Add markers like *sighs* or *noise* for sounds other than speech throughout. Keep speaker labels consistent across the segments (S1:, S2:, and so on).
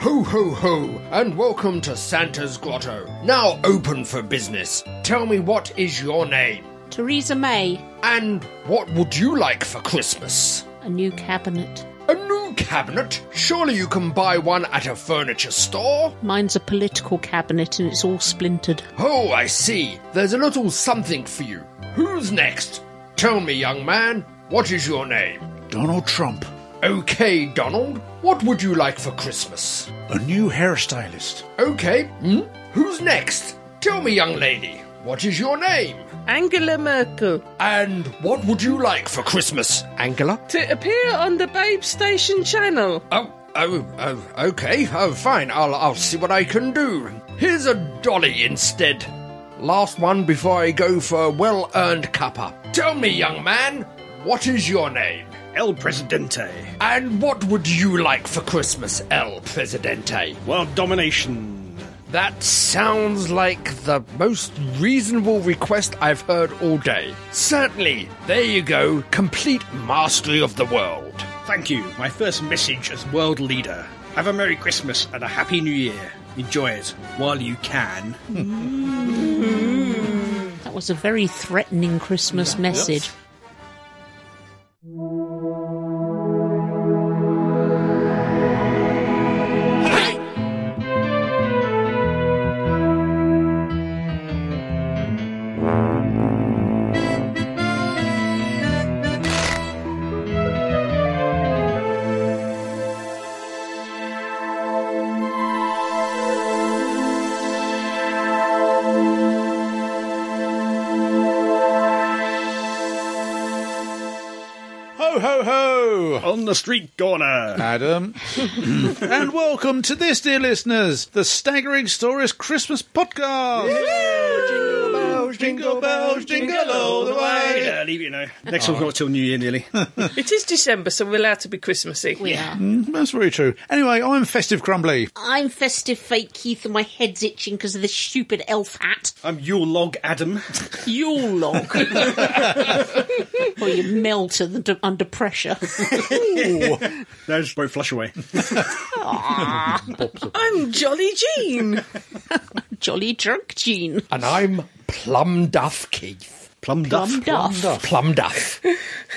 S1: Ho ho ho, and welcome to Santa's Grotto. Now open for business. Tell me what is your name?
S2: Theresa May,
S1: And what would you like for Christmas?
S2: a new cabinet.
S1: A new cabinet? Surely you can buy one at a furniture store?
S2: Mine's a political cabinet and it's all splintered.
S1: Oh, I see. There's a little something for you. Who's next? Tell me, young man, what is your name?
S3: Donald Trump,
S1: Okay, Donald, what would you like for Christmas?
S3: a new hairstylist.
S1: Okay, hmm? Who's next? Tell me, young lady, what is your name?
S4: Angela Merkel
S1: And what would you like for Christmas, Angela?
S4: to appear on the Babe Station channel.
S1: Oh, oh, oh, okay. Oh, fine. I'll, I'll see what I can do. Here's a dolly instead. Last one before I go for a well earned cuppa. Tell me, young man, what is your name?
S5: El Presidente.
S1: And what would you like for Christmas, El Presidente?
S5: World domination.
S1: That sounds like the most reasonable request I've heard all day. Certainly. There you go. Complete mastery of the world.
S5: Thank you, my first message as world leader. Have a Merry Christmas and a Happy New Year. Enjoy it while you can.
S2: That was a very threatening Christmas message.
S3: Ho, ho, ho!
S5: On the street
S3: *laughs*
S5: corner.
S3: Adam. and welcome to this, dear listeners, the Staggering Stories Christmas podcast. Jingle bells, jingle bells, jingle all the way.
S5: Yeah, leave it, you know. Next one's not till New Year, nearly. *laughs*
S4: It is December, so we're allowed to be Christmassy.
S2: We are.
S3: Mm, That's very true. Anyway, I'm Festive Crumbly.
S2: *laughs* I'm festive fake Keith and my head's itching because of this stupid elf hat.
S5: I'm Yule Log Adam.
S2: Yule *laughs* log. or you melt at the d- under pressure. *laughs*
S5: no, just won't flush away.
S4: I'm Jolly Jean.
S2: *laughs* Jolly drunk Jean.
S1: And I'm Plum Duff Keith.
S5: Plum Duff.
S2: Plum duff.
S1: Plum Duff.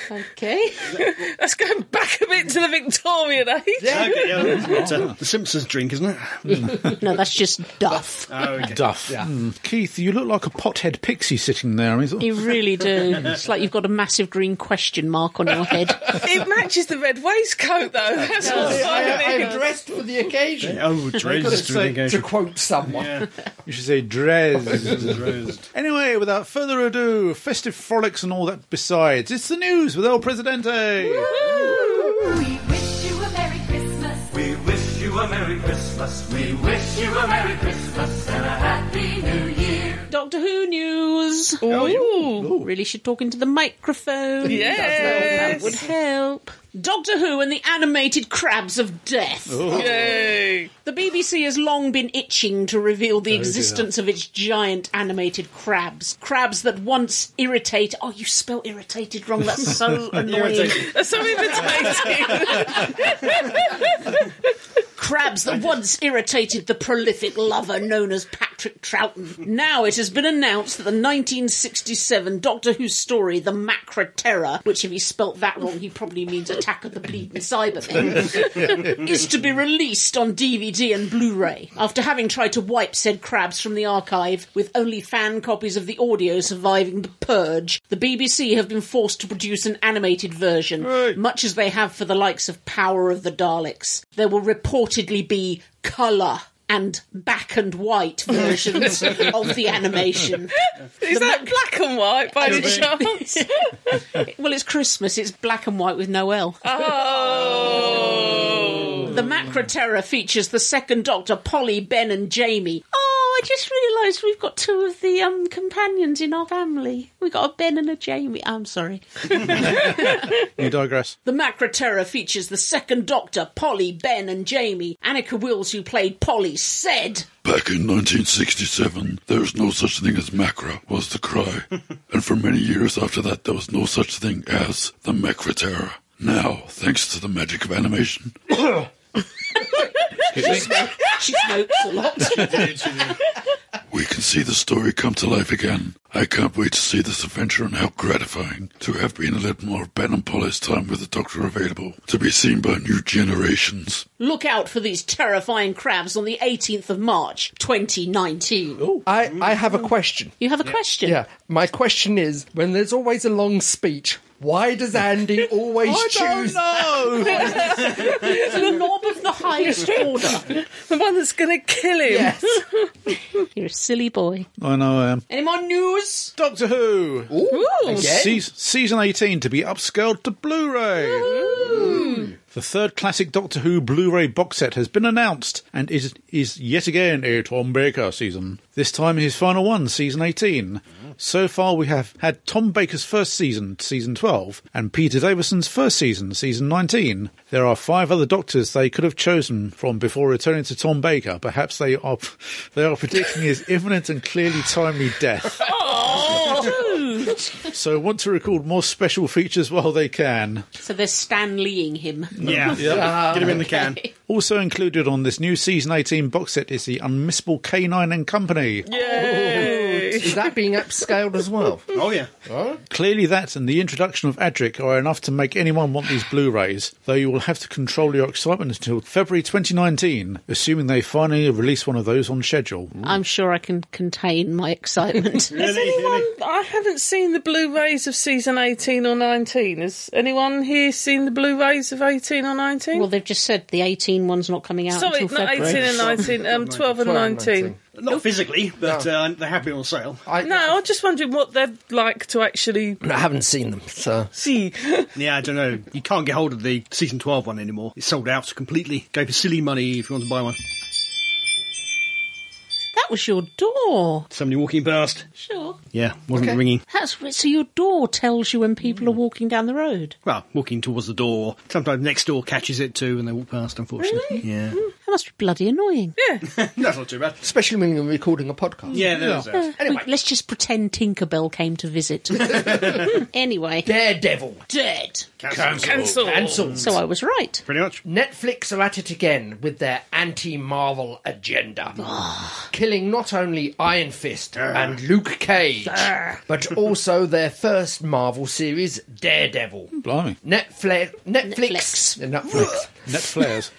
S2: Okay.
S4: *laughs* That's going back a bit to the Victorian age.
S5: Okay, yeah, it's, uh, the Simpsons drink, isn't it?
S2: No, that's just *laughs* duff.
S5: Oh, okay.
S3: Duff. Mm. Keith, you look like a pothead pixie sitting there. I mean, sort of-
S2: You really do. It's like you've got a massive green question mark on your head. *laughs*
S4: It matches the red waistcoat, though. That's what's funny.
S1: dressed for the occasion.
S3: *laughs*
S5: Oh, Drazed.
S1: to quote someone.
S3: you should say *laughs* Drez. Anyway, without further ado, festive frolics and all that besides, it's the news with El Presidente.
S6: We wish you a Merry Christmas.
S7: We wish you a Merry Christmas. We wish you a Merry Christmas and a Happy New Year.
S2: Doctor Who news.
S4: Ooh.
S2: Really should talk into the microphone. That
S4: Yes.
S2: would help. Doctor Who and the animated crabs of death.
S4: Yay.
S2: The BBC has long been itching to reveal
S4: Oh,
S2: the existence of its giant animated crabs. Crabs that once irritate. Oh, you spell irritated wrong. That's
S4: *laughs*
S2: so annoying.
S4: That's so
S2: *laughs*
S4: irritating.
S2: crabs that once irritated the prolific lover known as Patrick Troughton. Now it has been announced that the 1967 Doctor Who story, The Macra Terror, which if he spelt that wrong, he probably means Attack of the Bleeding Cybermen, is to be released on DVD and Blu-ray. After having tried to wipe said crabs from the archive, with only fan copies of the audio surviving the purge, the BBC have been forced to produce an animated version, much as they have for the likes of Power of the Daleks. There will reportedly be colour and black and white versions of the animation.
S4: Is that black and white by
S2: *laughs*
S4: any chance?
S2: well, it's Christmas. It's black and white with no L.
S4: Oh.
S2: The Macra Terror features the second Doctor, Polly, Ben, and Jamie. Oh, I just realised we've got two of the um, companions in our family. We've got a Ben and a Jamie. I'm sorry.
S3: You digress.
S2: The Macra Terror features the second Doctor, Polly, Ben, and Jamie. Annika Wills, who played Polly, said.
S8: Back in 1967, there was no such thing as macra, was the cry. and for many years after that, there was no such thing as the macra terror. Now, thanks to the magic of animation,
S2: She, smoked, she smokes a lot.
S9: *laughs* We can see the story come to life again. I can't wait to see this adventure and how gratifying to have been a little more of Ben and Polly's time with the Doctor available to be seen by new generations.
S2: Look out for these terrifying crabs on the 18th of March, 2019.
S1: I, I have a question.
S2: You have a question?
S1: Yeah, my question is when there's always a long speech, why does Andy always choose?
S3: don't know.
S2: It's the knob of the highest order.
S4: The one that's going to kill him.
S1: Yes.
S2: You're a silly boy.
S3: I know I am.
S2: Any more news?
S3: Doctor Who. Seas- season 18 to be upscaled to Blu-ray. The third classic Doctor Who Blu-ray box set has been announced and it is yet again a Tom Baker season. This time his final one, season 18. So far we have had Tom Baker's first season, season 12, and Peter Davison's first season, season 19. There are five other Doctors they could have chosen from before returning to Tom Baker. Perhaps they are *laughs* they are predicting his imminent and clearly timely death.
S2: Oh!
S3: So want to record more special features while they can.
S2: So they're Stan Leeing him.
S5: Yeah. Get him in the
S3: *laughs*
S5: can.
S3: Also included on this new season 18 box set is the unmissable K9 and Company.
S1: Is that being upscaled as well?
S5: Oh, yeah.
S3: Clearly that and the introduction of Adric are enough to make anyone want these Blu-rays, though you will have to control your excitement until February 2019, assuming they finally release one of those on schedule.
S2: I'm sure I can contain my excitement.
S4: Has anyone? I haven't seen the Blu-rays of season eighteen or nineteen. Has anyone here seen the Blu-rays of eighteen or
S2: *laughs*
S4: nineteen?
S2: well, they've just said the 18 one's not coming out
S4: Sorry,
S2: until
S4: not
S2: February.
S4: eighteen and nineteen. Um, twelve and nineteen.
S5: Not physically, but uh, they have been on sale.
S1: I,
S4: No, I'm just wondering what they're like to actually
S1: I haven't seen them, so.
S4: see. *laughs*
S5: Yeah, I don't know. You can't get hold of the season 12 one anymore. It's sold out completely. Go for silly money if you want to buy one.
S2: That was your door.
S5: Somebody walking past.
S2: Sure.
S5: Yeah, wasn't ringing.
S2: That's so your door tells you when people are walking down the road.
S5: Well, walking towards the door. Sometimes next door catches it too and they walk past, unfortunately. Yeah.
S1: Mm-hmm.
S2: That must be bloody annoying.
S5: That's not too bad.
S1: Especially when you're recording a podcast.
S5: Yeah, there's that.
S2: Wait, let's just pretend Tinkerbell came to visit. Hmm, anyway,
S1: Daredevil.
S2: dead.
S5: Cancelled.
S4: Cancel.
S1: Cancelled.
S2: So I was right.
S5: Pretty much.
S1: Netflix are at it again with their anti Marvel agenda, killing not only Iron Fist and Luke Cage, but also their first Marvel series, Daredevil.
S3: Blimey.
S1: Netflix, Netflix, Netflix,
S3: Net flares.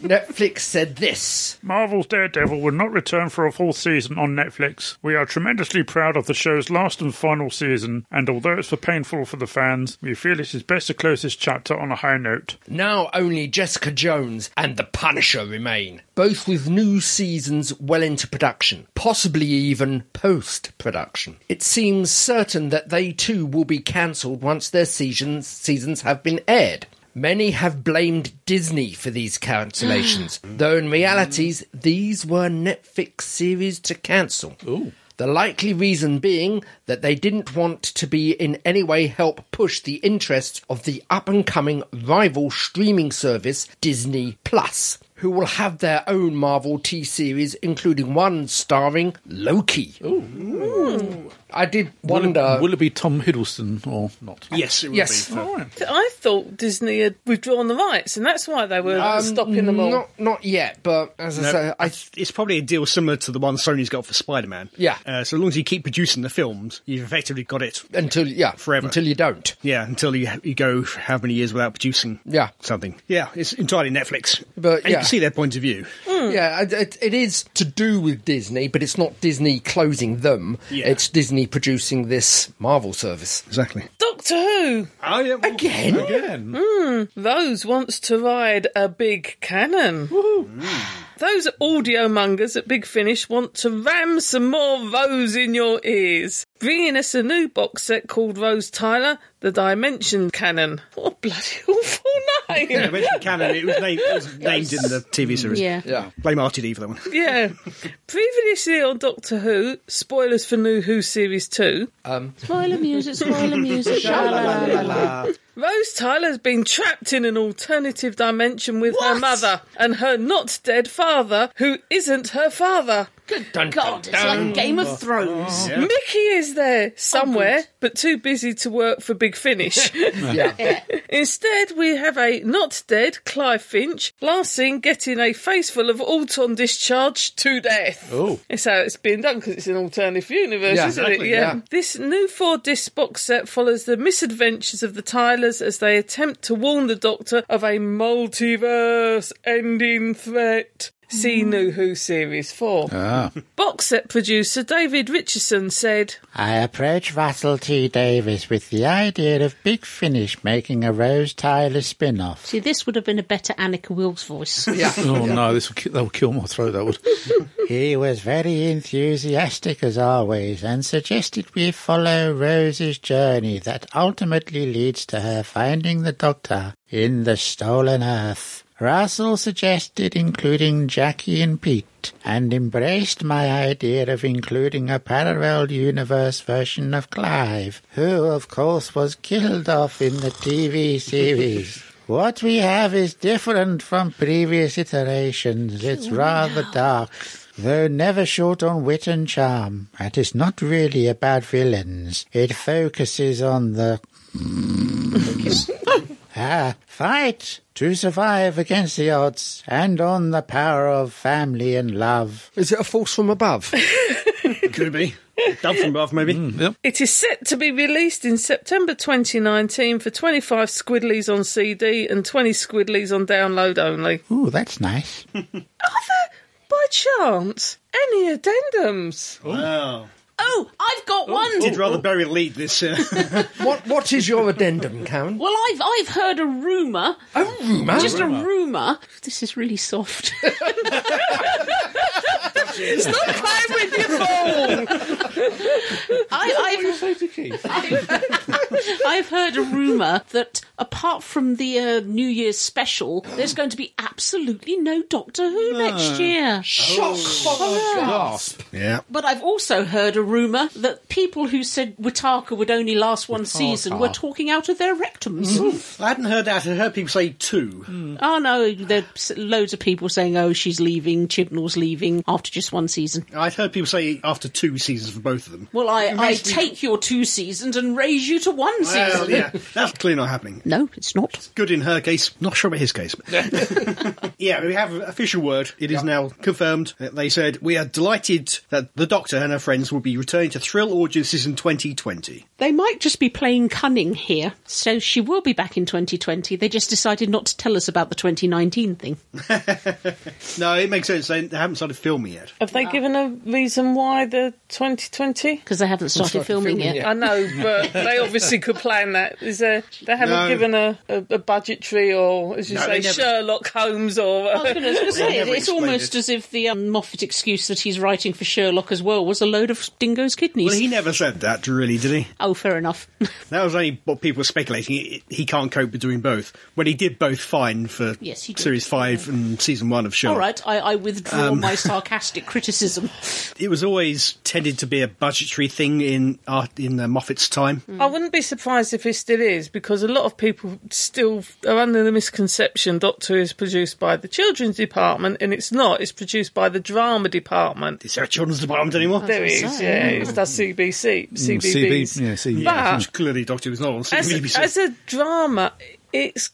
S1: Netflix said this.
S8: Marvel's Daredevil will not return for a full season on Netflix. We are tremendously proud of the show's last and final season, and although it's for painful for the fans, we feel it is best to close this chapter on a high note.
S1: Now only Jessica Jones and The Punisher remain, both with new seasons well into production, possibly even post production. It seems certain that they too will be cancelled once their seasons, seasons have been aired. Many have blamed Disney for these cancellations, though in realities, these were Netflix series to cancel. The likely reason being that they didn't want to be in any way help push the interests of the up and coming rival streaming service Disney Plus, who will have their own Marvel T series, including one starring Loki. Hmm. I did wonder.
S3: Will it be Tom Hiddleston or not?
S5: Yes, it would
S1: Yes.
S5: be. for-
S4: I thought Disney had withdrawn the rights, and that's why they were stopping them all.
S1: Um, Not, not yet, but as I say, I th-
S5: It's probably a deal similar to the one Sony's got for Spider Man.
S1: Yeah.
S5: Uh, so long as you keep producing the films, you've effectively got it.
S1: until yeah,
S5: Forever.
S1: until you don't.
S5: Yeah, until you, you go how many years without producing
S1: Yeah.
S5: something. Yeah, it's entirely Netflix.
S1: But,
S5: and you
S1: yeah. Mm.
S5: can see their point of view.
S1: Yeah, it- it, it is to do with Disney, but it's not Disney closing them.
S5: Yeah.
S1: It's Disney producing this Marvel service.
S5: Exactly.
S4: Doctor Who.
S5: Oh, yeah. well-
S1: Again?
S3: Again.
S4: Those wants to ride a big cannon. Those audio mongers at Big Finish want to ram some more Rose in your ears, bringing us a new box set called Rose Tyler, the Dimension Cannon. What a bloody *laughs* awful name!
S5: Yeah, I mentioned Canon. It was named, it *laughs* was named in the TV series.
S2: Yeah.
S1: Yeah.
S5: Blame RTD *laughs* for that one.
S4: Yeah. Previously on Doctor Who, spoilers for New Who Series 2,
S2: Spoiler music, spoiler music.
S4: Rose Tyler's been trapped in an alternative dimension with her mother and her not dead father, who isn't her father.
S2: God, it's like Game of Thrones.
S4: Mickey is there somewhere, but too busy to work for Big Finish. *laughs* Instead, we have a not dead Clive Finch, last seen getting a face full of Alton discharge to death.
S3: Oh.
S4: It's how it's been done because it's an alternative universe,
S1: Yeah,
S4: isn't
S1: exactly,
S4: it?
S1: yeah.
S4: This new four disc box set follows the misadventures of the Tylers as they attempt to warn the Doctor of a multiverse ending threat. See New Who Series 4.
S3: Ah.
S4: *laughs* Box set producer David Richardson said,
S8: I approached Russell T. Davis with the idea of Big Finish making a Rose Tyler spin off.
S2: See, this would have been a better Annika Wills voice.
S3: Oh no, this will ki- that will kill my throat. That would.
S8: He was very enthusiastic as always and suggested we follow Rose's journey that ultimately leads to her finding the Doctor in the stolen Earth. Russell suggested including Jackie and Pete and embraced my idea of including a parallel universe version of Clive, who of course was killed off in the TV series. What we have is different from previous iterations. It's rather dark, though never short on wit and charm. And it's not really about villains. It focuses on the *laughs* ah, fight to survive against the odds and on the power of family and love.
S1: Is it a force from
S5: *laughs*
S1: above?
S5: It could be. Dub from above, maybe.
S4: It is set to be released in September 2019 for 25 squidlies on CD and 20 squidlies on download only.
S8: Ooh, that's nice.
S4: Are there, by chance, any addendums?
S5: Wow.
S2: Oh, I've got one.
S5: Did rather bury the lead this. Uh,
S1: what What is your addendum, Karen?
S2: Well, I've I've heard a rumor,
S1: A rumour.
S2: just a rumor. This is really *laughs* soft.
S4: Stop playing with your ball!
S2: I, I've, I've, *laughs* I've heard a rumour that apart from the uh, New Year's special, there's going to be absolutely no Doctor Who next year. Oh.
S3: Gasp.
S5: yeah.
S2: But I've also heard a rumour that people who said Wataka would only last one season were talking out of their rectums.
S5: *laughs* I hadn't heard that. I heard people say two.
S2: oh no, there's loads of people saying, oh, she's leaving, Chibnall's leaving after just one season.
S5: I'd heard people say after two seasons for both of them.
S2: Well, I, I take your two seasons and raise you to one season.
S5: Well, yeah, *laughs* that's clearly not happening.
S2: *laughs* No, it's not.
S5: Good in her case, not sure about his case. *laughs* yeah, we have official word. It is now confirmed. that They said we are delighted that the Doctor and her friends will be returning to thrill audiences in 2020.
S2: They might just be playing cunning here. So she will be back in 2020. They just decided not to tell us about the 2019 thing.
S5: No, it makes sense. They they haven't started filming yet.
S4: Have they given a reason why the 2020?
S2: Because they haven't started, filming, yet.
S4: I know, but they obviously could plan that. Is there, they haven't
S5: No.
S4: given a, a, a budgetary or, as you
S5: No,
S4: say,
S5: they never-
S4: Sherlock Holmes or.
S2: I was
S5: *laughs*
S2: gonna- I was gonna say,
S5: never
S2: it's
S5: explained
S2: almost
S5: it.
S2: as if the um, Moffat excuse that he's writing for Sherlock as well was a load of dingo's kidneys.
S5: Well, he never said that, really, did he?
S2: Oh, fair enough. *laughs*
S5: That was only what people were speculating. He- He can't cope with doing both. When he did both fine for
S2: Yes, he did.
S5: series five and season one of Sherlock.
S2: All right, I, I withdraw
S5: Um, *laughs*
S2: my sarcastic criticism.
S5: It was always tended to be a budgetary thing in uh, in uh, Moffat's time.
S4: I wouldn't be surprised if it still is because a lot of people still are under the misconception Doctor Who is produced by the children's department and it's not. It's produced by the drama department.
S5: Is there a children's department anymore?
S4: There it is, yeah. It's that
S5: Mm,
S4: CBC,
S3: CB,
S4: CBBs.
S3: yeah, CB.
S4: But
S5: Which clearly, Doctor was not on
S4: as,
S5: CBBC.
S4: as a drama, it's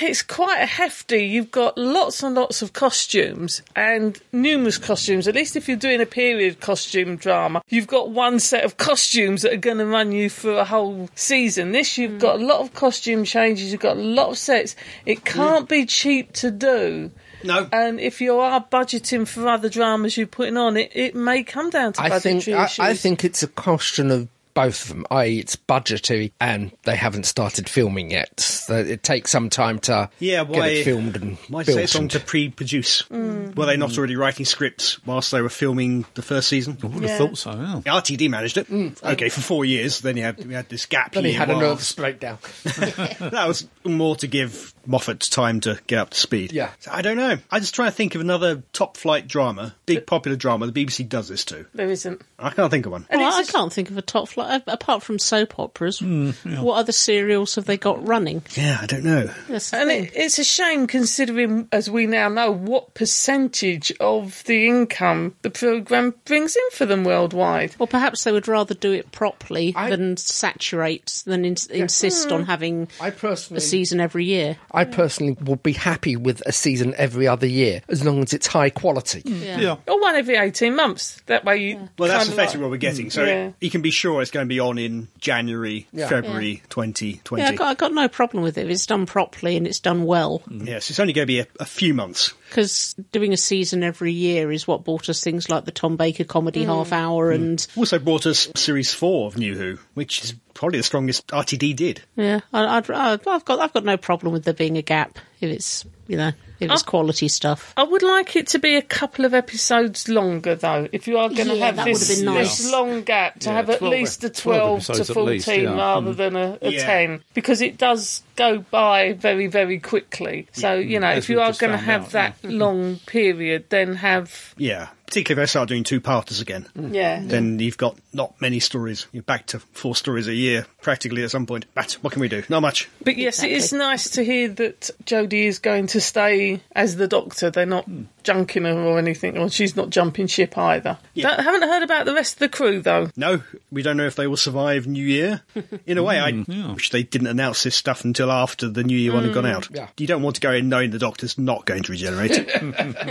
S4: it's quite hefty. You've got lots and lots of costumes and numerous costumes. At least if you're doing a period costume drama, you've got one set of costumes that are going to run you for a whole season. This you've got a lot of costume changes. You've got a lot of sets. It can't be cheap to do.
S5: no,
S4: And if you are budgeting for other dramas you're putting on, it, it may come down to
S1: I
S4: budgetary
S1: think I,
S4: issues.
S1: I think it's a question of both of them, i.e., it's budgetary and they haven't started filming yet. So it takes some time to
S5: yeah, why?
S1: get it filmed and
S5: why
S1: built
S5: say it's on
S1: and-
S5: to pre-produce? Were they not already writing scripts whilst they were filming the first season?
S3: I would have thought so. Yeah.
S5: The RTD managed it. Okay, for four years. Then you had we had this gap.
S1: Then he
S5: year
S1: had a
S5: while-
S1: nervous
S5: *laughs*
S1: breakdown.
S5: That was more to give Moffat time to get up to speed.
S1: Yeah.
S5: So I don't know. I'm just trying to think of another top flight drama, big popular drama. The BBC does this too.
S4: there isn't.
S5: I can't think of one.
S2: Well, I can't think of a top flight, apart from soap operas. What other serials have they got running?
S5: Yeah, I don't know.
S2: That's the
S4: And
S2: thing.
S4: it, it's a shame considering, as we now know, what percentage of the income the programme brings in for them worldwide.
S2: Or perhaps they would rather do it properly than saturate, than ins insist
S4: Hmm.
S2: on having
S10: personally-
S2: a season every year.
S1: I personally would be happy with a season every other year as long as it's high quality.
S5: Hmm.
S4: Or one every 18 months. That way you.
S5: Well, that's
S4: kind of like-
S5: effectively what we're getting. So
S4: Yeah.
S5: you can be sure it's going to be on in January,
S2: Yeah.
S5: February
S2: Yeah.
S5: 2020.
S2: Yeah, I got, I got no problem with it if it's done properly and it's done well.
S5: Yes, it's only going to be a, a few months.
S2: Because doing a season every year is what bought us things like the Tom Baker comedy
S4: Hmm.
S5: Mm.
S2: half hour and
S5: Also brought us Series 4 of New Who, which is probably the strongest RTD did.
S2: Yeah, I, I'd, I'd- I've got I've got no problem with there being a gap if it's you know if it's
S4: Oh.
S2: quality stuff.
S4: I would like it to be a couple of episodes longer, though. If you are going to
S2: Yeah,
S4: have
S2: that
S4: this,
S2: would've been
S4: this
S2: nice.
S4: long gap, to
S2: Yeah,
S4: have at
S2: 12
S4: least a
S2: 12
S4: 12 to
S2: episodes at
S4: 14
S2: least, yeah.
S4: rather
S2: Mm.
S4: than a, a
S2: Yeah.
S4: 10, because it does go by very, very quickly. So, you
S2: Mm.
S4: know,
S5: As
S4: if you
S5: we've
S4: are
S5: just
S4: going to
S5: found
S4: have
S5: out,
S4: that
S2: Mm-hmm.
S4: long period, then have.
S5: Yeah, particularly if they start doing two-parters again.
S4: Yeah.
S5: Then you've got not many stories. You're back to four stories a year, practically at some point. But what can we do? Not much.
S4: But yes, it is nice to hear that Jodie is going to stay as the doctor. They're not
S1: Hmm.
S4: junking her or anything, or she's not jumping ship either. Don't- haven't heard about the rest of the crew, though.
S5: No, we don't know if they will survive New Year. *laughs* In a way, I
S4: Hmm.
S5: wish they didn't announce this stuff until after the New Year one had gone
S4: Mm.
S5: out.
S4: Yeah.
S5: You don't want to go in knowing the doctor's not going to regenerate.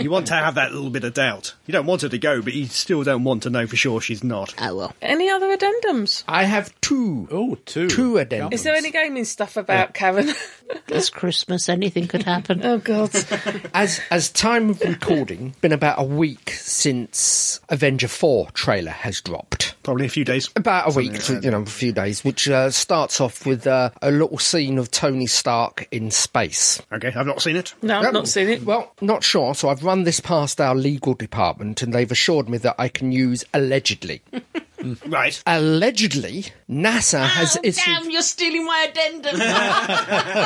S4: *laughs*
S5: you want to have that little bit of doubt. You don't want her to go, but you still don't want to know for sure she's not.
S2: Oh well.
S4: Any other addendums?
S1: I have two.
S3: Oh, two.
S1: Two addendums.
S4: Is there any gaming stuff about Karen? *laughs*
S2: *laughs* It's Christmas, anything could *laughs* happen.
S1: *laughs*
S4: oh God!
S1: As as time of recording, been about a week since Avenger Four trailer has dropped.
S5: Probably a few days.
S1: About a
S5: Something
S1: week,
S5: like that.
S1: you know, a few days, which uh, starts off with uh, a little scene of Tony Stark in space. Oh,
S5: Okay, I've not seen it.
S4: No, I've not seen it.
S1: Well, not sure. So I've run this past our legal department, and they've assured me that I can use allegedly. *laughs*
S5: right.
S1: Allegedly, NASA has issued
S2: Oh, Damn, you're stealing my addendum.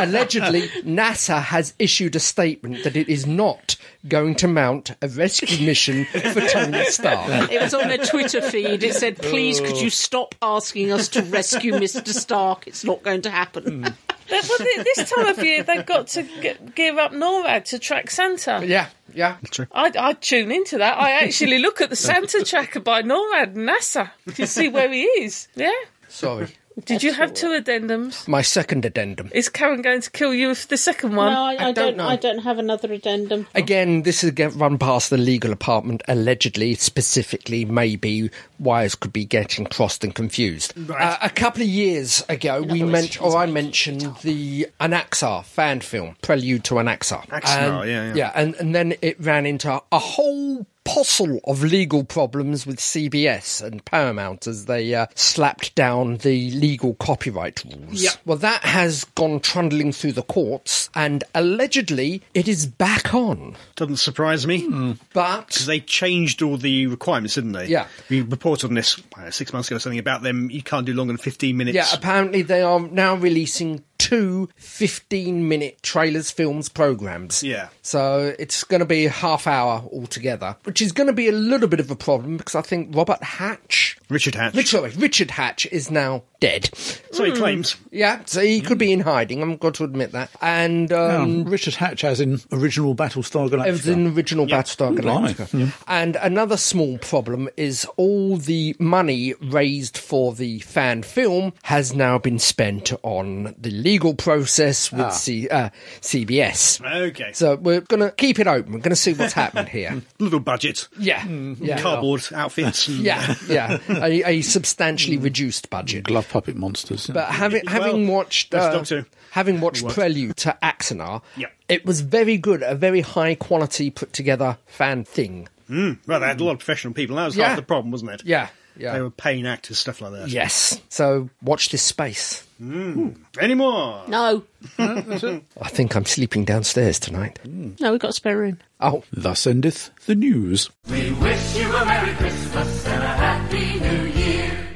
S1: Allegedly, NASA has issued a statement that it is not going to mount a rescue mission for Tony Stark.
S2: *laughs* It was on their Twitter feed. It said, "Please, could you stop asking us to rescue Mister Stark? It's not going to happen."
S4: But- but thi- this time of year, they've got to g- gear up NORAD to track Santa.
S1: Yeah, yeah.
S4: I'd, I'd tune into that. I actually look at the Santa tracker by NORAD NASA to see where he is. Yeah.
S1: Sorry.
S4: Did you have two addendums?
S1: My second addendum.
S4: Is Karen going to kill you with the second one?
S2: No, I, I, don't.
S1: know.
S2: I don't have another addendum.
S1: Again, this is again run past the legal department, allegedly, specifically, maybe wires could be getting crossed and confused. Uh, a couple of years ago, we mentioned, or I mentioned, the Anaxar fan film, Prelude to Anaxar.
S5: Axnar,
S1: And-
S5: yeah, yeah.
S1: Yeah, and, and then it ran into a whole postle of legal problems with CBS and Paramount as they uh, slapped down the legal copyright rules.
S10: Yeah.
S1: Well, that has gone trundling through the courts, and allegedly it is back on.
S5: Doesn't surprise me.
S4: Hmm.
S1: But.
S5: they changed all the requirements, didn't they?
S1: Yeah.
S5: We reported on this uh, six months ago, something about them. You can't do longer than 15 minutes.
S1: Yeah, apparently they are now releasing two 15 minute trailers, films, programs.
S5: Yeah.
S1: So it's going to be half hour altogether, which is going to be a little bit of a problem because I think Robert Hatch.
S5: Richard Hatch.
S1: Richard, Richard Hatch is now dead.
S5: So he Hmm. claims.
S1: Yeah, so he could be in hiding. I'm going to admit that. And um,
S3: Um, Richard Hatch, as in original Battlestar Galactica.
S1: It was an original Battlestar
S3: Blimey.
S1: Galactica. And another small problem is all the money raised for the fan film has now been spent on the legal process with
S5: Ah.
S1: C- uh, CBS.
S5: Okay.
S1: So we're going to keep it open. We're going to see what's happened
S5: *laughs*
S1: here.
S5: Little budget.
S1: Yeah. Mm-hmm.
S5: Mm-hmm.
S1: yeah.
S5: Cardboard outfits. and-
S1: Yeah, yeah. A, a
S5: Mm.
S1: substantially reduced budget.
S3: Glove puppet monsters.
S1: But having having watched
S3: that's
S1: uh,
S3: Doctor
S1: having watched
S3: What?
S1: Prelude to Axanar,
S5: Yep.
S1: it was very good, a very high quality put together fan thing.
S5: Mm, well, they had a lot of professional people. That was
S1: Yeah.
S5: half the problem, wasn't it?
S1: Yeah, yeah.
S5: They were paying actors, stuff like that.
S1: Yes. So watch this space.
S5: Mm. Any more?
S2: No.
S1: I think I'm sleeping downstairs tonight.
S2: No, we've got a spare room.
S1: Oh.
S3: Thus endeth the news.
S11: We wish you a Merry Christmas and a Happy New Year.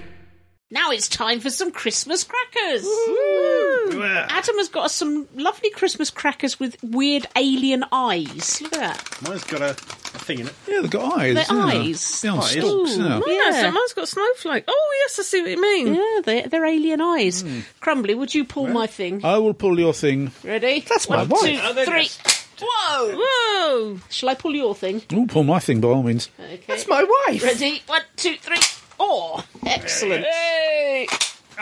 S2: Now it's time for some Christmas crackers. Adam has got us some lovely Christmas crackers with weird alien eyes. Look at that.
S5: Mine's got a, a thing in it.
S3: Yeah, they've got eyes.
S2: Their
S3: yeah.
S2: eyes.
S3: Yeah, on
S2: Eyes.
S3: stalks,
S2: Ooh,
S3: yeah.
S2: right.
S4: Yeah,
S2: Yeah.
S4: so mine's got snowflake. Oh yes, I see what you mean.
S2: Yeah, they, they're alien eyes. Crumbly, would you pull my thing?
S3: I will pull your thing.
S2: Ready?
S3: That's my
S2: One, two,
S3: wife. Oh,
S2: three. Whoa! Whoa! Shall I pull your thing?
S3: Ooh, pull my thing by all means.
S2: Okay. That's my wife. Ready? One, two, three, four. Excellent. Hey!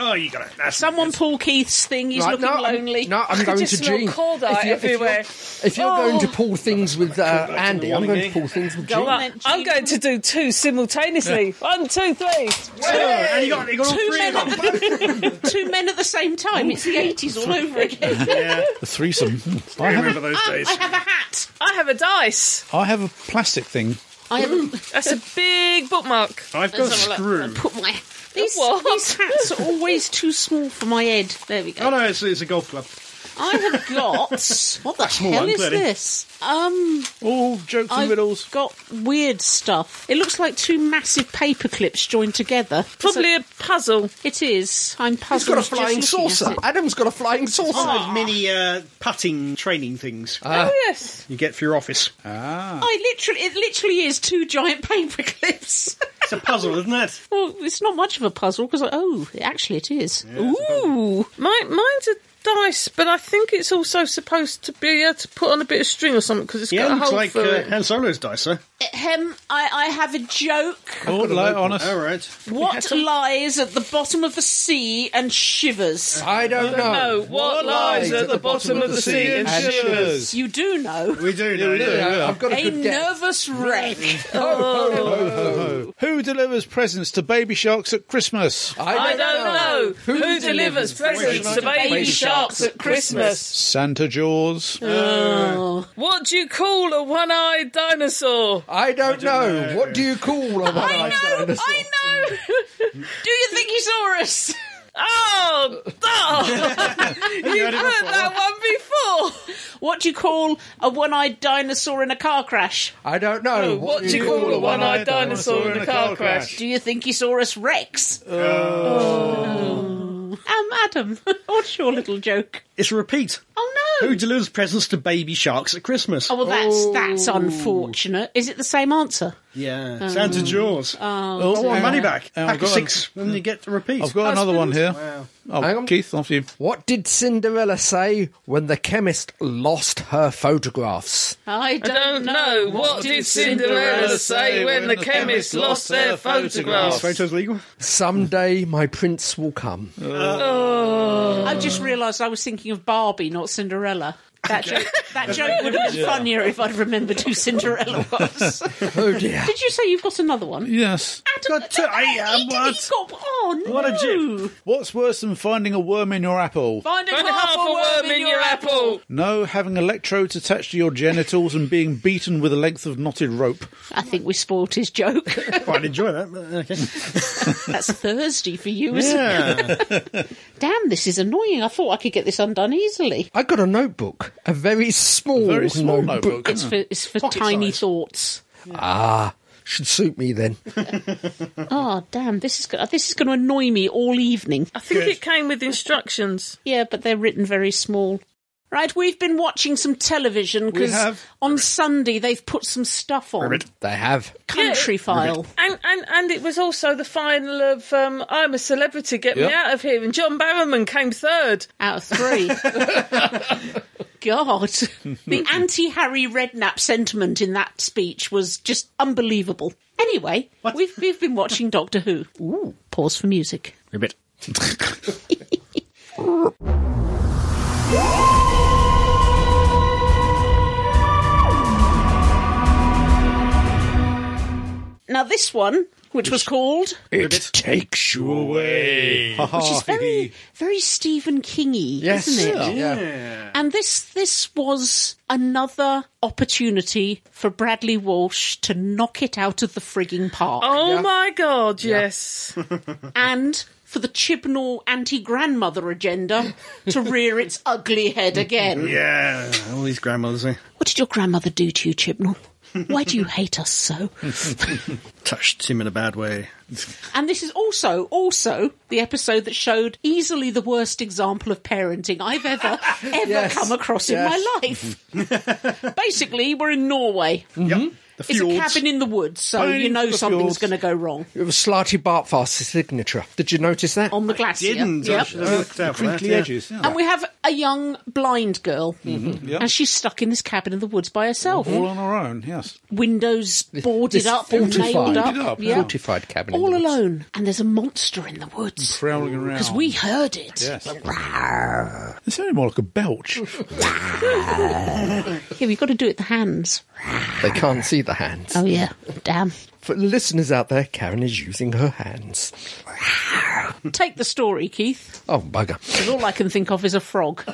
S5: Oh, you got it.
S2: Someone pull Keith's thing. He's
S1: Right,
S2: looking
S1: no, I'm- *laughs*
S2: lonely.
S1: no, I'm going to Gene. If you- if you're- If you're, going to pull things with uh, Andy, I'm going to pull things with
S4: Go
S1: Gene.
S4: on. I'm going to do two simultaneously. One, two, three.
S2: and you got- you got all Two three men of Two men at the same time. It's the 80s all over again. Ah,
S3: The threesome. I,
S5: remember those
S2: I have a hat.
S4: I have a dice.
S3: I have a plastic thing.
S2: I have
S4: That's *laughs* a big bookmark.
S3: I've got
S4: Let's
S3: a
S4: have look.
S3: screw.
S2: Put my these, these hats are always too small for my head. There we go.
S5: Oh no, it's, it's a golf club.
S2: I have got what the
S5: small
S2: hell
S5: one,
S2: is
S5: clearly.
S2: this? Um,
S3: all jokes
S2: and riddles. Got weird stuff. It looks like two massive paper clips joined together.
S4: Probably a puzzle.
S2: It is. I'm
S5: He's
S2: puzzled. just looking at it.
S1: Adam's got a flying saucer.
S5: Those mini uh, putting training things.
S4: Ah.
S2: Oh, yes.
S5: You get for your office. Ah.
S2: I literally, it literally is two giant *laughs* paper clips.
S5: It's a puzzle,
S2: *laughs*
S5: isn't it?
S2: Well, it's not much of a puzzle because oh, actually, it is.
S4: Ooh, my, mine's a dice, but I think it's also supposed to be able to put on a bit of string or something because it's
S5: Yeah,
S4: got a
S5: looks
S4: hole
S5: like
S4: for
S5: uh,
S4: it.
S5: Han Solo's dice, huh?
S2: Hem, I, I have a joke.
S3: *laughs* Oh, light on us.
S5: All right.
S2: What lies at the bottom of the sea and shivers?
S1: I don't
S4: know. know. What What lies lies at at the the bottom bottom of of the the sea sea and and shivers? shivers?
S2: You do know.
S5: We do
S3: know, we do, yeah. yeah. I've got a
S2: a
S3: good guess.
S2: nervous wreck.
S3: Who delivers presents to baby sharks at Christmas?
S4: I don't know. Who, delivers presents to baby sharks at Christmas?
S3: Santa Jaws.
S4: What do you call a one-eyed dinosaur?
S1: I don't, know. What do you call a one-eyed dinosaur?
S4: I
S2: know. do you think he saw us? *laughs*
S4: Oh, *laughs* oh. you
S2: it
S4: heard
S2: before.
S4: that one before.
S2: What do you call a one-eyed dinosaur in a car crash?
S1: I don't know.
S4: Oh, what do you call a one-eyed dinosaur in a car crash?
S2: Do you think he saw us, Rex? Oh. Um, Adam, *laughs* what's your little joke?
S5: It's a repeat.
S2: Oh no!
S5: Who delivers presents to baby sharks at Christmas?
S2: Oh well, that's that's unfortunate. Is it the same answer?
S5: Yeah, uh,
S2: Oh.
S5: Santa Jaws.
S2: Oh,
S5: I want
S2: dear.
S5: money back.
S3: Oh,
S5: Pack
S3: God.
S5: of six, and you get to repeat.
S3: I've got another one here. Oh,
S1: Hang on.
S3: Keith, off you.
S1: What did Cinderella say when the chemist lost her photographs?
S2: I
S4: I
S2: don't,
S4: don't know. What did Cinderella say when the chemists lost their
S5: Is
S4: photographs?
S5: photos legal?
S1: Someday my prince will come.
S2: I just realised I was thinking of Barbie, not Cinderella. That joke, that *laughs* joke would have been funnier if I'd remembered who *laughs* Cinderella was.
S1: oh dear.
S2: Did you say you've got another one?
S3: Yes.
S2: Adam,
S5: Got two. I am
S2: he,
S5: what?
S2: has got. Oh no!
S5: What a
S2: jib.
S3: What's worse than finding a worm in your apple?
S2: Find a
S4: Find
S2: half, a worm, in your apple.
S3: No, having electrodes attached to your genitals and being beaten with a length of knotted rope.
S2: I think we spoiled his *laughs* joke.
S5: Quite enjoy that. but Okay.
S2: That's Thursday for you, isn't it?
S5: *laughs* Yeah.
S2: Damn, this is annoying. I thought I could get this undone easily.
S1: I got a notebook, a very small,
S3: Very small notebook.
S2: It's for it's for
S5: Pocket
S2: tiny
S5: size.
S2: thoughts.
S1: Ah, should suit me then.
S2: Oh damn, this is go- this is going to annoy me all evening.
S4: I think it came with instructions.
S2: Yeah, but they're written very small. Right, we've been watching some television
S3: We
S2: because
S3: have.
S2: on Sunday they've put some stuff on.
S1: They have.
S2: Country file.
S4: And, and and it was also the final of um, I'm a Celebrity, Get
S3: Yep.
S4: Me Out of Here, and John Barrowman came third.
S2: Out
S1: *laughs*
S2: of three. God. The anti Harry Redknapp sentiment in that speech was just unbelievable. Anyway, we've, we've been watching Doctor Who. Ooh. Pause for music.
S5: Ribbit.
S2: *laughs* Now, this one, which was called,
S1: It takes you away.
S2: which is very, very Stephen Kingy,
S1: Yes.
S2: isn't it?
S1: Yeah.
S2: And this this was another opportunity for Bradley Walsh to knock it out of the frigging park,
S4: Oh my God, yes.
S2: and for the Chibnall anti-grandmother agenda to rear its ugly head again.
S5: Yeah, all these grandmothers. Eh?
S2: What did your grandmother do to you, Chibnall? Why do you hate us so?
S5: Touched him in a bad way.
S2: And this is also, also the episode that showed easily the worst example of parenting I've ever, ever
S11: Yes.
S2: come across in my
S11: Yes.
S2: life. Basically, we're in Norway.
S1: The
S2: It's a
S1: fjords.
S2: cabin in the woods, so
S1: Pine
S2: you
S1: to
S2: know
S1: the fjords.
S2: something's going to go wrong.
S1: It was Slarty Bartfast's signature. Did you notice that?
S2: On the glacier.
S1: didn't. I
S2: Yep.
S1: should have looked out for that, Crinkly yeah. edges, yeah.
S2: And we have a young blind girl, Mm-hmm.
S3: Mhm. Yep.
S2: and she's stuck in this cabin in the woods by herself.
S3: All on her own, yes.
S2: Windows boarded
S3: this
S2: up, all nailed
S3: fortified-
S2: up,
S3: Boarded up,
S2: yeah.
S1: Fortified cabin.
S2: all alone. And there's a monster in the woods
S3: Prowling around.
S2: because we heard it.
S3: Yes. It sounded more like a belch.
S2: yeah, we've got to do it the hands.
S1: They can't see the hands.
S2: Oh yeah, damn.
S1: For the listeners out there, Karen is using her hands.
S2: Take the story, Keith.
S1: Oh, bugger.
S2: 'cause all I can think of is
S1: *laughs*
S2: a frog.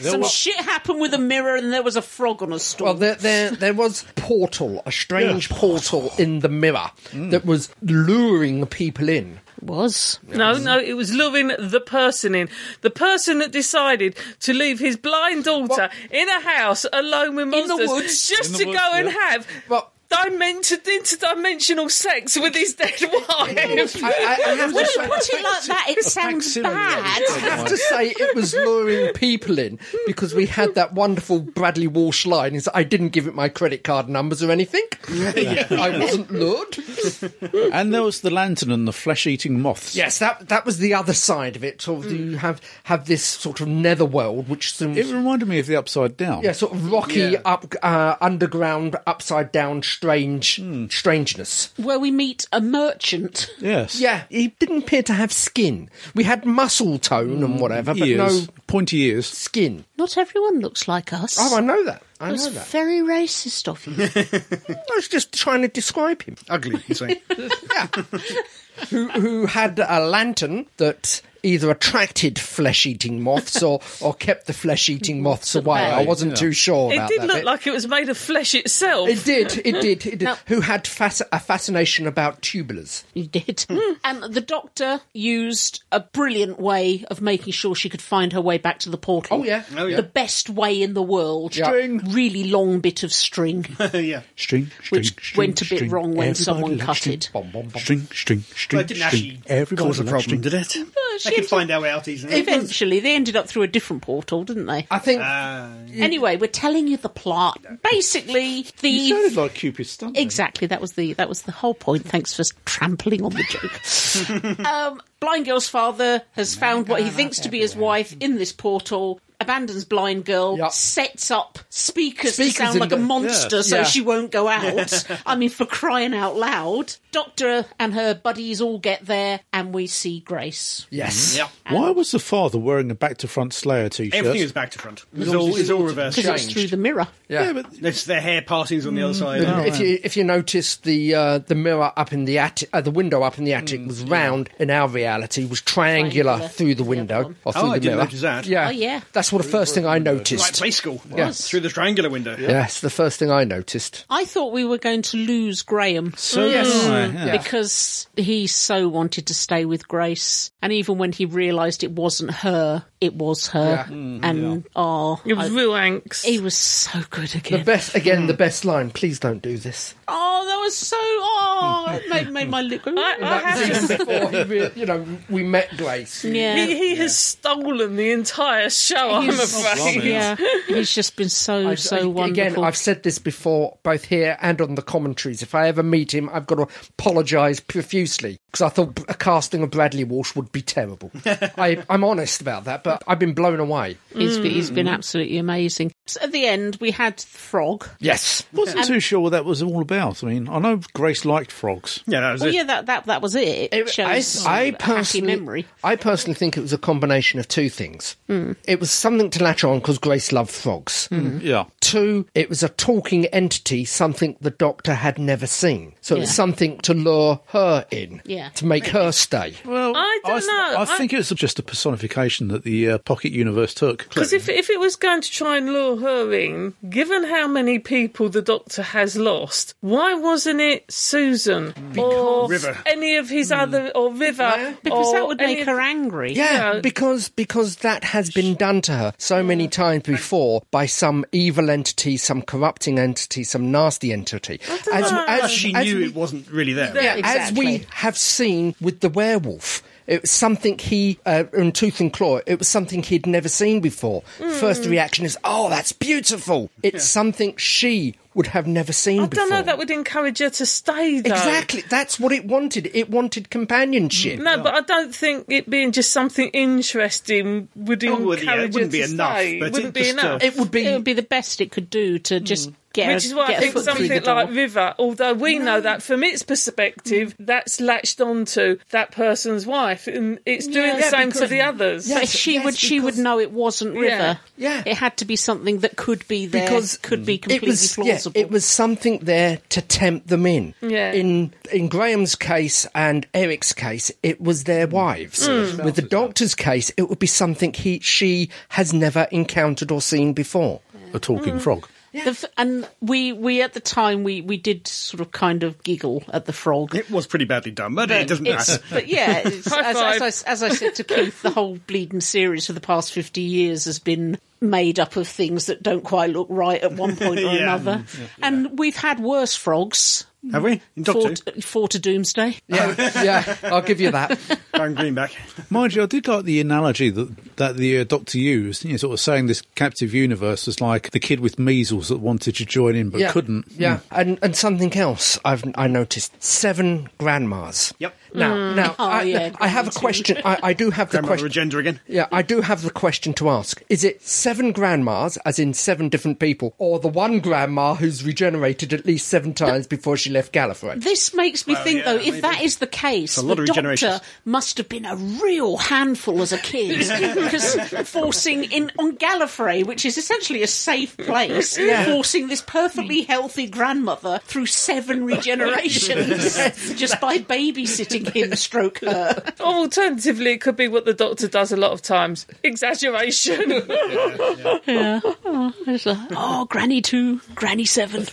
S2: Some shit happened with a mirror, and there was a frog on a stool.
S1: Well, there, there, there was portal, a strange portal in the mirror that was luring people in.
S2: Was
S4: No, no, it was luring the person in. The person that decided to leave his blind daughter in a house alone with
S2: the
S4: monsters
S2: woods. In
S4: just
S2: the
S4: to
S2: woods,
S4: go and
S2: yeah.
S4: have dimension, interdimensional sex with his dead wife.
S1: I- I have to
S2: when you
S1: say-
S2: put it like that, it sounds bad.
S1: I have to say, it was luring people in because we had that wonderful Bradley Walsh line: "Is I didn't give it my credit card numbers or anything. *laughs* I wasn't lured."
S3: and there was the lantern and the flesh-eating moths.
S1: Yes, that that was the other side of it. Sort of, you have have this sort of netherworld, which seems
S3: It reminded me of the Upside Down.
S1: yeah, sort of rocky
S3: Yeah.
S1: up uh, underground, upside down, strange strangeness.
S2: Where we meet a merchant.
S3: Yes.
S1: Yeah, he didn't appear to have skin. We had muscle tone and whatever, but
S3: Ears.
S1: no
S3: pointy ears,
S1: skin.
S2: Not everyone looks like us.
S1: Oh, I know that. I
S2: That's
S1: know that.
S2: very racist of
S1: *laughs*
S2: you.
S1: I was just trying to describe him.
S5: Ugly,
S2: *laughs*
S5: you say.
S1: who, who had a lantern that either attracted flesh-eating moths or, or kept the flesh-eating moths away. I
S4: Right,
S1: wasn't
S4: yeah.
S1: too sure
S4: It
S1: about
S4: did
S1: that
S4: look
S1: bit.
S4: like it was made of flesh itself.
S1: It did, it did, it did. Who had fas- a fascination about tubulars.
S2: You did. *laughs* and the doctor used a brilliant way of making sure she could find her way back to the portal.
S1: Oh, yeah. Oh, yeah.
S2: The best way in the world. String. Really long bit
S1: *laughs*
S2: of string.
S5: yeah.
S3: String, string,
S2: Which
S3: string,
S2: went a bit
S3: string.
S2: wrong when
S3: Everybody
S2: someone
S3: likes
S2: cut
S3: string.
S2: it.
S3: String, string, string.
S5: Well, it didn't
S3: string.
S5: actually
S3: Everybody
S5: cause a
S3: likes
S5: problem,
S3: string.
S5: did it?
S2: she
S5: they could
S2: ended-
S5: find our way out easily.
S2: Eventually, they ended up through a different portal, didn't they?
S1: I think.
S5: Uh,
S2: Anyway, we're telling you the plot. Basically, the
S3: You sounded like Cupid Stunt.
S2: Exactly. That was the that was the whole point. Thanks for trampling on the
S1: *laughs*
S2: joke. um, blind girl's father has found what he thinks to be his wife in this portal. Abandons blind girl, sets up speakers,
S1: Speakers
S2: to sound
S1: in
S2: like a
S1: the-
S2: monster
S1: yeah.
S2: so
S1: Yeah.
S2: she
S1: *laughs*
S2: won't go out. I mean, for crying out loud. Doctor and her buddies all get there, and we see Grace.
S1: Yes.
S3: Why was the father wearing a back to front Slayer t shirt?
S5: Everything is back to front. It's all, it's all reversed.
S2: Because it's through the mirror.
S1: Yeah.
S3: but
S5: it's their hair partings on the other side.
S1: if
S4: Oh,
S1: you if you noticed the uh, the mirror up in the attic, uh, the window up in the attic
S4: Mm,
S1: was round. In our reality, was triangular,
S5: Triangular.
S1: through the window or through
S5: Oh,
S1: the
S5: I didn't
S1: mirror.
S5: notice that.
S1: Yeah,
S5: Oh, yeah.
S1: That's what the first thing I
S5: Like
S1: noticed.
S5: play school.
S1: Yeah.
S5: Through the triangular window.
S1: Yes, the first thing I noticed.
S2: I thought we were going to lose Graham.
S1: So Yes. did I, yeah.
S2: Because he so wanted to stay with Grace. And even when he realised it wasn't her, it was her.
S1: Yeah. Mm,
S2: and, oh.
S4: It was real angst.
S2: He was so good again.
S1: The best again,
S4: Hmm.
S1: the best line. Please don't do this.
S2: Oh, that was so. Oh, it made, made my lip.
S4: I
S1: This is before he re- you know we met Grace.
S4: He, he has stolen the entire show, *laughs* I'm
S1: He's-
S2: Oh,
S4: afraid.
S1: Yeah.
S2: He's just been so, so
S1: Again,
S2: wonderful.
S1: I've said this before, both here and on the commentaries. If I ever meet him, I've got to apologise profusely because I thought a casting of Bradley Walsh would be
S2: *laughs*
S1: terrible. I, I'm honest about that, but I've been blown away.
S2: He's been, he's been absolutely amazing. So at the end, we had the frog.
S1: Yes.
S3: Wasn't
S2: And-
S3: too sure what that was all about. I mean, I know Grace liked frogs.
S5: Yeah, that
S2: Well, Oh, yeah, that, that that was it. It, shows
S1: I,
S2: a
S1: I
S2: happy
S1: personally,
S2: memory.
S1: I personally think it was a combination of two things. It was something to latch on because Grace loved frogs.
S3: Yeah.
S1: Two, it was a talking entity, something the doctor had never seen. So it was
S2: Yeah.
S1: something to lure her in.
S2: Yeah. Yeah.
S1: to make her stay.
S3: Well,
S4: I don't know.
S3: I think it was just a personification that the uh, Pocket Universe took.
S4: *laughs* Because if, if it was going to try and lure her in, given how many people the Doctor has lost, why wasn't it Susan or
S1: River.
S4: any of his other or River?
S2: Because
S4: or
S2: that would
S4: Oh, any
S2: make
S4: of-
S2: her angry.
S1: Yeah, because because that has been done to her so many times before by some evil entity, some corrupting entity, some nasty entity.
S5: know. Plus she knew it wasn't really there.
S1: Yeah,
S5: Yeah,
S1: as we
S5: exactly.
S1: have seen with the werewolf. It was something he, uh, in Tooth and Claw, it was something he'd never seen before. First
S4: Mm.
S1: reaction is, oh, that's beautiful. It's something she would have never seen
S4: I
S1: before.
S4: don't know. That would encourage her to stay. Though.
S1: Exactly. That's what it wanted. It wanted companionship.
S4: No, but I don't think it being just something interesting would encourage her to stay. wouldn't be enough.
S2: it would be. Hmm. It would be the best it could do to just get.
S4: Which is why
S2: get
S4: I
S2: a
S4: think
S2: foot through the
S4: something
S2: door.
S4: like River, although we know that from its perspective, that's latched onto that person's wife, and it's doing the
S2: Yeah,
S4: same to
S2: because-
S4: the others.
S2: But she would she would know it wasn't River.
S1: Yeah.
S2: It had to be something that could be there
S1: because
S2: could be completely
S1: it was,
S2: plausible.
S1: Yeah, it was something there to tempt them in.
S2: Yeah.
S1: In in Graham's case and Eric's case, it was their
S5: Hmm.
S1: wives.
S2: Mm.
S1: With the doctor's case, it would be something he she has never encountered or seen before.
S3: A talking
S2: Mm. frog. The f- and we we at the time we we did sort of kind of giggle at the frog.
S5: It was pretty badly done, but, it doesn't
S2: it's-
S5: matter.
S2: *laughs* But yeah, it's-
S4: High
S2: as,
S4: five.
S2: as, I s- as I said to Keith, the whole bleeding series for the past fifty years has been made up of things that don't quite look right at one point or
S5: Yeah.
S2: another. And we've had worse frogs.
S5: Have we? In Doctor
S2: Four to, four to Doomsday.
S1: Yeah, Oh, yeah, I'll give you *laughs* that.
S5: Baron Greenback.
S3: Mind you, I did like the analogy that that the uh, doctor used, you know, sort of saying this captive universe was like the kid with measles that wanted to join in but
S1: yeah.
S3: couldn't. Hmm.
S1: Yeah, and and something else I've I noticed seven grandmas. Yep. Now,
S5: Mm.
S1: now
S5: Oh,
S1: I,
S5: yeah,
S1: I have a
S5: grandma too.
S1: question. I, I do have the
S5: Grandmother
S1: question.
S5: Agenda again.
S1: Yeah, I do have the question to ask. Is it seven grandmas, as in seven different people, or the one grandma who's regenerated at least seven times before she left Gallifrey?
S2: This makes me
S1: Well,
S2: think,
S1: yeah,
S2: though, if
S1: maybe.
S2: that is the
S1: It's
S2: case,
S1: a lot
S2: the
S1: of
S2: Doctor
S1: regenerations.
S2: must have been a real handful as a kid,
S1: *laughs*
S2: because forcing in on Gallifrey, which is essentially a safe place,
S1: Yeah.
S2: forcing this perfectly healthy grandmother through seven
S1: *laughs*
S2: regenerations just by babysitting him, stroke her.
S4: Or alternatively, it could be what the doctor does a lot of times *laughs* exaggeration.
S2: *laughs* Yeah. Oh, there's a- oh, Granny two, Granny seven.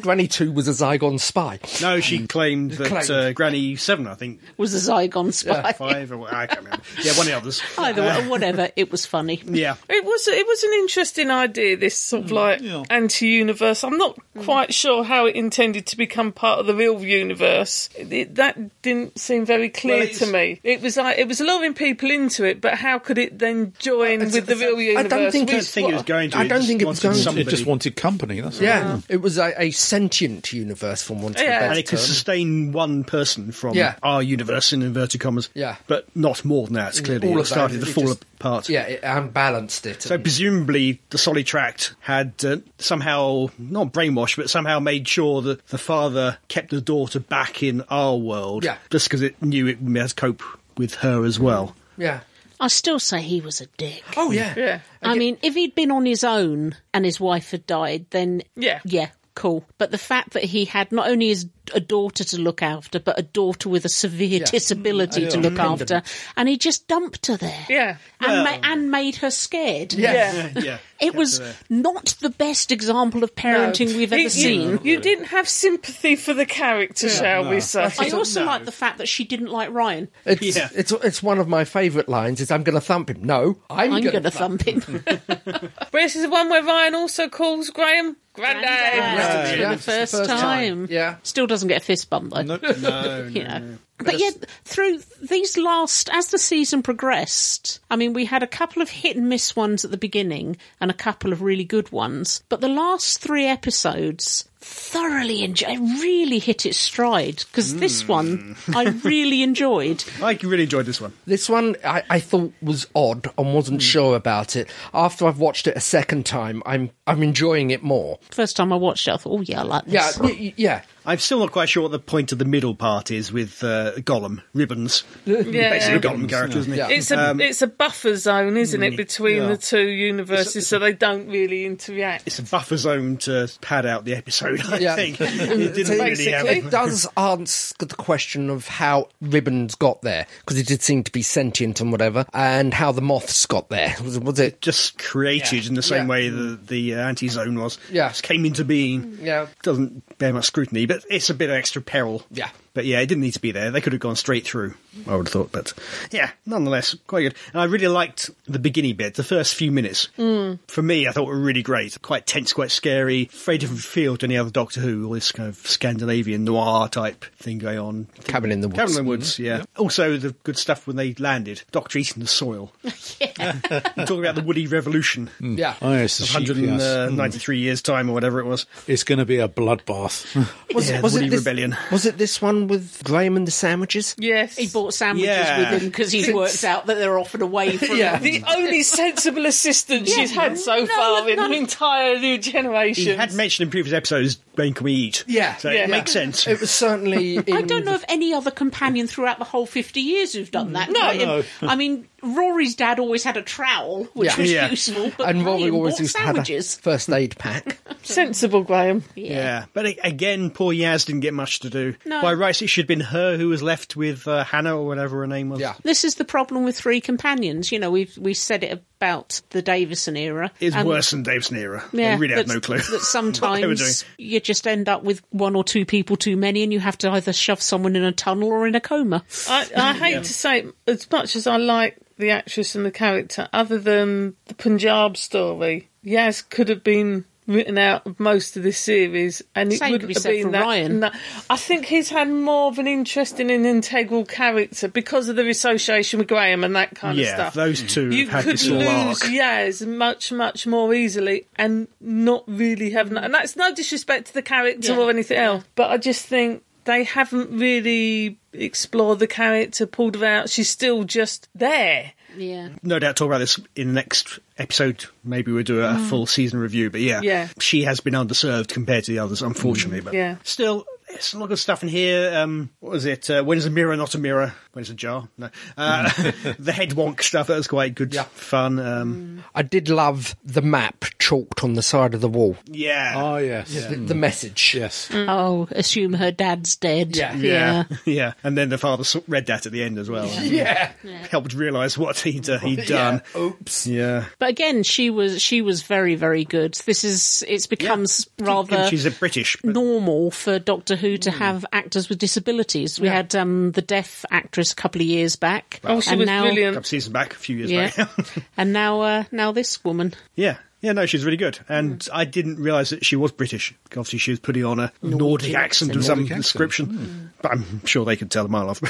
S1: Granny Two was a Zygon spy.
S5: No,
S1: Mm.
S5: she claimed that
S2: Claimed.
S5: Uh, Granny Seven, I think,
S2: was a Zygon spy.
S5: Yeah, five or I can't remember. Yeah, one of the others.
S2: Either
S1: *laughs*
S5: Uh,
S2: way, whatever. It was funny.
S5: Yeah.
S4: It was it was an interesting idea. This sort of
S2: Mm.
S4: like anti-universe. I'm not quite sure how it intended to become part of the real universe. It, that didn't seem very clear
S1: Well,
S4: to me. It was like it was luring people into it, but how could it then join with the real
S1: I
S4: universe?
S1: don't think,
S4: which-
S1: it's,
S4: what-
S1: I don't think it was going
S3: It just wanted company. That's all.
S1: Yeah, it was a, a sentient universe, for want of a better
S5: And it could
S1: term.
S5: sustain one person from
S1: Yeah.
S5: our universe in inverted commas.
S1: Yeah. Mm.
S5: But not more than that. Clearly,
S1: All
S5: it
S1: of that,
S5: started to
S1: it
S5: fall
S1: just-
S5: apart.
S1: Yeah, it unbalanced it.
S5: So presumably the solid tract had uh, somehow not brainwashed, but somehow made sure that the father kept the daughter back in our world,
S1: Yeah.
S5: just because it knew it must cope with her as well.
S1: yeah. *laughs*
S2: I still say he was a dick.
S1: Oh yeah.
S4: Yeah.
S2: I mean, if he'd been on his own and his wife had died, then
S4: Yeah.
S2: yeah, cool. But the fact that he had not only his a daughter to look after, but a daughter with a severe
S4: Yeah.
S2: disability
S4: Mm,
S2: to
S4: yeah.
S2: look after, and he just dumped her there.
S4: Yeah.
S2: And,
S4: Well-
S2: ma- and made her scared.
S4: Yeah.
S5: *laughs*
S4: Yeah.
S2: It was not the best example of parenting
S4: No.
S2: we've ever
S4: You- you-
S2: seen.
S4: You didn't have sympathy for the character, shall we say?
S2: I also like the fact that she didn't like Ryan.
S1: It's, it's it's one of my favourite lines. Is I'm going to thump him. No, I'm,
S2: I'm
S1: gonna
S2: going to thump him.
S4: *laughs* But this is the one where Ryan also calls Graham Grandad.
S2: Yeah,
S1: Yeah,
S2: the
S1: it's the
S2: first,
S1: first
S2: time.
S1: time. Yeah.
S2: Still doesn't get a fist bump though.
S1: No,
S2: you know.
S1: no,
S2: But yeah, through these last, as the season progressed, I mean, we had a couple of hit and miss ones at the beginning and a couple of really good ones. But the last three episodes thoroughly enjoyed, really hit its stride because this one I really enjoyed.
S5: I really enjoyed this one.
S1: This one I, I thought was odd and wasn't
S5: Hmm.
S1: sure about it. After I've watched it a second time, I'm I'm enjoying it more.
S2: First time I watched it, I thought, oh yeah, I like
S1: Yeah,
S2: this.
S1: y- y- yeah.
S5: I'm still not quite sure what the point of the middle part is with uh, Gollum ribbons.
S4: Yeah.
S5: Basically, a Gollum character, isn't it?
S4: It's a
S5: Um, Mm.
S4: it's a buffer zone, isn't it, between
S5: Yeah.
S4: the two universes, so they don't really interact.
S5: it's a buffer zone to pad out the episode. *laughs* I
S1: *laughs*
S5: think it didn't really have.
S1: It does answer the question of how ribbons got there, because it did seem to be sentient and whatever, and how the moths got there. *laughs* Was, was it
S5: just created in the same way the the uh, anti zone was. Yeah, just came into being.
S1: Yeah,
S5: doesn't bear much scrutiny, but it's a bit of extra peril.
S1: Yeah.
S5: But yeah, it didn't need to be there. They could have gone straight through. I would have thought, but yeah, nonetheless, quite good. And I really liked the beginning bit, the first few minutes.
S4: Mm.
S5: For me, I thought were really great. Quite tense, quite scary. Very different feel to any other Doctor Who. All this kind of Scandinavian noir type thing going on.
S1: Cabin in the Woods.
S5: Cabin in the Woods, yeah.
S1: Yeah.
S5: Also, the good stuff when they landed. Doctor eating
S4: *laughs*
S5: the soil. *laughs* I'm talking about the Woody Revolution.
S1: Yeah.
S3: Oh, yes, the sheep, yes. uh,
S5: 193 uh, years' time or whatever it was.
S3: It's going to be a *laughs* bloodbath.
S1: Was
S5: yeah,
S1: it, was
S5: the
S1: it
S5: Woody
S1: this,
S5: Rebellion.
S1: Was it this one with Graham and the sandwiches?
S4: Yes.
S2: He bought sandwiches
S1: Yeah.
S2: with him because he's worked out that they're often *laughs* away from
S1: Yeah.
S2: him.
S5: Mm.
S4: The only sensible assistant
S2: Yeah.
S4: she's had so
S2: No,
S4: far in
S2: none-
S4: her entire new generation.
S5: He had mentioned in previous episodes, when can we eat?
S1: Yeah.
S5: So
S4: Yeah. Oh,
S5: it makes sense.
S1: It was
S5: *laughs*
S1: certainly.
S2: I don't know of any other companion throughout the whole 50 years who've done that.
S1: No.
S2: Like him.
S1: No.
S2: I mean, Rory's dad always had a trowel, which
S1: Yeah.
S2: was
S1: Yeah.
S2: useful, but
S1: and
S2: Graham
S1: Rory always
S2: bought
S1: used to
S2: sandwiches.
S1: have a first aid pack.
S4: Sensible Graham.
S5: Yeah. But a- again, poor Yaz didn't get much to do.
S2: No.
S5: By rights, it should have been her who was left with uh, Hannah or whatever her name was. Yeah.
S2: This is the problem with Three Companions. You know, we've we said it about the Davison era.
S5: It's
S4: Um,
S2: and-
S5: worse than Dave's Nera. they really had
S2: that-
S5: no clue.
S2: That
S5: *laughs* what they were doing.
S2: sometimes you just end up with one or two people too many, and you have to either shove someone in a tunnel or in a coma. *laughs*
S4: I, I hate to say, as much as I like the actress and the character, other than the Punjab story, Yaz could have been written out of most of this series, and it
S2: Same could
S4: wouldn't
S2: be
S4: have
S2: said
S4: been
S2: for
S4: that.
S2: Ryan.
S4: no. I think he's had more of an interesting and integral character because of the association with Graham and that kind
S5: Yeah,
S4: of stuff.
S5: those two
S4: you
S5: have had
S4: could
S5: this
S4: lose
S5: little arc.
S4: Yaz much, much more easily, and not really have. No- and that's no disrespect to the character
S2: Yeah.
S4: or anything else, but I just think they haven't really explored the character, pulled her out. She's still just there.
S2: Yeah.
S5: no doubt talk about this in the next episode. Maybe we'll do a
S4: Mm.
S5: full season review. But yeah,
S4: Yeah.
S5: she has been underserved compared to the others, unfortunately. But
S4: Yeah.
S5: still, there's some good stuff in here. Um, what was it? Uh, when is a mirror not a mirror? When is a jar? No. Uh, *laughs* the head wonk stuff. That was quite good fun. Um,
S1: I did love the map chalked on the side of the wall.
S5: Yeah.
S1: Oh yes. The, the message.
S3: Yes.
S2: Oh, assume her dad's dead.
S5: yeah, *laughs* yeah. And then the father s- read that at the end as well.
S2: Yeah.
S5: helped realise what he'd uh, he'd done. Oops. Yeah.
S2: But again, she was she was very very good. This is it's becomes rather
S5: And she's a Hmm. British.
S2: normal for Doctor Who to have actors with disabilities. We had um, the deaf actress a couple of years back.
S5: Oh, A couple seasons back, a few years
S2: Yeah.
S5: back. *laughs*
S2: and now uh, now this woman.
S5: Yeah. Yeah, no, she's really good. And I didn't realise that she was British. Obviously, she was putting on a Nordic, accent of
S2: accent.
S5: some
S2: Nordic accent. Hmm.
S5: description. But I'm sure they could tell a mile off.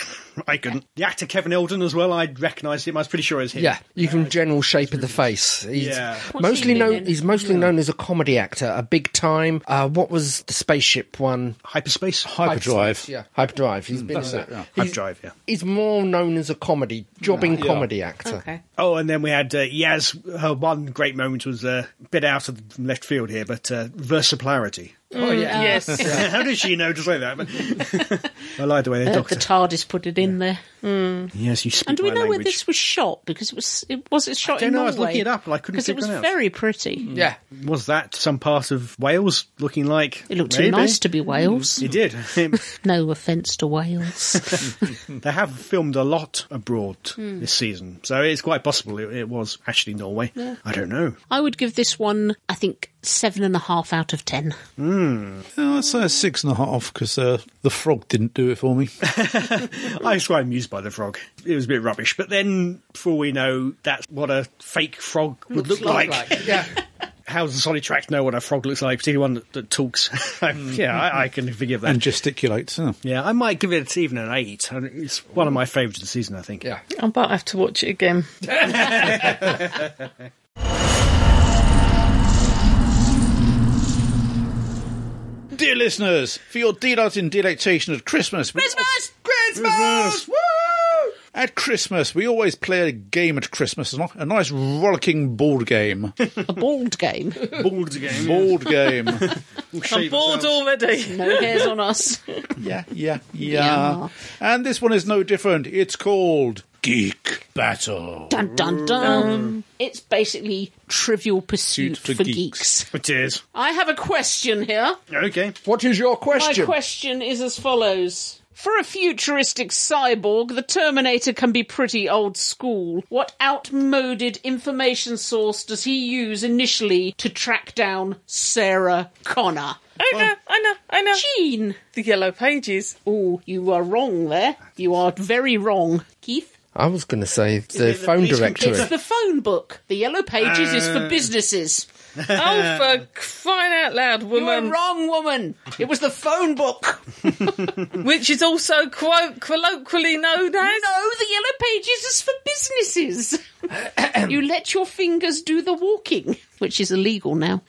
S5: *laughs* I couldn't. The actor Kevin Eldon as well, I recognised him. I was pretty sure it was him.
S1: Yeah, you can general shape of the face. He's
S5: Yeah. What's
S1: mostly
S5: he been
S1: known.
S5: in?
S1: He's mostly known as a comedy actor. A big time. Uh, what was the spaceship one?
S5: Hyperspace.
S3: Hyperdrive.
S1: Yeah, hyperdrive. He's been
S5: That's
S1: in
S5: it,
S1: that.
S5: yeah.
S1: He's-
S5: Hyperdrive, yeah.
S1: He's more known as a comedy jobbing
S5: Yeah.
S1: comedy actor.
S5: Oh, and then we had uh, Yaz. Her one great moment was uh, a bit out of left field here, but uh, versiplarity.
S2: Oh, yeah. Mm, yes.
S5: *laughs* How did she know to say that? But *laughs* I like the way they
S2: Uh,
S5: doctor.
S2: the TARDIS put it in there. Mm.
S5: yes, you speak
S2: And do we
S5: my
S2: know
S5: language.
S2: where this was shot? Because it was it was it shot
S5: don't
S2: in
S5: know, I
S2: Norway.
S5: was looking it up and I couldn't
S2: because it was
S5: figure it out. Hmm.
S2: very pretty.
S1: Yeah.
S5: Was that some part of Wales looking like? It
S2: looked too nice to be
S5: Hmm.
S2: Wales.
S5: It did.
S2: No offence to Wales.
S5: *laughs* they have filmed a lot abroad
S2: Hmm.
S5: this season, so it's quite possible it, it was actually Norway.
S2: Yeah.
S5: I don't know.
S2: I would give this one, I think, seven and a half out of ten.
S3: Oh, I'd say a six and a half because uh, the frog didn't do it for *laughs* me.
S5: I was quite amused by the frog. It was a bit rubbish, but then, for all we know, that's what a fake frog would
S2: Looks
S5: look like. *laughs*
S2: like, yeah.
S5: How does a solid track know what a frog looks like, particularly one that, that talks? *laughs* yeah, I, I can forgive that.
S3: And gesticulates. Huh?
S5: yeah, I might give it even an eight. I mean, It's one of my favourites of the season, I think.
S1: Yeah.
S4: I might have to watch it again.
S3: Dear listeners, for your delight and delectation at Christmas, we-
S2: Christmas!
S3: Christmas! Woo! At Christmas, we always play a game at Christmas, a a nice rollicking board game.
S2: a board
S5: *laughs*
S2: game?
S5: Board
S3: *laughs*
S5: game.
S3: Board game.
S4: I'm bored already.
S2: No hairs on us.
S3: yeah, yeah, yeah. And this one is no different. It's called Geek Battle.
S2: *laughs* Dun dun dun. It's basically Trivial Pursuit Um, for, geeks.
S5: It is.
S2: I have a question here.
S5: Okay.
S10: What is your
S2: My question is as follows. For a futuristic cyborg, the Terminator can be pretty old school. What outmoded information source does he use initially to track down Sarah Connor?
S4: *laughs* I know, I know, I know.
S2: Jean!
S4: The Yellow Pages.
S2: Oh, you are wrong there. You are very wrong. Keith?
S1: I was going to say the
S5: it the
S1: phone
S5: police
S1: directory.
S2: It's the phone book. The Yellow Pages is for businesses.
S4: Oh, for crying out loud,
S2: You were
S4: woman.
S2: wrong, woman. It was the phone book.
S4: Which is also, quote, colloquially known
S2: *laughs*
S4: as.
S2: No, the yellow pages is for *clears throat* businesses. you let your fingers do the walking, which is illegal *laughs* now.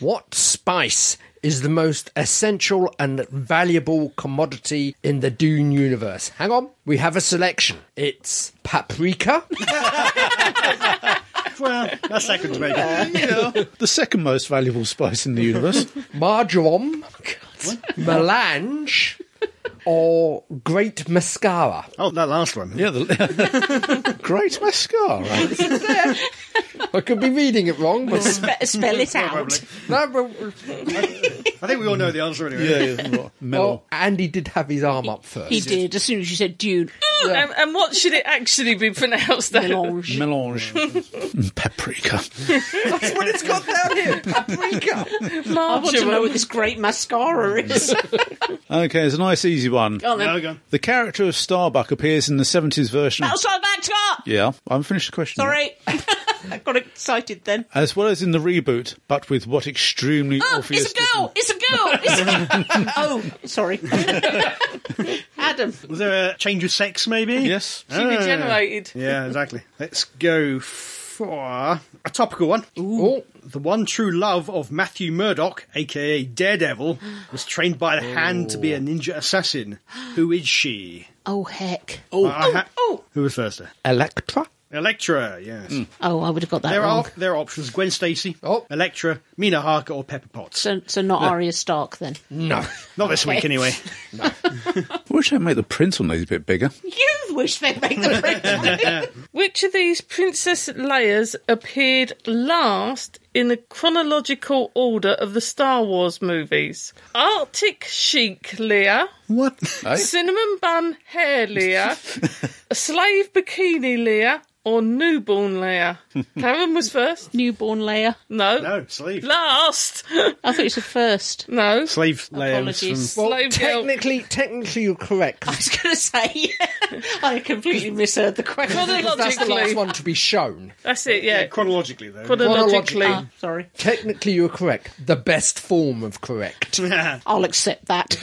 S1: What spice is the most essential and valuable commodity in the Dune universe? Hang on, we have a selection. It's paprika.
S5: Well, that's second maybe.
S3: the second most valuable spice in the universe. *laughs*
S1: marjoram, melange, or great mascara.
S5: Oh, that last one.
S3: Yeah, the great mascara.
S1: I could be reading it wrong, but
S2: Spe- spell it out.
S1: *laughs* no, but-
S5: I think we all know the answer anyway.
S3: Yeah, yeah,
S1: oh,
S3: Mel.
S1: Andy did have his arm up first.
S2: He did, as soon as you said *laughs* Dune.
S4: And, and what should it actually
S2: *laughs*
S4: be pronounced as?
S2: Melange. *laughs*
S3: Melange. Paprika.
S1: That's what it's got down here. Paprika.
S2: I want to know what this great mascara is.
S3: Okay, it's a nice easy one.
S2: Go on then.
S5: No, go on.
S3: The character of Starbuck appears in the 70s
S2: *laughs*
S3: version.
S2: Outside that chart!
S3: Yeah, I haven't finished the question. yet.
S2: Oh, Sorry. *laughs* I got excited then.
S3: As well as in the reboot, but with what extremely
S2: Oh,
S3: obvious.
S2: it's a girl! It's a girl! It's a *laughs* girl! oh, sorry. *laughs* Adam.
S5: Was there a change of sex maybe?
S3: Yes.
S4: She regenerated.
S5: Oh, Yeah, exactly. Let's go for a topical one.
S1: Oh,
S5: The one true love of Matthew Murdoch, aka Daredevil, was trained by the hand to be
S3: Oh.
S5: a ninja assassin. Who is she?
S2: Oh, heck.
S5: Oh,
S2: oh.
S5: Who was first there?
S1: Electra.
S5: Electra, yes.
S3: Hmm.
S2: Oh, I would have got that
S5: There
S2: wrong.
S5: are there are options: Gwen Stacy,
S1: Oh.
S5: Electra, Mina Harker, or Pepper Potts.
S2: So, so not Arya Stark then.
S1: No.
S5: Not this week,
S2: Okay. *laughs*
S5: anyway.
S3: Wish I'd made the print on these a bit bigger.
S2: You wish they'd make the print.
S4: Which of these princess layers appeared last in the chronological order of the Star Wars movies? Arctic Chic Leia,
S5: What?
S4: Cinnamon Bun Hair Leia, Slave Bikini Leia, or Newborn *laughs* Leia? Karen was
S2: *laughs*
S4: first.
S2: Newborn Leia.
S4: No.
S5: No, slave.
S4: Last. *laughs*
S2: I thought you said first.
S4: no.
S5: slave layers.
S2: Apologies.
S1: Well,
S4: Slave girl.
S1: technically, technically, you're correct.
S2: I was going to say, *laughs* yeah. I completely misheard the question.
S1: That's the last
S4: Chronologically.
S1: one to be shown.
S4: That's it, yeah.
S5: Chronologically, though.
S4: Chronologically.
S1: Chronologically.
S2: Ah, Sorry.
S1: Technically, you're correct. The best form of correct.
S2: I'll accept that.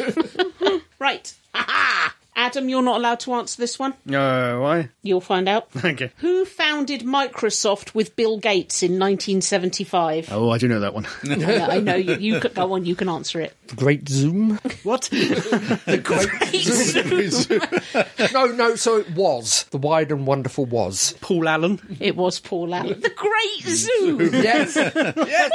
S2: *laughs* right. *laughs* Aha! Adam, you're not allowed to answer this one.
S5: *laughs* No, why?
S2: You'll find out.
S5: Okay.
S2: Who founded Microsoft with Bill Gates in 1975?
S5: Oh, I do know that one.
S2: Yeah, I know. You, you could go on. You can answer it.
S1: Great Zoom.
S5: what?
S1: *laughs* No, no, so it was. The wide and wonderful was.
S5: Paul Allen.
S2: It was Paul Allen. The Great *laughs* Zoo,
S1: Yes. yes.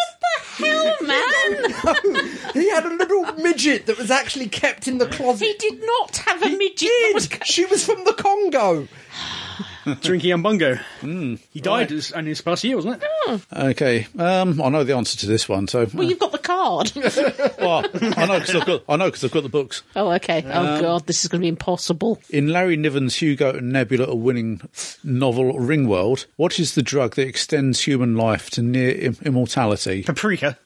S2: man.
S1: He had a little midget that was actually kept in the closet.
S2: He did not have a midget. That was
S1: Did. She was from the Congo.
S5: Drinking Umbongo. He died as- only this past year, wasn't it?
S3: Okay, um, I know the answer to this one, so. uh,
S2: Well, you've got the card.
S3: Well, I know because I've got I know because I've got the books.
S2: *laughs* oh, okay. oh, God, this is going to be impossible.
S3: In Larry Niven's Hugo and Nebula winning novel Ringworld, what is the drug that extends human life to near Im- immortality?
S5: Paprika.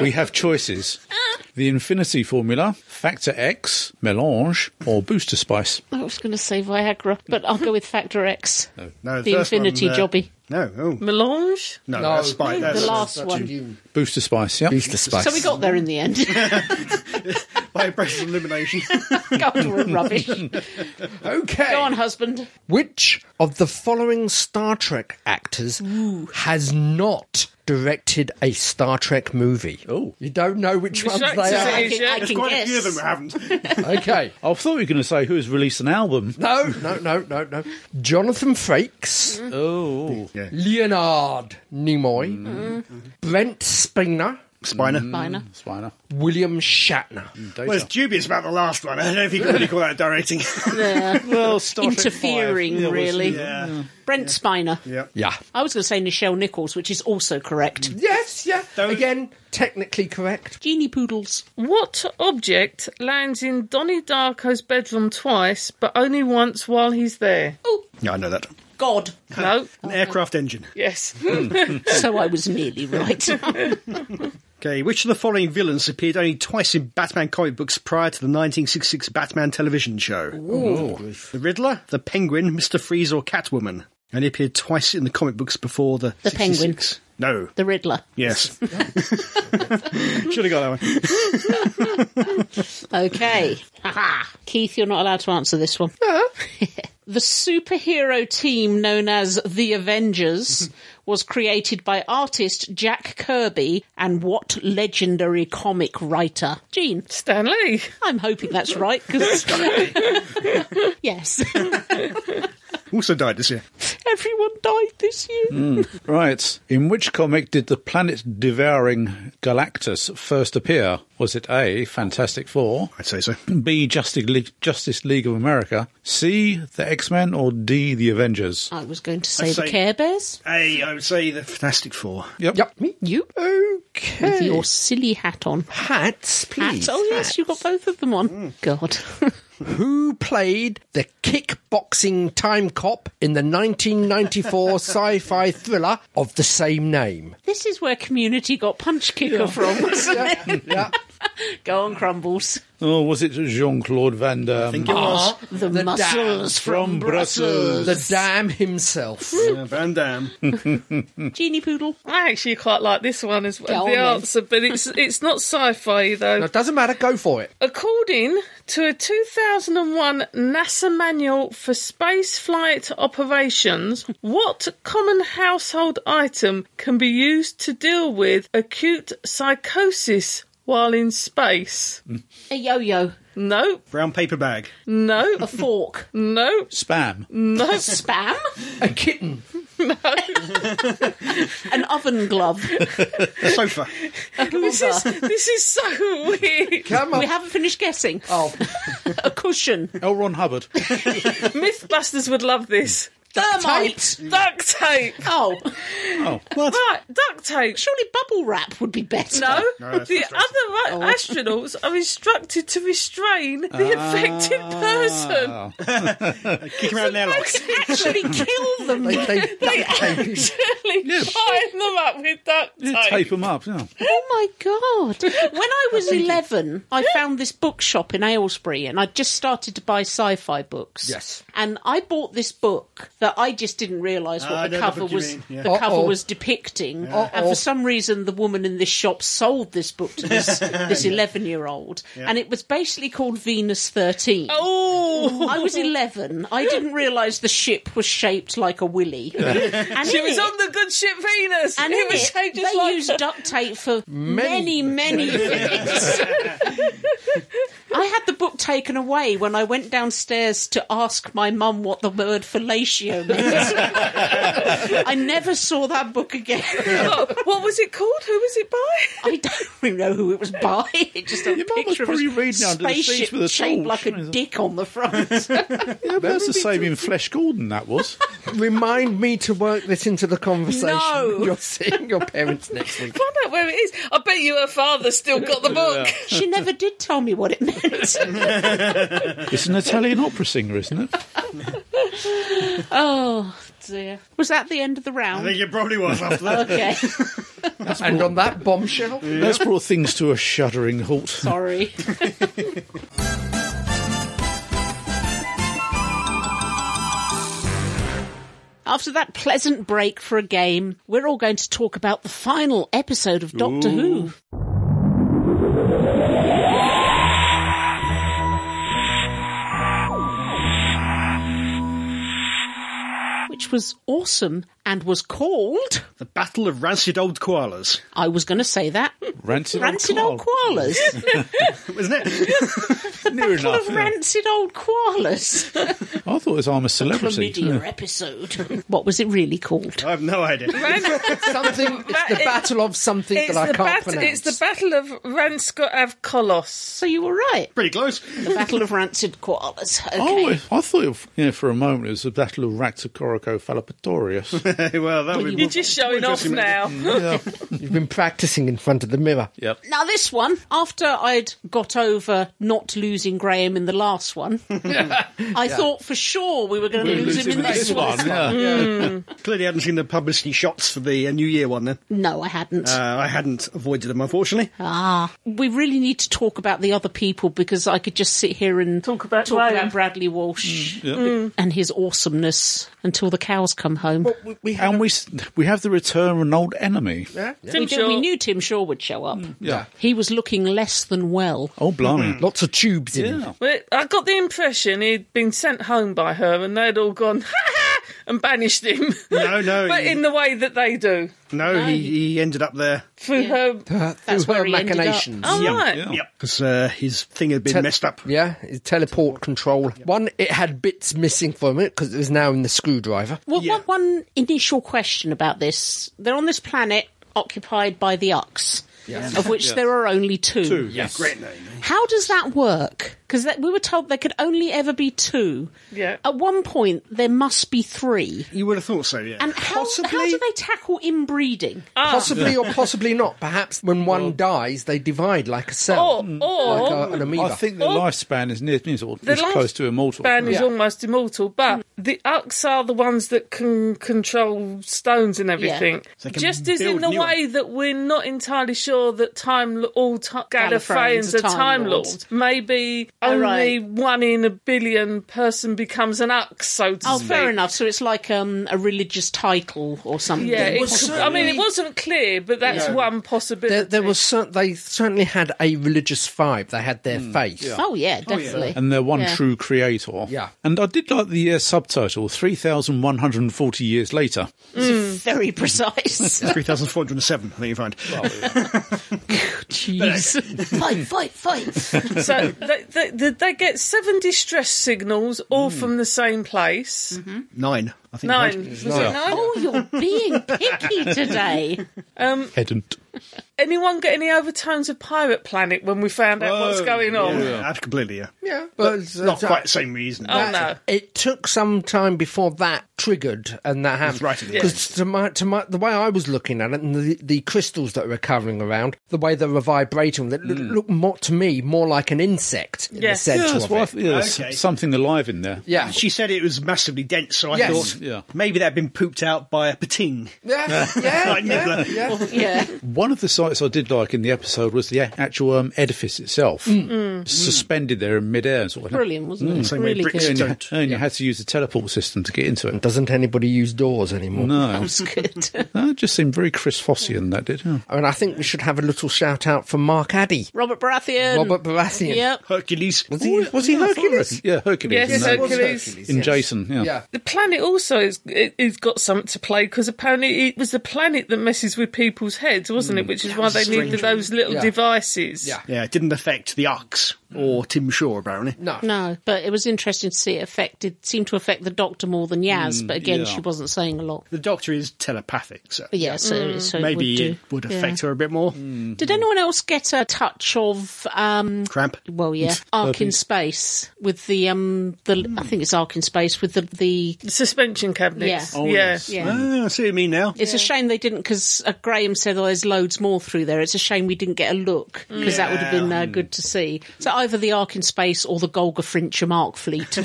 S3: We have choices: the Infinity Formula, Factor X, Melange, or Booster Spice.
S2: I was going to say Viagra, but I'll go with Factor X. *laughs*
S5: No,
S2: The
S5: first
S2: Infinity
S5: one, uh,
S2: Jobby.
S5: No, oh.
S4: Melange?
S5: No, that's spy. That's,
S2: the last
S5: that's
S2: one.
S5: you.
S3: Booster Spice.
S2: *laughs*
S3: Yeah.
S1: Booster Spice.
S2: So we got there in the end.
S5: by a process
S2: *laughs*
S5: of elimination.
S2: rubbish.
S1: okay.
S2: Go on, husband.
S1: Which of the following Star Trek actors has not directed a Star Trek movie? Oh, you don't know which ones they are.
S5: There's quite a few of them who haven't.
S2: *laughs*
S1: okay.
S3: I thought you were going to say who has released an album.
S1: No, Mm-hmm. no, no, no, no. Jonathan Frakes.
S3: Oh.
S1: Leonard Nimoy. Mm-hmm. Brent Spiner.
S5: Spiner.
S2: Spiner.
S3: Spiner.
S1: William Shatner.
S5: Well, it's dubious about the last one. I don't know if you can really call that directing. *laughs*
S3: Well, Star Trek
S2: Interfering,
S3: five. Yeah, was-
S2: really.
S5: yeah.
S2: Brent Spiner.
S5: Yeah.
S1: Yeah.
S2: I was going to say Nichelle Nichols, which is also correct.
S1: Yes, yeah. Again, technically correct.
S2: Genie Poodles.
S4: What object lands in Donnie Darko's bedroom twice, but only once while he's there?
S5: Yeah, I know that.
S2: Oh, God. *laughs*
S4: No.
S2: Oh.
S5: An aircraft engine.
S4: Yes. *laughs*
S2: so I was nearly *laughs* right.
S5: Okay, which of the following villains appeared only twice in Batman comic books prior to the 1966 Batman television show? The Riddler, the Penguin, Mr. Freeze, or Catwoman? And he appeared twice in the comic books before the.
S2: The Penguin.
S5: 66. No.
S2: the Riddler. *laughs*
S5: Yes. Should have got that one.
S2: Okay. Haha. Keith, you're not allowed to answer this one. *laughs* the superhero team known as the Avengers was created by artist Jack Kirby and what legendary comic writer? Gene.
S4: Stanley.
S2: I'm hoping that's right because *laughs* yes,
S5: Also died this year.
S2: everyone died this year.
S3: Right. In which comic did the planet devouring Galactus first appear? Was it A. Fantastic Four,
S5: I'd say so.
S3: B. Justice League, Justice League of America, C. The X Men, or D. The Avengers?
S2: I was going to say
S5: I'd
S2: the
S5: say-
S2: Care Bears
S5: Hey, I would say the Fantastic Four.
S3: Yep.
S1: Yep. Me?
S2: You?
S1: Okay.
S2: with your silly hat on.
S1: Hats, please.
S2: Hat? Oh yes, you got both of them on. God. *laughs*
S1: Who played the kickboxing time cop in the *laughs* 1994 sci fi thriller of the same name?
S2: This is where community got punch kicker from, wasn't it? *laughs* Go on, Crumbles.
S3: Or was it Jean Claude Van Damme?
S1: Ah,
S2: The,
S1: The
S2: muscles from,
S3: from
S2: Brussels.
S1: the damn himself.
S5: Uh, Van Damme.
S2: Genie Poodle.
S4: I actually quite like this one as
S2: Go
S4: well.
S2: on
S4: the
S2: then.
S4: answer,
S2: *laughs*
S4: but it's it's not sci-fi though.
S1: No, it doesn't matter, go for it.
S4: According to a 2001 NASA manual for spaceflight operations, what common household item can be used to deal with acute psychosis while in space?
S2: A yo yo.
S4: No,
S5: *laughs* Brown paper bag.
S4: no,
S2: A *laughs* fork.
S4: no, *laughs*
S3: Spam.
S2: Mm.
S4: no.
S2: Spam.
S1: A kitten.
S2: An oven glove.
S5: Sofa.
S4: This is this is so *laughs* weird.
S1: Come
S2: We
S1: on.
S2: haven't finished guessing.
S1: Oh,
S2: *laughs* A cushion.
S3: L.
S2: *laughs*
S3: Ron Hubbard.
S4: Mythbusters would love this.
S2: Thermite.
S4: Duct tape.
S2: Oh,
S4: Right, duct tape.
S2: surely bubble wrap would be better.
S4: No,
S5: that's
S4: the other ru- astronauts are instructed to restrain the affected person.
S3: Ah.
S5: Kick him out in
S2: *laughs*
S5: the airlock.
S2: Actually, kill them.
S1: they, *laughs* they duct tape him.
S4: Really Line them up with duct tape.
S3: Tape them up.
S2: *laughs*
S3: Yeah.
S2: Oh my god! When I was eleven, I found this bookshop in Aylesbury, and I just started to buy sci-fi books.
S1: Yes.
S2: and I bought this book that I just didn't realise what
S5: Ah, I
S2: the
S5: know the
S2: cover
S5: book you
S2: was.
S5: mean, yeah.
S2: The
S1: Uh-oh.
S2: cover was depicting, and
S1: Uh-oh.
S2: for some reason, the woman in this shop sold this book to this
S5: *laughs*
S2: this eleven-year-old, and it was basically called Venus Thirteen.
S4: Oh,
S2: I was eleven. I didn't realise the ship was shaped like a willy. and
S4: she
S2: in
S4: was
S2: it-
S4: on the good ship Venus.
S2: and
S4: it
S2: in
S4: was
S2: it,
S4: shaped just
S2: they
S4: like
S2: use
S4: her.
S2: duct tape for many,
S3: *laughs*
S2: many things. I had the book taken away when I went downstairs to ask my mum what the word fellatio meant. I never saw that book
S4: *laughs*
S2: again.
S4: *laughs* Oh, what was it called? Who was it by? *laughs*
S2: I don't really know who it was by. It just a
S3: Your mum was
S2: picture
S3: probably
S2: of a
S3: reading under the seats
S2: spaceship
S3: with a
S2: shaped
S3: torch.
S2: like a dick on the front.
S3: yeah that's the same in Flesh Gordon, that
S2: *laughs*
S3: was.
S1: Remind me to work this into the conversation.
S2: No.
S1: You're seeing your parents next week.
S4: Find out where it is. I bet you her father's still got the book. *laughs*
S2: she never did tell me what it meant.
S3: It's an Italian opera singer, isn't it?
S2: oh dear! Was that the end of the
S5: I
S2: round?
S5: think it probably was after that.
S3: *laughs*
S2: Okay,
S1: And on that bombshell,
S3: That's brought things to a shuddering halt.
S2: sorry. After that pleasant break for a game, we're all going to talk about the final episode of Doctor Who. which was awesome and was called
S5: The Battle of Rancid Old Koalas.
S2: I was going to say that.
S3: Rancid,
S2: Rancid old koalas.
S5: Wasn't it? *laughs*
S3: Near
S2: Full
S3: enough.
S2: of
S3: yeah.
S2: rancid old koalas.
S3: I thought it was I'm a celebrity.
S2: Chlamydia episode. What was it really called?
S5: I have no idea.
S1: something, it's the battle of something
S4: It's
S1: that I
S4: the,
S1: can't
S4: bat-
S1: pronounce.
S4: it's the Battle of Ranskot av Kolos. So
S2: you were right.
S5: Pretty close. *laughs*
S2: The Battle of Rancid Koalas. Okay.
S3: Oh, I I thought it, yeah, for a moment it was the Battle of Raxacorico
S2: *laughs*
S3: Falapatorius.
S5: well, that
S4: You're just showing off now.
S1: You've been practicing in front of the mirror.
S3: Yep.
S2: Now, this one, after I'd got over not losing Graham in the last one, I
S5: Yeah.
S2: thought for sure we were going to
S5: We'll
S2: lose
S5: lose
S2: him in this, one.
S5: Clearly, hadn't seen the publicity shots for the uh, New Year one then.
S2: No, I hadn't.
S5: Uh, I hadn't avoided them, unfortunately.
S2: Mm. Ah, we really need to talk about the other people because I could just sit here and talk about,
S4: Graham.
S2: Bradley Walsh
S3: Mm, yeah.
S4: Mm.
S2: and his awesomeness until the cows come home.
S3: and we s- we have the return of an old enemy.
S2: we, did- we knew Tim Shaw would show up.
S3: Yeah.
S2: He was looking less than well.
S3: Oh, blimey.
S2: Mm-hmm.
S1: Lots of tubes in him.
S4: Well, I got the impression he'd been sent home by her and they'd all gone, *laughs* ha ha, and banished him. *laughs*
S5: No, no.
S4: but
S5: he-
S4: in the way that they do.
S5: no, He, he ended up there.
S4: Through her.
S1: That's where her he ended up. machinations.
S4: Oh,
S5: Yeah.
S4: right.
S5: Yep. Because uh, his thing had been
S1: Tel-
S5: messed up.
S1: Yeah, his teleport control. One, it had bits missing from it because it was now in the screwdriver.
S2: Well, one, one initial question about this. They're on this planet occupied by the Ux,
S1: Yes.
S2: of which
S1: Yeah.
S2: there are only two.
S3: Two, yes.
S5: Great name. eh?
S2: How does that work? Because we were told there could only ever be two.
S4: Yeah.
S2: At one point, there must be three.
S5: You would have thought so, yeah.
S2: *laughs* And how, how do they tackle inbreeding?
S4: Uh, Ah.
S1: Possibly or possibly not. Perhaps when one dies, they divide like a cell,
S4: Or- or-
S1: like a, an amoeba.
S3: Mm. I think the lifespan is near is, or
S4: The
S3: is close to immortal.
S4: Ban is almost immortal, but the Ux are the ones that can control stones and everything.
S5: So they can
S4: Just as in
S5: build
S4: the
S5: new
S4: way that we're not entirely sure that time all t- Gallifreyans are time lords. Maybe
S2: Oh,
S4: only
S2: right.
S4: one in a billion person becomes an Ux, so to
S2: Oh,
S4: speak.
S2: fair enough. So it's like um, a religious title or something.
S4: Yeah, it was, I mean, it wasn't clear, but that's
S1: Yeah.
S4: one possibility.
S1: there, there was cer- they certainly had a religious vibe. They had their
S3: Mm.
S1: faith.
S2: Oh, yeah, definitely.
S3: and their one
S2: Yeah.
S3: true creator.
S1: Yeah.
S3: And I did like the uh, subtitle, 3,140 years later.
S2: It's very precise.
S5: 3,407, I think you find.
S2: Jeez. fight, fight, fight.
S4: so they, they, they- they get seven distress signals all from the same place.
S5: Nine, I think.
S4: Nine.
S5: you
S4: Was
S5: find.
S4: it nine?
S2: Oh, *laughs* you're being picky today.
S4: Um,
S3: Pedant.
S4: anyone get any overtones of Pirate Planet when we found out what's
S5: Oh,
S4: going on?
S5: Yeah, that's completely, yeah.
S1: Yeah, but, uh,
S5: But not quite the same reason.
S4: Oh no.
S1: It took some time before that triggered and that happened.
S5: right at the
S1: Because to my, to my, the way I was looking at it and the, the crystals that were covering around, the way they were vibrating, that looked looked more to me more like an insect in
S4: Yeah.
S1: the centre
S3: Yeah, that's
S1: of
S3: what I
S1: it.
S3: th- yeah, there's
S5: Okay.
S3: something alive in there.
S1: Yeah.
S5: *laughs* She said it was massively dense, so I
S1: Yes.
S5: thought
S3: Yeah.
S5: maybe that had been pooped out by a pating.
S1: Yeah, yeah,
S5: Like Nibbler.
S1: yeah.
S2: Yeah.
S3: One of the sights I did like in the episode was the a- actual um, edifice itself,
S2: Mm.
S3: suspended there in midair. Sort of thing.
S2: Brilliant, wasn't it?
S5: Same way
S2: really
S5: bricks
S2: good.
S3: And, you,
S5: don't.
S3: and you had to use the teleport system to get into
S5: Mm.
S3: it.
S1: Doesn't anybody use doors anymore?
S2: That
S3: No,
S2: was good.
S3: that just seemed very Chris Fossian. That did. huh?
S1: I mean, I think we should have a little shout out for Mark Addy,
S2: Robert Baratheon.
S1: Robert Baratheon.
S2: Yep.
S5: Hercules.
S1: Was he, was he
S3: Yeah, I thought
S1: Hercules?
S3: it- Yeah, Hercules.
S4: Yes,
S3: in that-
S4: Hercules.
S3: In Jason, yeah.
S1: Yeah.
S4: The planet also is it, it's got something to play because apparently it was the planet that messes with people's heads, wasn't it? Which is why
S5: was
S4: they
S5: a strange
S4: needed those little
S1: Yeah.
S4: devices.
S1: Yeah.
S5: Yeah, it didn't affect the Ox or Tim Shaw, apparently.
S1: No.
S2: No, but it was interesting to see it affected, seemed to affect the doctor more than Yaz, but again,
S3: yeah.
S2: she wasn't saying a lot.
S5: The Doctor is telepathic, so
S2: But yeah, so, so
S5: maybe
S2: it
S5: it would affect her a bit more.
S2: her. Did anyone else get a touch of, um,
S5: Cramp.
S2: well, yeah, Ark in Space with the, um, the, I think it's Ark in Space with the, the
S4: The suspension cabinets.
S2: Yeah.
S4: Yeah.
S2: yeah.
S5: Ah, I see what you mean now.
S2: It's a shame they didn't, because uh, Graham said oh, there's loads more through there. It's a shame we didn't get a look, because that would have been uh, good to see. So either the Ark in Space or the Golga Frincham Ark Fleet.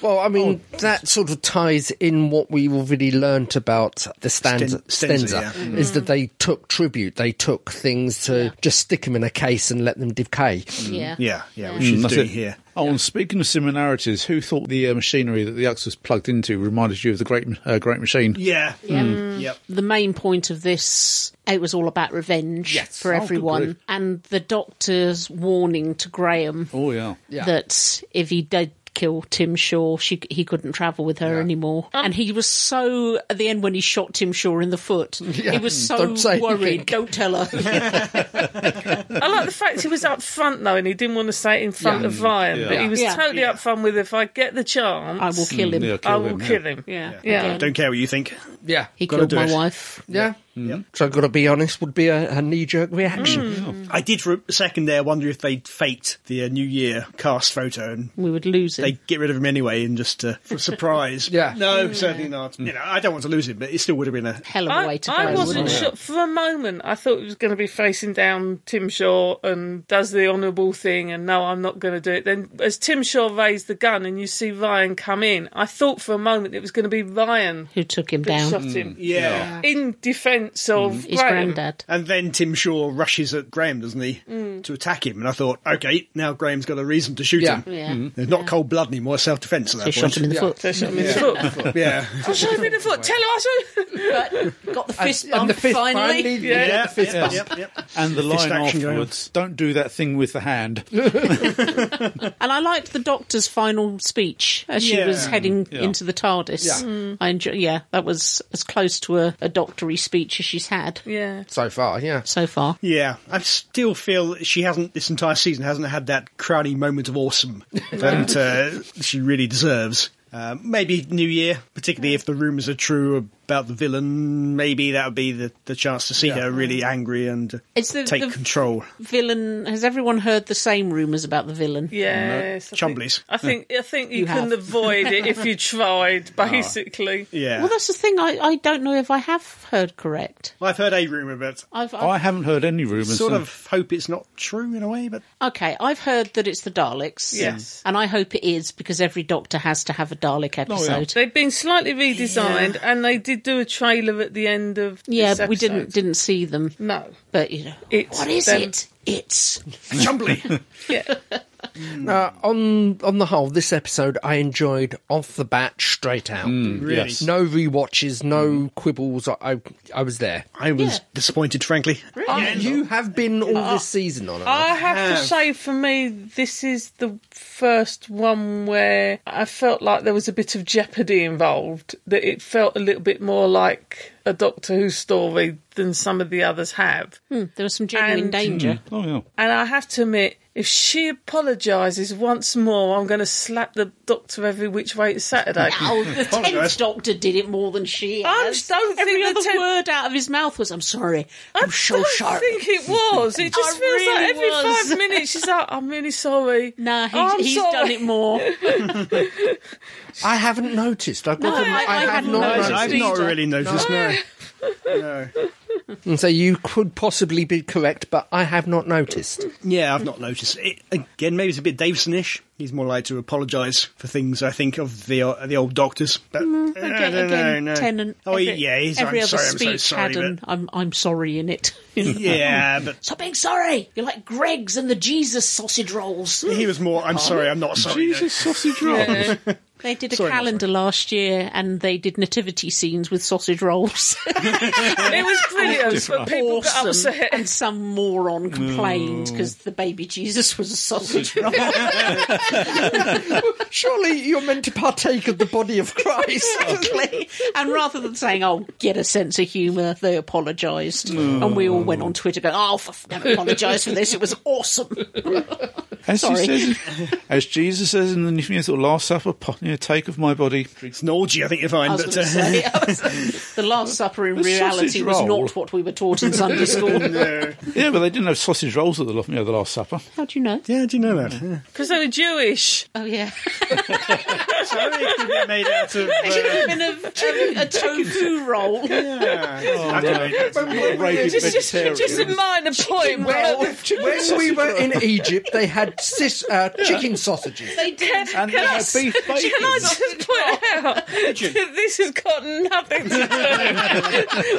S1: Well, I mean,
S5: Oh.
S1: that sort of ties in what we already learnt about the stanza,
S5: Sten- stanza,
S1: stanza,
S5: yeah. Mm.
S1: is that they took tribute, they took things to just stick them in a case and let them decay.
S2: yeah.
S5: Yeah, yeah,
S2: Yeah.
S5: which is
S3: That's
S5: doing
S3: it.
S5: here.
S3: Oh, and speaking of similarities, who thought the uh, machinery that the Ux was plugged into reminded you of the Great uh, Great Machine?
S5: Yeah. Mm.
S2: Yeah.
S5: Yep.
S2: the main point of this it was all about revenge
S1: Yes.
S2: for
S3: Oh, good grief.
S2: everyone and the doctor's warning to graham
S3: Oh yeah,
S1: Yeah.
S2: that if he did kill Tim Shaw. She he couldn't travel with her anymore, and he was so at the end when he shot Tim Shaw in the foot. He
S1: Yeah.
S2: was so
S1: Don't say
S2: worried.
S1: anything.
S2: Don't tell her.
S4: I like the fact he was up front though, and he didn't want to say it in front
S2: Yeah.
S4: of Ryan, but
S2: Yeah.
S4: he was
S2: Yeah.
S4: totally up front with if I get the chance,
S2: I will kill him. Mm, yeah,
S4: I
S2: kill
S4: will
S2: him, yeah.
S4: Oh, kill him.
S2: Yeah.
S4: yeah.
S2: Again.
S5: Don't care what you think.
S1: Yeah,
S2: He
S5: Gotta
S2: killed
S5: do
S2: my
S5: it.
S2: wife.
S1: Yeah.
S5: Yeah. Mm.
S1: So I've got to be honest, would be a, a knee jerk reaction.
S5: I did for a second there wonder if they'd fate the uh, New Year cast photo and
S2: we would lose him.
S5: They'd get rid of him anyway and just uh, for surprise. yeah. No, certainly not. You know, I don't want to lose him, but it still would have been a
S2: hell
S4: I, I wasn't sure for a moment. I thought he was going to be facing down Tim Shaw and does the honourable thing, and no, I'm not going to do it. Then, as Tim Shaw raised the gun and you see Ryan come in, I thought for a moment it was going to be Ryan
S2: who took him
S4: that
S2: down.
S4: shot him.
S2: Mm.
S5: Yeah.
S4: in defence of
S2: His
S4: Graham.
S2: granddad.
S5: And then Tim Shaw rushes at Graham, doesn't he,
S4: Mm.
S5: to attack him? And I thought, okay, now Graham's got a reason to shoot
S4: Yeah.
S5: him.
S4: Yeah. Mm.
S5: There's not cold blood anymore, it's self defence at
S4: So
S5: that
S4: he
S5: point.
S4: shot him in the Yeah. foot. So he shot him in the
S5: Yeah.
S4: foot.
S5: *laughs* yeah.
S4: *laughs* I shot him in the foot. Tell her I
S2: *laughs*
S4: shot him.
S2: Got the
S4: fist
S2: And- and bump the fist Um, finally. finally,
S4: Yeah.
S2: yeah,
S4: yeah.
S2: the fist Yeah. bump. Yep,
S3: And the
S5: Fist
S3: line
S5: action going on.
S3: afterwards. Don't do that thing with the
S5: *laughs*
S3: hand.
S2: And I liked the doctor's final speech as she
S4: Yeah.
S2: was heading
S3: Yeah.
S2: into the TARDIS.
S4: Yeah. Mm.
S2: I enjoy. Yeah, that was as close to a, a doctory speech as she's had.
S4: Yeah.
S1: So far, yeah.
S2: So far.
S5: Yeah. I still feel that she hasn't, this entire season, hasn't had that crowning moment of *laughs* awesome that uh, she really deserves. Uh, maybe New Year, particularly if the rumours are true about the villain, maybe that would be the, the chance to see her really angry and
S2: It's the-
S5: take
S2: the-
S5: control.
S2: Villain. Has everyone heard the same rumours about the villain?
S4: Yes, I think-
S5: Chumbleys.
S4: I think I think you,
S2: You
S4: can
S2: have.
S4: avoid it if you tried, basically.
S5: Yeah.
S2: Well, that's the thing. I, I don't know if I have heard correct.
S5: I've heard a rumour, but
S2: I've, I've
S3: I haven't heard any rumours.
S5: sort
S3: so-
S5: of hope it's not true in a way, but
S2: Okay, I've heard that it's the Daleks.
S4: Yes.
S2: And I hope it is because every doctor has to have a Dalek
S5: Oh,
S2: episode.
S4: They've been slightly redesigned, and they did do a trailer at the end of.
S2: Yeah,
S4: this
S2: but we didn't
S4: episode.
S2: didn't see them.
S4: No,
S2: but you know,
S4: It's
S2: what is
S4: them.
S2: it? It's
S5: *laughs* Chumbly.
S1: Uh, on on the whole, this episode I enjoyed off the bat, straight out.
S5: Mm, Really? yes.
S1: No rewatches, no quibbles. I, I I was there.
S5: I was disappointed, frankly.
S1: I- you have been all this season on it.
S4: I have to say, for me, this is the first one where I felt like there was a bit of jeopardy involved. That it felt a little bit more like a Doctor Who story than some of the others have.
S2: Hmm, there was some genuine
S4: And-
S2: danger.
S5: Hmm.
S3: Oh yeah.
S4: And I have to admit, if she apologises once more, I'm going to slap the doctor every which way it's Saturday.
S2: Oh,
S5: *laughs*
S2: the tenth Doctor did it more than she.
S4: I
S2: has.
S4: just don't
S2: Every
S4: think the
S2: other
S4: tenth-
S2: word out of his mouth was "I'm sorry, I'm so
S4: I
S2: sorry."
S4: think it was. It
S2: *laughs*
S4: just
S2: I
S4: feels
S2: really
S4: like every
S2: was.
S4: five minutes she's like, "I'm really sorry."
S2: Nah, he's,
S4: I'm
S2: he's
S4: sorry.
S2: done it
S5: *laughs*
S2: more.
S1: I haven't noticed. I've got
S2: No,
S1: to-
S2: I- I
S1: have
S2: hadn't
S1: not
S2: noticed
S1: noticed.
S5: I've not really noticed, no. no.
S1: And so you could possibly be correct, but I have not noticed.
S5: Yeah, I've not noticed. It, again, maybe it's a bit Davison-ish. He's more likely to apologise for things, I think, of the uh, the old doctors. But uh, I
S2: Mm-hmm. Again,
S5: don't
S2: again,
S5: know, no.
S2: Tennant.
S5: Oh,
S2: every,
S5: yeah, he's
S2: every
S5: I'm
S2: other
S5: sorry,
S2: speech
S5: I'm so sorry.
S2: had an "I'm I'm sorry" in it. *laughs*
S5: but, yeah, but
S2: Stop being sorry. You're like Greg's and the Jesus sausage rolls.
S5: he was more, I'm sorry, I'm not sorry. Jesus
S3: sausage
S4: Yeah.
S2: They did a
S5: Sorry, not
S2: calendar last year, and they did nativity scenes with sausage rolls. *laughs*
S4: It was brilliant, but people got
S2: awesome.
S4: upset.
S2: And some moron complained because the baby Jesus was a sausage roll.
S1: Surely you're meant to partake of the body of
S2: *laughs*
S1: Christ.
S2: Exactly. and rather than saying, "Oh, get a sense of humour," they apologised, and we all went on Twitter going, "Oh, for f- apologise for this. It was awesome."
S3: As,
S2: Sorry.
S3: He says,
S5: *laughs*
S3: as Jesus says in the New Testament, Last Supper, po- you know, take of my body.
S5: It's an orgy, I think you're fine.
S2: I was
S5: But,
S2: gonna say, *laughs*
S5: uh,
S2: I was- the Last Supper in
S3: The
S2: reality
S3: sausage
S2: was
S3: roll.
S2: not what we were taught in Sunday school.
S3: yeah, but they didn't have sausage rolls at the, lo- you know, the Last Supper.
S2: How do you know?
S5: *laughs* yeah, do you know that?
S2: Mm-hmm.
S5: Yeah.
S4: because they were Jewish.
S2: Oh *laughs* yeah,
S5: Sorry, it could be made
S2: *laughs*
S5: out of... Uh,
S2: chicken um, a, a, a tofu roll.
S5: yeah. I could make that out of-
S4: Just, just, just a minor point.
S1: Well,
S4: *laughs* but-
S1: when we were in Egypt, they had sis, uh, chicken sausages.
S2: They did.
S3: And they had beef bacon.
S4: Can I
S2: *laughs*
S4: just point out that this has got nothing to do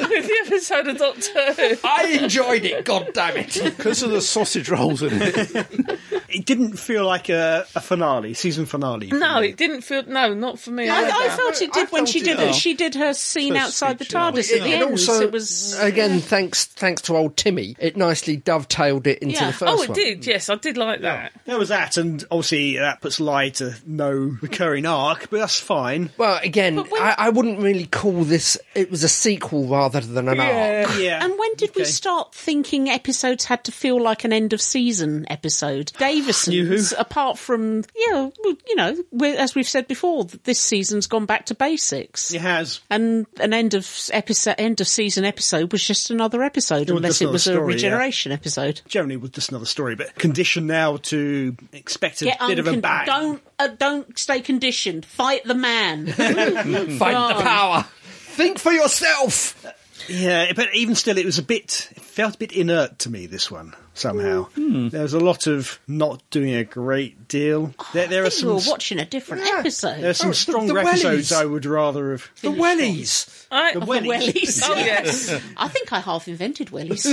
S2: *laughs*
S4: with the episode of Doctor Who?
S1: I enjoyed it. God damn it!
S3: Because of the sausage rolls in it.
S5: It didn't feel like a, a finale, season finale.
S4: No, it didn't feel. No, not for me.
S2: I,
S4: either.
S2: I felt it did when she did it. She did her scene
S1: First
S2: outside the
S1: speech, yeah.
S2: TARDIS
S1: It-
S2: at the
S1: it
S2: end.
S1: also-
S2: it was
S5: uh,
S1: Again, thanks thanks to old Timmy, it nicely dovetailed it into the first
S4: oh, it
S1: one.
S4: did. Yes, I did like that.
S5: There was that, and obviously that puts Lai to no recurring arc, but that's fine.
S1: Well, again, I, I wouldn't really call this. It was a sequel rather than an arc.
S2: And when did we start thinking episodes had to feel like an end of season episode? Davison's, apart from yeah, well, you know, we as we've said before, th- this season's gone back to basics. It
S5: has,
S2: and an end of s- episode, end of season episode was just another episode,
S5: It was
S2: unless
S5: just
S2: it
S5: another
S2: was a
S5: story, yeah.
S2: regeneration episode.
S5: Generally, it was just another story, but conditioned now to expect a
S2: Get
S5: bit of a
S2: uncon-
S5: bang.
S2: Don't uh, don't stay conditioned. Fight the
S5: *laughs*
S2: man. Fight
S5: Fight the power.
S1: Think for yourself.
S5: Yeah, but even still, it was a bit it felt a bit inert to me. This one somehow
S2: Hmm.
S5: there was a lot of not doing a great deal. there there are
S2: We
S5: some
S2: were
S5: s-
S2: watching Oh, a different episode.
S5: There are some stronger episodes I would rather have.
S2: The
S1: wellies.
S4: I,
S2: the
S5: wellies. *laughs*
S2: wellies. *laughs*
S5: Oh, yes.
S2: I think I half invented wellies.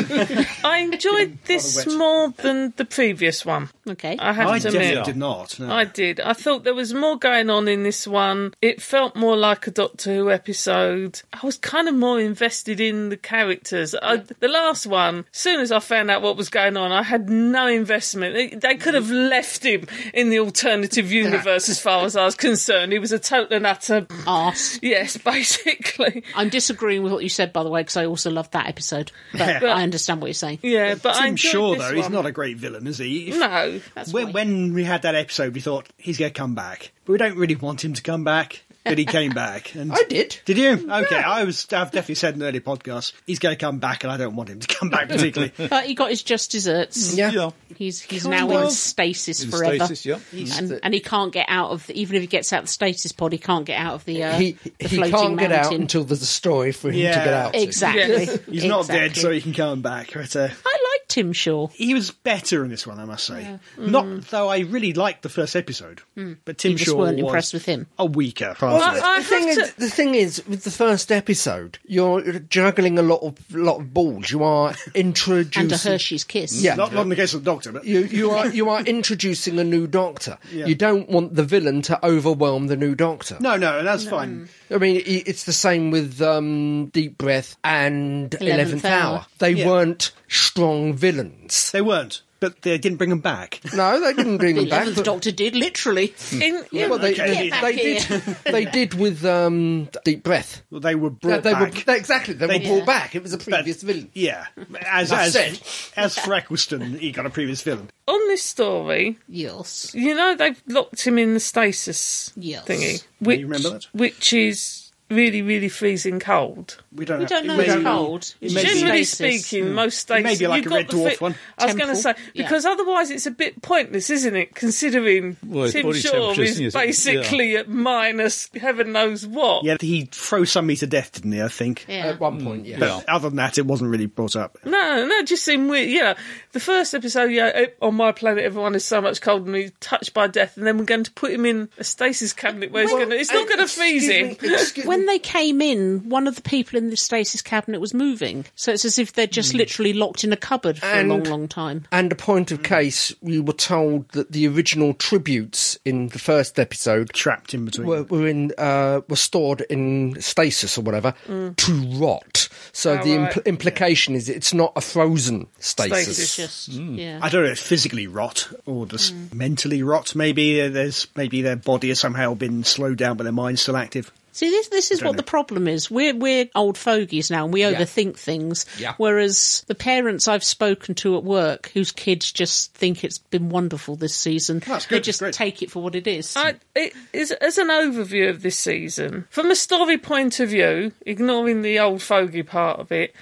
S5: *laughs*
S4: I enjoyed this
S5: wet.
S4: more than the previous one.
S2: Okay,
S4: I have
S5: I
S4: to
S5: definitely
S4: admit.
S5: did not. no.
S4: I did. I thought there was more going on in this one. It felt more like a Doctor Who episode. I was kind of more invested in the characters. I, the last one, soon as I found out what was going on, I had no investment. They, they could have left him in the
S5: *laughs*
S4: alternative universe, as far as I was concerned. He was a total and utter *laughs*
S2: arse.
S4: Yes, basically.
S2: Ah,
S4: *laughs*
S2: I'm disagreeing with what you said, by the way, because I also loved that episode.
S5: Yeah.
S2: But I understand what you're saying.
S4: Yeah,
S5: Tim Shaw, though, he's not a great villain, is he? If- *laughs*
S4: No,
S5: when, when we had that episode, we thought he's going to come back, but we don't really want him to come back. But
S2: *laughs*
S5: he came back. And I
S1: did.
S5: Did you? Okay, I was. I've definitely said in earlier podcasts he's going to come back, and I don't want him to come back
S2: *laughs*
S5: particularly.
S2: But he got his just desserts.
S5: Yeah. Mm. Yeah.
S2: He's he's now
S5: Kind
S2: in
S5: of.
S2: stasis
S5: In
S2: forever.
S5: stasis, yeah. He's
S2: And,
S5: the-
S2: and he can't get out of the, even if he gets out of the stasis pod, he can't get out of the uh,
S1: he
S2: the
S1: he
S2: floating
S1: can't get out
S2: mountain.
S1: until there's a story for him to get out. to.
S2: Exactly.
S5: he's not dead,
S2: Exactly.
S5: so he can come back. But, uh,
S2: I liked him, Shaw.
S5: He was better in this one, I must say. Not though I really liked the first episode, but Tim
S2: Mm. You just
S5: Shaw
S2: weren't
S5: was
S2: impressed with him.
S5: A weaker.
S1: Well,
S5: part
S1: the,
S5: of it.
S1: thing is, the thing is, with the first episode, you're juggling a lot of lot of balls. You are introducing
S2: And a Hershey's kiss.
S1: Yeah,
S5: Not, not in the case of the Doctor, but
S1: you you are you are introducing a new Doctor.
S5: Yeah.
S1: You don't want the villain to overwhelm the new Doctor.
S5: *laughs* No, no, that's fine.
S1: I mean, i- it's the same with um, Deep Breath and Eleventh
S5: Eleventh
S1: Hour.
S5: Hour.
S1: They
S5: Yeah.
S1: weren't strong villains.
S5: They weren't, but they didn't bring them back.
S1: No, they didn't bring
S2: The *laughs*
S1: them back.
S2: eleventh Doctor did literally.
S4: In,
S1: Yeah, well, they, they,
S2: Get back
S1: they
S2: here.
S1: did. *laughs* They did with um, deep breath.
S5: Well, they were brought
S1: they
S5: back.
S1: Were, they- exactly, they,
S5: They-
S1: were brought
S5: Yeah.
S1: back. It was a previous villain.
S4: *laughs*
S5: Yeah, as
S1: I
S5: as
S1: said.
S5: as for Eccleston, he got a previous villain.
S4: on this story,
S2: yes,
S4: you know they've locked him in the stasis
S2: Yes.
S4: thingy,
S5: Do
S4: which
S5: you remember that?
S4: which is really really freezing cold.
S5: We don't.
S2: We
S5: have-
S2: don't know
S5: it may
S2: it's
S5: be-
S2: cold.
S5: it
S2: It's
S5: may be-
S4: Generally
S2: Stasis.
S4: speaking,
S2: Mm.
S4: most stasis.
S5: Hmm. Maybe like
S4: you've
S5: a
S4: got
S5: Red
S4: the
S5: Dwarf
S4: fit-
S5: one.
S4: I was going to say
S2: Temple, yeah.
S4: because otherwise it's a bit pointless, isn't it? Considering
S5: Well, his
S4: Tim
S5: body
S4: Shaw
S5: temperature,
S4: is
S5: isn't it? Yeah.
S4: basically at minus heaven knows what.
S5: Yeah, he froze somebody to death, didn't he? I think.
S4: Yeah. At
S1: one point, yeah.
S5: Mm. But other than that, it wasn't really brought up.
S4: No, no, it just seemed weird. You know, the first episode, yeah, eh, on my planet, everyone is so much colder and he's touched by death, and then we're going to put him in a stasis cabinet where he's going to, it's not going to freeze him.
S2: When they came in, one of the people in the stasis cabinet was moving, so it's as if they're just literally locked in a cupboard for
S1: And-
S2: a long, long time.
S1: And a point
S5: Mm.
S1: of case, we were told that the original tributes in the first episode,
S5: trapped in between,
S1: were, were in uh, were stored in stasis or whatever to rot. So
S5: Oh,
S1: the
S5: right.
S1: impl- implication is it's not a frozen stasis.
S2: yeah.
S5: I don't know if physically rot or just
S4: Mm.
S5: mentally rot. Maybe uh, there's maybe their body has somehow been slowed down, but their mind's still active.
S2: See, this this is
S5: Don't
S2: what
S5: know.
S2: the problem is. We're we're old fogies now, and we overthink things.
S5: Yeah.
S2: Whereas the parents I've spoken to at work, whose kids just think it's been wonderful this season, they just take it for what it is.
S4: I, it is as an overview of this season, from a story point of view, ignoring the old fogey part
S2: *laughs*
S4: of it,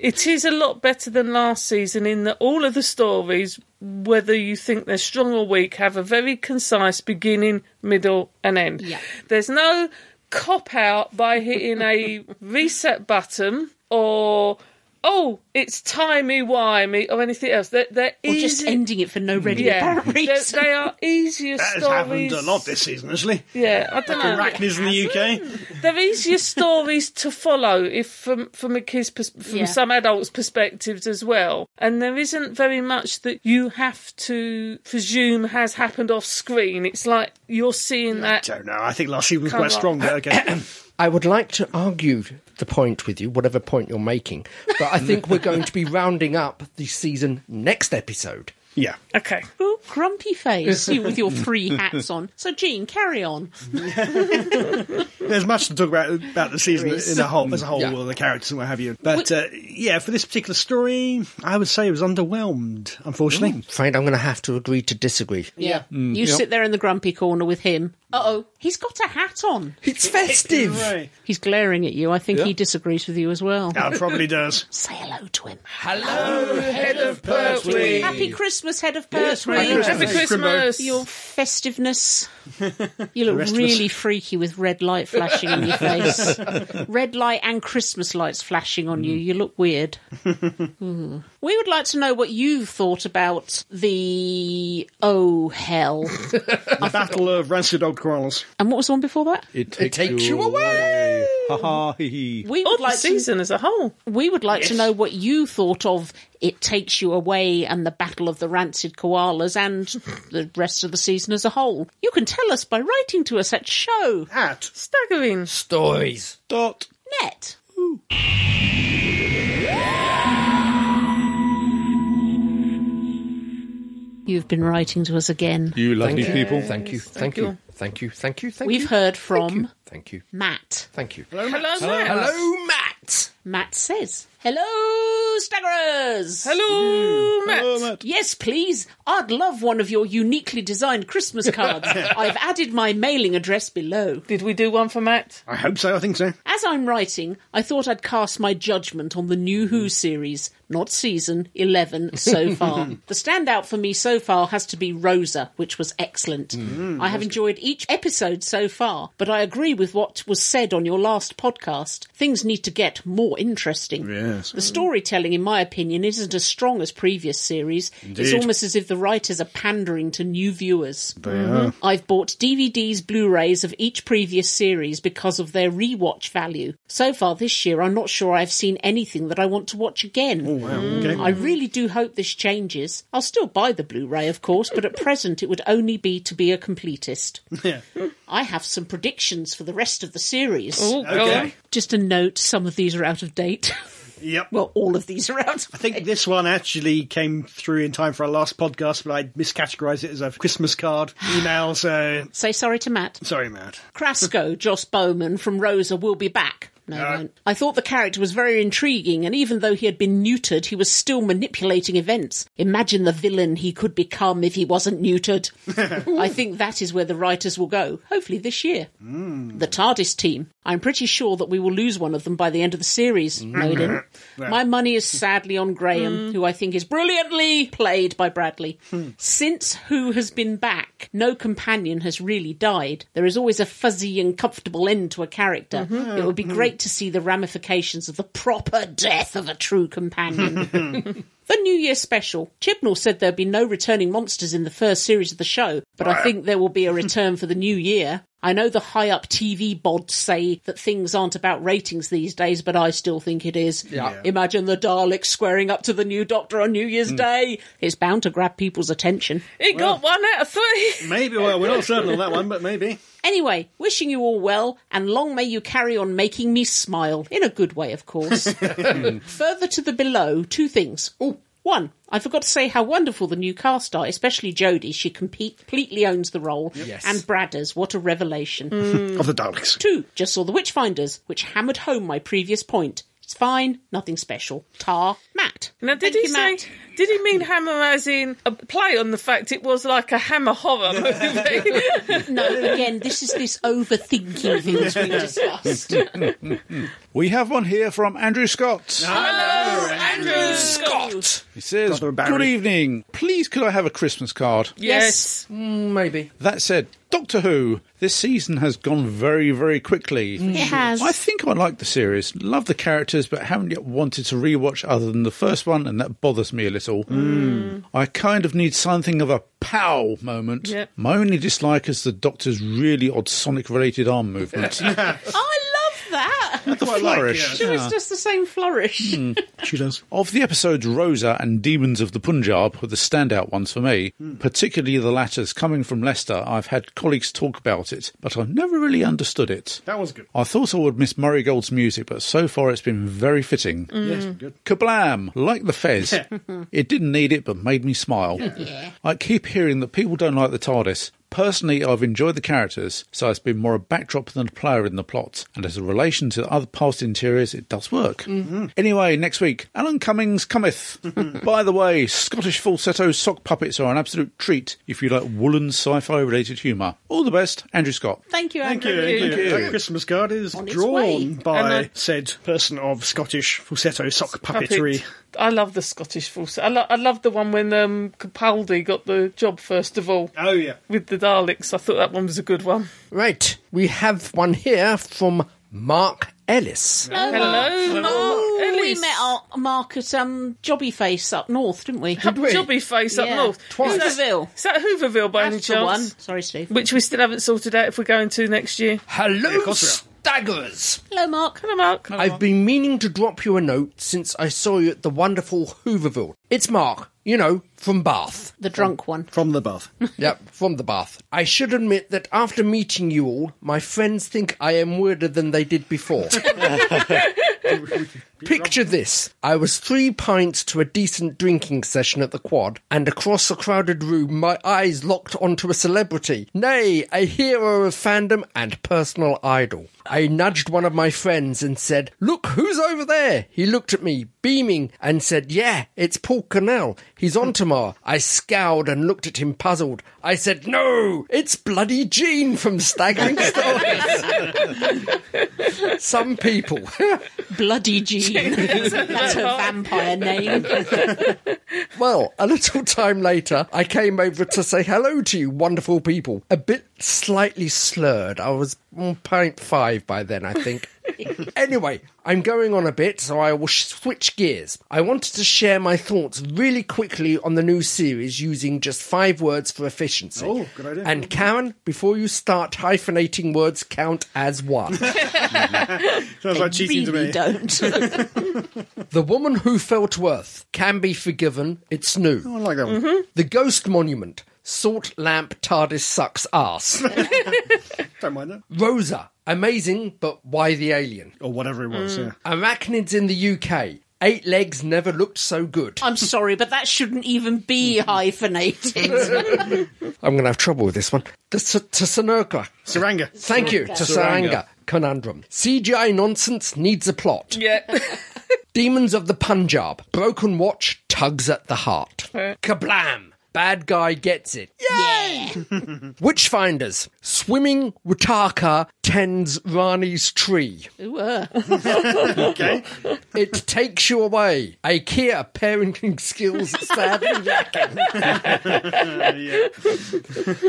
S4: it is a lot better than last season in that all of the stories, whether you think they're strong or weak, have a very concise beginning, middle, and end.
S2: Yeah.
S4: There's no
S2: *laughs*
S4: cop out by hitting a reset button or oh, it's timey wimey or anything else. They're, they're
S2: Or just
S4: easy-
S2: ending it for no ready
S4: yeah,
S2: apparent
S4: They're-
S2: reason. *laughs*
S4: they are easier
S5: That has happened
S4: stories.
S5: a lot this season, actually.
S4: Yeah, I don't know.
S5: Arachnids in the UK.
S4: They're easier stories to follow if from from a kid's pers- from
S5: Yeah.
S4: some adults' perspectives as well. And there isn't very much that you have to presume has happened off screen. It's like you're seeing that.
S5: don't know. I think last season was
S4: Come
S5: quite
S4: on.
S5: strong, but okay.
S4: *coughs*
S1: I would like to argue the point with you, whatever point you're making, but I think we're going to be rounding up the season next episode.
S5: Yeah.
S4: Okay.
S2: Oh, grumpy face, you with your three hats on. So, Jean, carry on.
S5: There's much to talk about about the season
S2: There is.
S5: in a whole, as a whole,
S2: Yeah.
S5: all the characters and what have you. But uh, yeah, for this particular story, I would say it was underwhelmed, unfortunately.
S1: Afraid I'm going to have to agree to disagree.
S2: Yeah.
S1: Mm.
S2: You
S1: Yep.
S2: sit there in the grumpy corner with him. Uh oh, he's got a hat on.
S1: It's
S5: *laughs*
S1: festive.
S2: He's glaring at you. I think he disagrees with you as well.
S5: Oh, probably does.
S2: Say hello to him.
S1: Hello,
S2: head
S1: of
S5: Pertwee.
S2: Happy Christmas, head of
S5: Yes,
S2: Pertwee.
S5: Merry Christmas. Happy Christmas.
S2: Your festiveness.
S1: *laughs*
S2: You look
S5: Restless.
S2: really freaky with red light flashing on
S1: *laughs*
S2: your face. red light and Christmas lights flashing on
S1: Mm.
S2: you. You look
S1: *laughs*
S2: weird. Ooh. We would like to know what you thought about the oh hell.
S5: The Battle of Rancid Old Koalas.
S2: and what was the one before that?
S3: It takes,
S5: takes you
S3: away. Ha ha hee hee.
S1: Oh,
S2: We would like
S4: season as a whole.
S2: We would like to know what you thought of "It Takes You Away" and the Battle of the Rancid
S1: *laughs*
S2: Koalas and the rest of the season as a whole. You can tell us by writing to us at show
S5: at
S4: staggering
S1: stories
S3: dot
S2: net. You've been writing to us again.
S3: You lovely
S1: Thank
S3: people.
S1: Thank you. Thank you. Thank you. Thank you. Thank
S2: We've
S1: you.
S2: heard from
S1: Thank you.
S2: Matt.
S1: Thank you.
S4: Hello, Matt.
S1: Hello, Matt.
S2: Matt says, Hello, Staggerers!
S4: Hello, Matt.
S2: Yes, please. I'd love one of your uniquely designed Christmas cards. I've added my mailing address below.
S4: Did we do one for Matt?
S5: I hope so. I think so.
S2: As I'm writing, I thought I'd cast my judgment on the new Who series, not season 11 so far. the standout for me so far has to be Rosa, which was excellent. I have enjoyed each episode so far, but I agree with what was said on your last podcast. Things need to get more interesting.
S5: Yes.
S2: The storytelling, in my opinion, isn't as strong as previous series. It's
S5: Indeed.
S2: almost as if the writers are pandering to new viewers. Mm-hmm.
S5: They are.
S2: I've bought DVDs, Blu rays of each previous series because of their rewatch value. So far this year, I'm not sure I've seen anything that I want to watch again. Oh,
S5: wow. Okay.
S2: I really do hope this changes. I'll still buy the Blu ray, of course, but at present it would only be to be a completist.
S5: Yeah.
S2: I have some predictions for the rest of the series.
S4: Oh, go Okay. on.
S2: Just a note some of these are out of date. *laughs*
S5: Yep.
S2: Well, all of these are out.
S5: I think this one actually came through in time for our last podcast, but I miscategorised it as a Christmas card email. So
S2: Say sorry to Matt.
S5: sorry, Matt.
S2: Crasco, Joss Bowman from Rosa will be back. No, he
S5: Uh.
S2: won't. I thought the character was very intriguing, and even though he had been neutered, he was still manipulating events. Imagine the villain he could become if he wasn't
S5: *laughs*
S2: neutered. I think that is where the writers will go, hopefully this year.
S5: Hmm.
S2: The TARDIS team. I'm pretty sure that we will lose one of them by the end of the series,
S5: Mm. *laughs*
S2: Modin.
S6: Well.
S2: My money is sadly on Graham, who I think is brilliantly played by Bradley. Since Who has been back, no companion has really died. There is always a fuzzy and comfortable end to a character.
S6: Mhm.
S2: It would be great to see the ramifications of the proper death of a true companion. The New Year special. Chibnall said there'd be no returning monsters in the first series of the show, but I think there will be a return for the new year. I know the high up TV bods say that things aren't about ratings these days, but I still think it is.
S6: Yeah.
S2: Imagine the Daleks squaring up to the new Doctor on New Year's Day. It's bound to grab people's attention.
S4: It got one out of three.
S5: Maybe. Well, we're not certain on that one, but maybe.
S2: Anyway, wishing you all well, and long may you carry on making me smile. In a good way, of course. Further to the below, two things. Oh, one, I forgot to say how wonderful the new cast are, especially Jodie. She compete- completely owns the role.
S6: Yes.
S2: And Bradders, what a revelation.
S5: Mm. Of the Daleks.
S2: Two, just saw The Witchfinders, which hammered home my previous point. It's fine, nothing special. Tar, Matt.
S4: Now, did he say Did he mean hammer as in a play on the fact it was like a hammer horror movie?
S2: no, again, this is this overthinking things we discussed.
S3: we have one here from Andrew Scott.
S4: Ah.
S2: Hello,
S11: Andrew
S2: Scott.
S3: He says, Good evening. Please, could I have a Christmas card?
S2: Yes. maybe.
S3: That said, Doctor Who, this season has gone very, very quickly.
S8: It has.
S3: I think I like the series, love the characters, but haven't yet wanted to rewatch other than the first one, and that bothers me a little. I kind of need something of a pow moment.
S4: Yep.
S3: My only dislike is the Doctor's really odd Sonic related arm movement.
S2: I love that.
S3: the Quite like, flourish. yeah.
S2: She
S4: Ah.
S2: was just the same flourish.
S4: Hmm.
S3: She does. Of the episodes Rosa and Demons of the Punjab were the standout ones for me,
S5: Hmm.
S3: particularly the latter's coming from Leicester. I've had colleagues talk about it, but I've never really understood it.
S5: That was good.
S3: I thought I would miss Murray Gold's music, but so far it's been very fitting.
S5: Yes, good.
S3: Kablam! Like the Fez.
S5: *laughs*
S3: it didn't need it, but made me smile.
S5: Yeah.
S3: I keep hearing that people don't like the TARDIS. Personally, I've enjoyed the characters, so it's been more a backdrop than a player in the plot, and as a relation to other past interiors, it does work. Anyway, next week, Alan Cummings cometh. By the way, Scottish falsetto sock puppets are an absolute treat if you like woolen sci fi related humour. All the best, Andrew Scott.
S2: *laughs* Thank you,
S5: Thank
S2: Andrew.
S5: you, thank you. That Christmas card is
S2: On its way.
S5: drawn by
S4: And I-
S5: said person of Scottish falsetto sock puppetry.
S4: Puppet. I love the Scottish falsetto. I, lo- I love the one when um, Capaldi got the job first of all.
S5: Oh yeah,
S4: with the Daleks. I thought that one was a good one.
S1: Right, we have one here from Mark Ellis.
S4: Hello, Mark.
S2: Ooh, we met our Mark at um, Jobby Face up north, didn't we?
S4: Up Jobby Face up
S2: Yeah.
S4: north.
S2: Twice.
S4: Is that,
S2: Hooverville.
S4: is that Hooverville by any
S2: That's the
S4: chance?
S2: one. Sorry, Steve.
S4: Which we still haven't sorted out if we're going to next year.
S1: Hello, Staggers.
S2: Hello, Mark.
S4: Hello, Mark.
S1: I've been meaning to drop you a note since I saw you at the wonderful Hooverville. It's Mark, you know, from Bath.
S2: The drunk one.
S5: From the bath.
S1: yep, from the bath. I should admit that after meeting you all, my friends think I am weirder than they did before. Picture this. I was three pints to a decent drinking session at the quad, and across a crowded room, my eyes locked onto a celebrity, nay, a hero of fandom and personal idol. I nudged one of my friends and said, Look, who's over there? He looked at me, beaming, and said, Yeah, it's Paul Cornell. He's on tomorrow. I scowled and looked at him puzzled. I said, No, it's bloody Gene from Staggering Stories. Some people. *laughs*
S2: Bloody
S4: *laughs*
S2: Jean. *laughs* That's her vampire name.
S1: Well, a little *laughs* time later, I came over to say hello to you, wonderful people. A bit slightly slurred. I was on pint five by then, I think. anyway, I'm going on a bit, so I will sh- switch gears. I wanted to share my thoughts really quickly on the new series using just five words for efficiency.
S5: Oh, good idea.
S1: And Karen, before you start hyphenating words, count as
S5: *laughs*
S1: one.
S5: Sounds like cheating to me.
S1: The Woman Who Felt Worth Can Be Forgiven. It's new.
S5: I like that one.
S1: The Ghost Monument. Salt Lamp TARDIS Sucks Ass.
S5: Don't mind that.
S1: Rosa. Amazing, but why the alien?
S5: Or whatever it was, yeah.
S1: Arachnids in the UK. Eight legs never looked so good.
S2: *laughs* I'm sorry, but that shouldn't even be
S4: Hmm. *laughs*
S2: hyphenated.
S1: I'm going to have trouble with this one. The S- Tsanoka.
S5: Saranga.
S1: *laughs* Thank you.
S5: Saranga.
S1: Tsaranga. Conundrum. CGI nonsense needs a plot.
S4: Yeah.
S1: *laughs* Demons of the Punjab. Broken watch tugs at the heart. Kablam! Bad guy gets it. Yay! Witchfinders. Swimming Wutaka tends Rani's tree.
S2: Ooh, uh.
S5: okay.
S1: It takes you away. IKEA parenting *laughs* skills sadly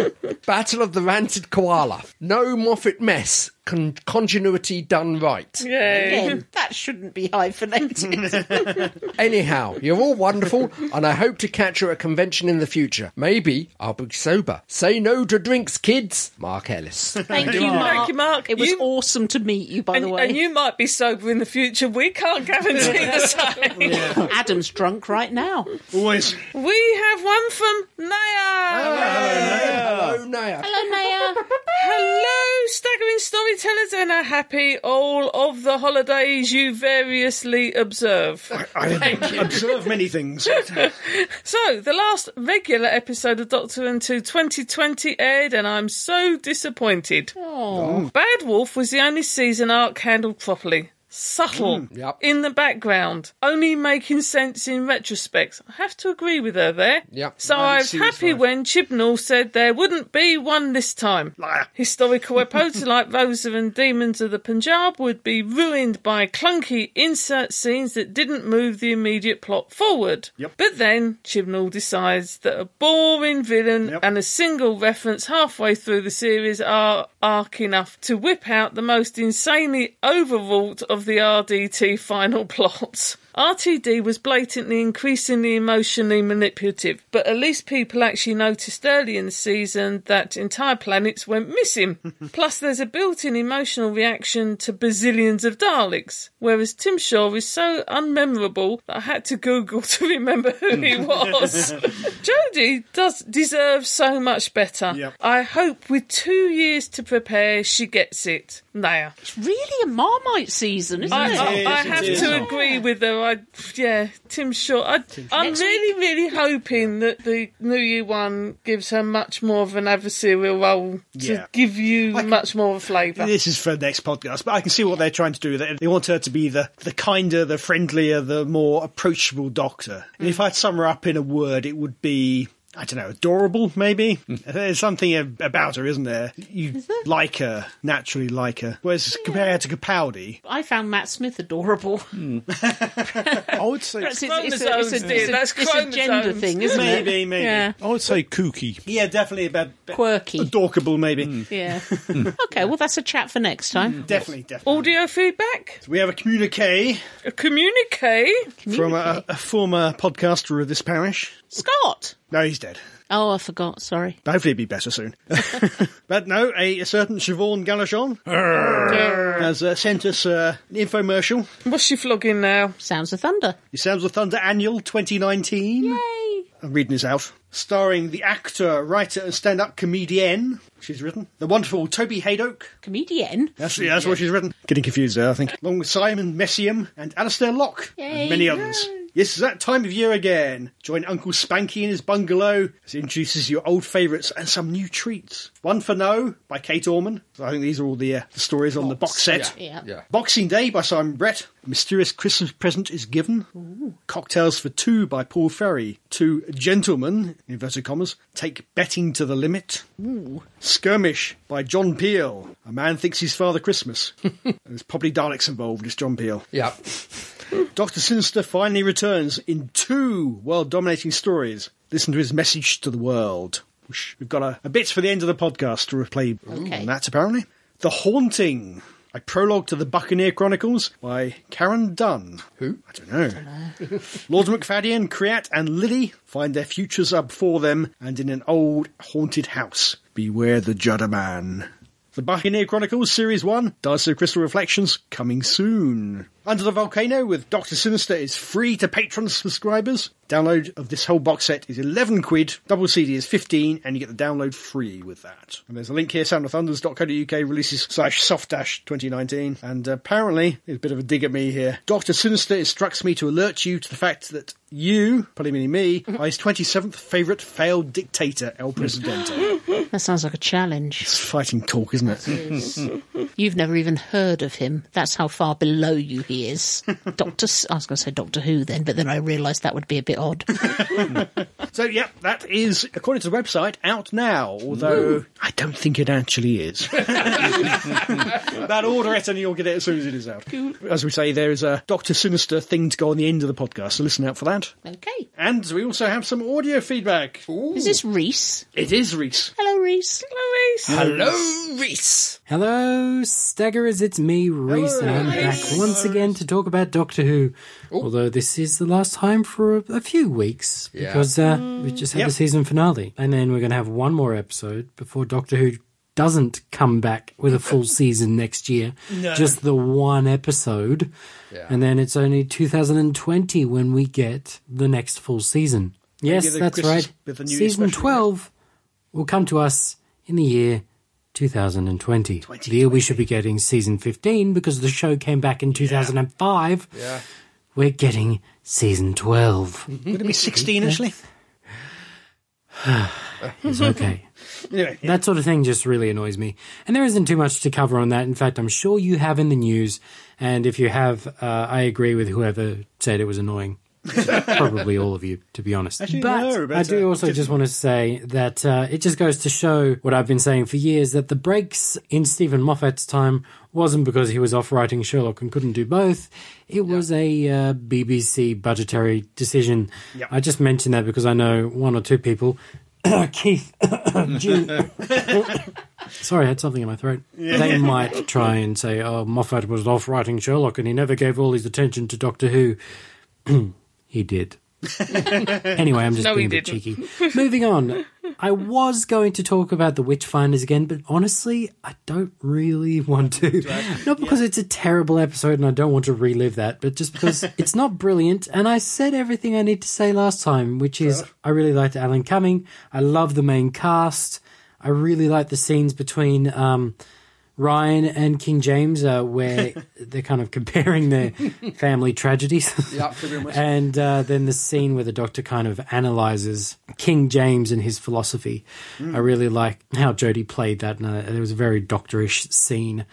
S1: *laughs* lacking. Battle of the Ranted Koala. No Moffat mess. Con- continuity done right.
S4: Yay.
S2: Again, that shouldn't be
S5: *laughs*
S2: hyphenated.
S1: Anyhow, you're all wonderful, and I hope to catch you at a convention in the future. Maybe I'll be sober. Say no to drinks, kids. Mark Ellis.
S2: Thank you, Mark.
S4: Thank you, Mark.
S2: It was
S4: You-
S2: awesome to meet you, by
S4: and,
S2: the way.
S4: and you might be sober in the future. We can't
S2: *laughs*
S4: guarantee the same.
S2: Adam's drunk right now.
S5: Always.
S4: We have one from
S2: Ah.
S4: Naya.
S1: Hello, Naya.
S2: Hello, Maya.
S4: Hello, staggering storytellers, and are happy all of the holidays you variously observe.
S5: I observe many things.
S4: So, the last regular episode of Doctor Into 2020 aired, and I'm so disappointed. Bad Wolf was the only season arc handled properly. subtle in the background, only making sense in retrospect. I have to agree with her there.
S1: Yep.
S4: So
S1: I
S4: I was
S1: see what's
S4: happy when Chibnall said there wouldn't be one this time. Historical epodes like Rosa and Demons of the Punjab would be ruined by clunky insert scenes that didn't move the immediate plot forward. Yep. But then Chibnall decides that a boring villain and a single reference halfway through the series are arc enough to whip out the most insanely overwrought of the RDT final *laughs* plots. RTD was blatantly increasingly emotionally manipulative, but at least people actually noticed early in the season that entire planets went missing. Plus, there's a built in emotional reaction to bazillions of Daleks, whereas Tim Shaw is so unmemorable that I had to Google *laughs* to remember who he was. Jodie does deserve so much better. I hope with two years to prepare, she gets it. Naya.
S2: It's really a Marmite season, isn't
S4: I,
S2: it?
S4: I- Oh, I have to agree with her. I, yeah, Tim Shaw. I, I'm
S2: Next
S4: really, really hoping that the new year one gives her much more of an adversarial role to
S5: Yeah.
S4: give you much more of a flavour.
S5: This is for next podcast, but I can see what they're trying to do. They they want her to be the, the kinder, the friendlier, the more approachable doctor. And if I'd sum her up in a word, it would be. I don't know, adorable, maybe? There's something ab- about her, isn't there? You like her, naturally like her. Whereas compare her to Capaldi.
S2: I found Matt Smith adorable. *laughs*
S3: I would say
S2: It's- it's- it's a- it's a-
S4: Chromosomes, dear,
S2: it's a-
S4: that's
S2: it's a gender
S4: chromosomes.
S2: thing, isn't it?
S5: Maybe, maybe.
S2: Yeah.
S3: I would say kooky.
S5: Yeah, definitely about
S2: quirky,
S5: adorkable, maybe. *laughs*
S2: Yeah. okay, well, that's a chat for next
S4: Hmm.
S2: time.
S5: Definitely, definitely.
S4: Audio feedback?
S5: So we have a communique
S4: A communique?
S5: from uh, a, a former podcaster of this parish.
S2: Scott!
S5: No, he's dead.
S2: Oh, I forgot, sorry.
S5: Hopefully, it'll be better soon. *laughs* but no, a, a certain Siobhan Galachon has uh, sent us uh, an infomercial.
S4: What's she flogging now?
S2: Sounds of Thunder.
S5: It sounds of Thunder Annual 2019.
S2: Yay!
S5: I'm reading this out. Starring the actor, writer, and stand up comedienne, she's written. The wonderful Toby Haydock.
S2: Comedian.
S5: That's, yeah, that's what she's written. Getting confused there, I think. Along with Simon Messium and Alistair Locke,
S2: Yay.
S5: and many others. Yes, it's that time of year again. Join Uncle Spanky in his bungalow as he introduces your old favourites and some new treats. One for No by Kate Orman. So I think these are all the, uh, the stories on the box set.
S2: Yeah.
S1: Yeah.
S5: Boxing Day by Simon Brett. Mysterious Christmas Present is Given. Cocktails for Two by Paul Ferry. Two gentlemen, inverted commas, take betting to the limit. Skirmish by John Peel. A man thinks he's Father Christmas. *laughs* And There's probably Daleks involved. It's John Peel.
S1: Yeah.
S5: Doctor Sinister finally returns in two world-dominating stories. Listen to his message to the world. Whoosh. We've got a, a bit for the end of the podcast to replay
S2: Okay.
S5: on that, apparently. The Haunting, a prologue to the Buccaneer Chronicles by Karen Dunn. Who? I don't know. Lord McFadden, Creat, and Lily find their futures are before them and in an old haunted house. Beware the Judder Man. The Buccaneer Chronicles Series 1, Dice of Crystal Reflections, coming soon. Under the Volcano with Dr. Sinister is free to patron subscribers. Download of this whole box set is 11 quid, double CD is 15, and you get the download free with that. And there's a link here, soundofthunder.co.uk releases slash soft dash 2019. And apparently, there's a bit of a dig at me here. Dr. Sinister instructs me to alert you to the fact that you, probably meaning me, are his 27th favourite failed dictator, El Presidente.
S2: That sounds like a challenge.
S4: *laughs*
S5: *laughs* it's fighting talk, isn't it?
S2: You've never even heard of him. That's how far below you he is.
S4: *laughs*
S2: Doctor, S- I was going to say Doctor Who then, but then I realised that would be a bit odd.
S5: So, yep, that is, according to the website, out now. Although I don't think it actually is. *laughs* that order it, and you'll get it as soon as it is out. As we say, there is a Doctor Sinister thing to go on the end of the podcast, so listen out for that.
S2: Okay.
S5: And we also have some audio feedback.
S2: Is this Reese?
S5: It is Reese.
S2: Hello, Reese.
S4: Hello,
S1: Hello, Reese.
S8: Hello, Staggers, it's me, Reese, and I'm back once again to talk about Doctor Who. Although this is the last time for a, a few weeks
S1: Yeah.
S8: because uh, we just had the season finale, and then we're going to have one more episode before Doctor Who doesn't come back with
S5: *laughs*
S8: a full season next year. Just the one episode, and then it's only 2020 when we get the next full season. Yes,
S5: the
S8: that's
S5: Christmas-
S8: right.
S5: with the New Year
S8: Season
S5: special, yeah.
S8: 12 will come to us in the year 2020. The year we should be getting season 15 because the show came back in 2005.
S1: Yeah.
S5: *laughs*
S8: We're getting season 12.
S5: Would it be 16, actually?
S8: it's okay.
S5: Anyway,
S8: That sort of thing just really annoys me. And there isn't too much to cover on that. In fact, I'm sure you have in the news. And if you have, uh, I agree with whoever said it
S5: *laughs*
S8: was annoying. Probably all of you, to be honest.
S5: Actually,
S8: but
S5: no, but,
S8: I do
S5: uh,
S8: also just want to say that uh, it just goes to show what I've been saying for years that the breaks in Stephen Moffat's time wasn't because he was off writing Sherlock and couldn't do both. It was a uh, BBC budgetary decision.
S5: Yep.
S8: I just mentioned that because I know one or two people. *coughs* Keith, *coughs* June, *coughs* Sorry, I had something in my throat.
S5: Yeah.
S8: They might try and say, oh, Moffat was off writing Sherlock and he never gave all his attention to Doctor Who. he did. anyway, I'm just
S4: No,
S8: being
S4: he
S8: a bit
S4: didn't.
S8: cheeky. Moving on. I was going to talk about the Witchfinders again, but honestly, I don't really want to. Not because it's a terrible episode and I don't want to relive that, but just because it's not brilliant. And I said everything I need to say last time, which is I really liked Alan Cumming. I love the main cast. I really like the scenes between um, Ryan and King James uh, where they're kind of comparing their family tragedies.
S10: Yeah,
S8: *laughs*
S10: pretty much.
S8: and uh, then the scene where the doctor kind of analyzes King James and his philosophy.
S10: Mm.
S8: I really like how Jodie played that, and uh, it was a very doctorish scene.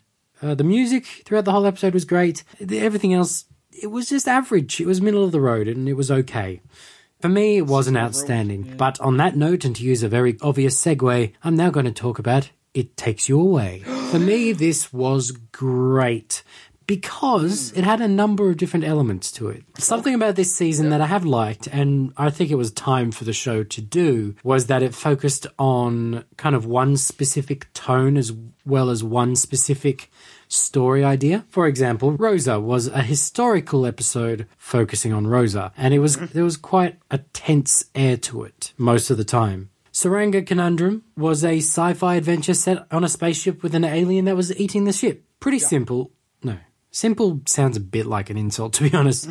S8: Uh, the music throughout the whole episode was great. The, everything else, it was just average. It was middle of the road, and it was okay. For me, it wasn't outstanding. But on that note, and to use a very obvious segue, I'm now going to talk about It Takes You Away. For me, this was great because it had a number of different elements to it. Something about this season that I have liked, and I think it was time for the show to do, was that it focused on kind of one specific tone as well as one specific story idea. For example, Rosa was a historical episode focusing on Rosa, and it was there was quite a tense air to it most of the time. Saranga Conundrum was a sci-fi adventure set on a spaceship with an alien that was eating the ship. Pretty simple. No. Simple sounds a bit like an insult *laughs* to be honest.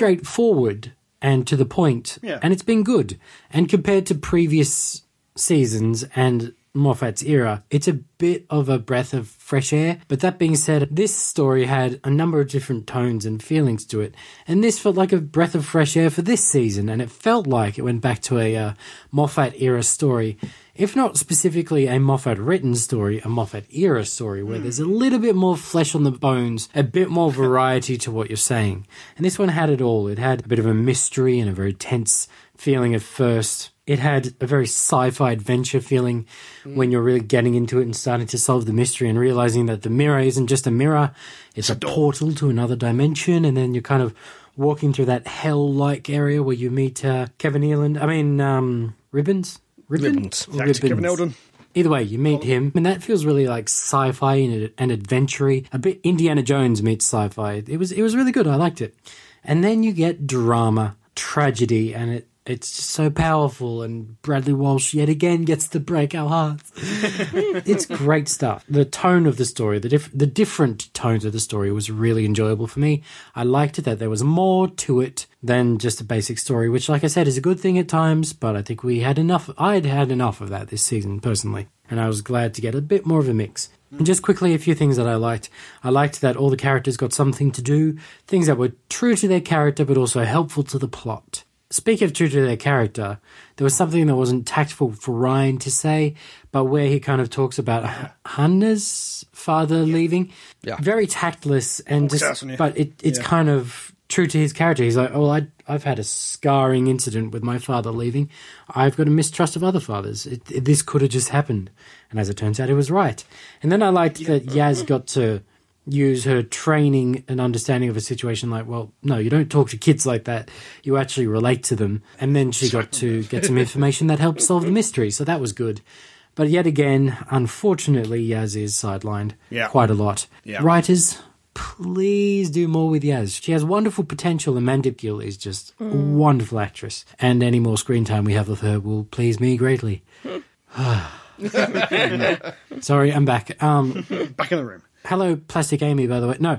S8: Straightforward and to the point.
S5: Yeah.
S8: And it's been good. And compared to previous seasons and Moffat's era, it's a bit of a breath of fresh air. But that being said, this story had a number of different tones and feelings to it, and this felt like a breath of fresh air for this season, and it felt like it went back to a uh, Moffat era story, if not specifically a Moffat written story, a Moffat era story, where there's a little bit more flesh on the bones, a bit more variety to what you're saying. And this one had it all. It had a bit of a mystery and a very tense feeling at first. It had a very sci fi adventure feeling when you're really getting into it and starting to solve the mystery and realizing that the mirror isn't just a mirror, it's a portal to another dimension. And then you're kind of walking through that hell like area where you meet uh, Kevin Eland. I mean, um, Ribbons? Ribbons.
S5: Back to Kevin Eldon.
S8: Either way, you meet him, and that feels really like sci-fi and, and adventure A bit Indiana Jones meets sci-fi. It was it was really good. I liked it. And then you get drama, tragedy, and it it's just so powerful. And Bradley Walsh yet again gets to break our hearts. it's great stuff. The tone of the story, the diff- the different tones of the story was really enjoyable for me. I liked it that there was more to it than just a basic story, which, like I said, is a good thing at times. But I think we had enough. I'd had enough of that this season personally, and I was glad to get a bit more of a mix. And just quickly, a few things that I liked. I liked that all the characters got something to do, things that were true to their character but also helpful to the plot. Speak of true to their character, there was something that wasn't tactful for Ryan to say, but where he kind of talks about H- Hannah's father leaving.
S1: Yeah.
S8: Very tactless and
S1: Walks
S8: just,
S1: out on you.
S8: but it, it's
S1: Yeah.
S8: kind of true to his character. He's like, oh, I, I've had a scarring incident with my father leaving. I've got a mistrust of other fathers. It, it- this could have just happened. And as it turns out, it was right. And then I liked that Yaz got to use her training and understanding of a situation like, well, no, you don't talk to kids like that. You actually relate to them. And then she got to get some information that helped solve the mystery. So that was good. But yet again, unfortunately, Yaz is sidelined
S5: Yeah.
S8: quite a lot.
S5: Yeah.
S8: Writers, please do more with Yaz. She has wonderful potential, and Mandip Gill is just a
S5: Mm.
S8: wonderful actress. And any more screen time we have of her will please me greatly. *sighs* Sorry, I'm back. Um,
S5: Back in the room. *laughs*
S8: Hello, Plastic Amy, by the way. No.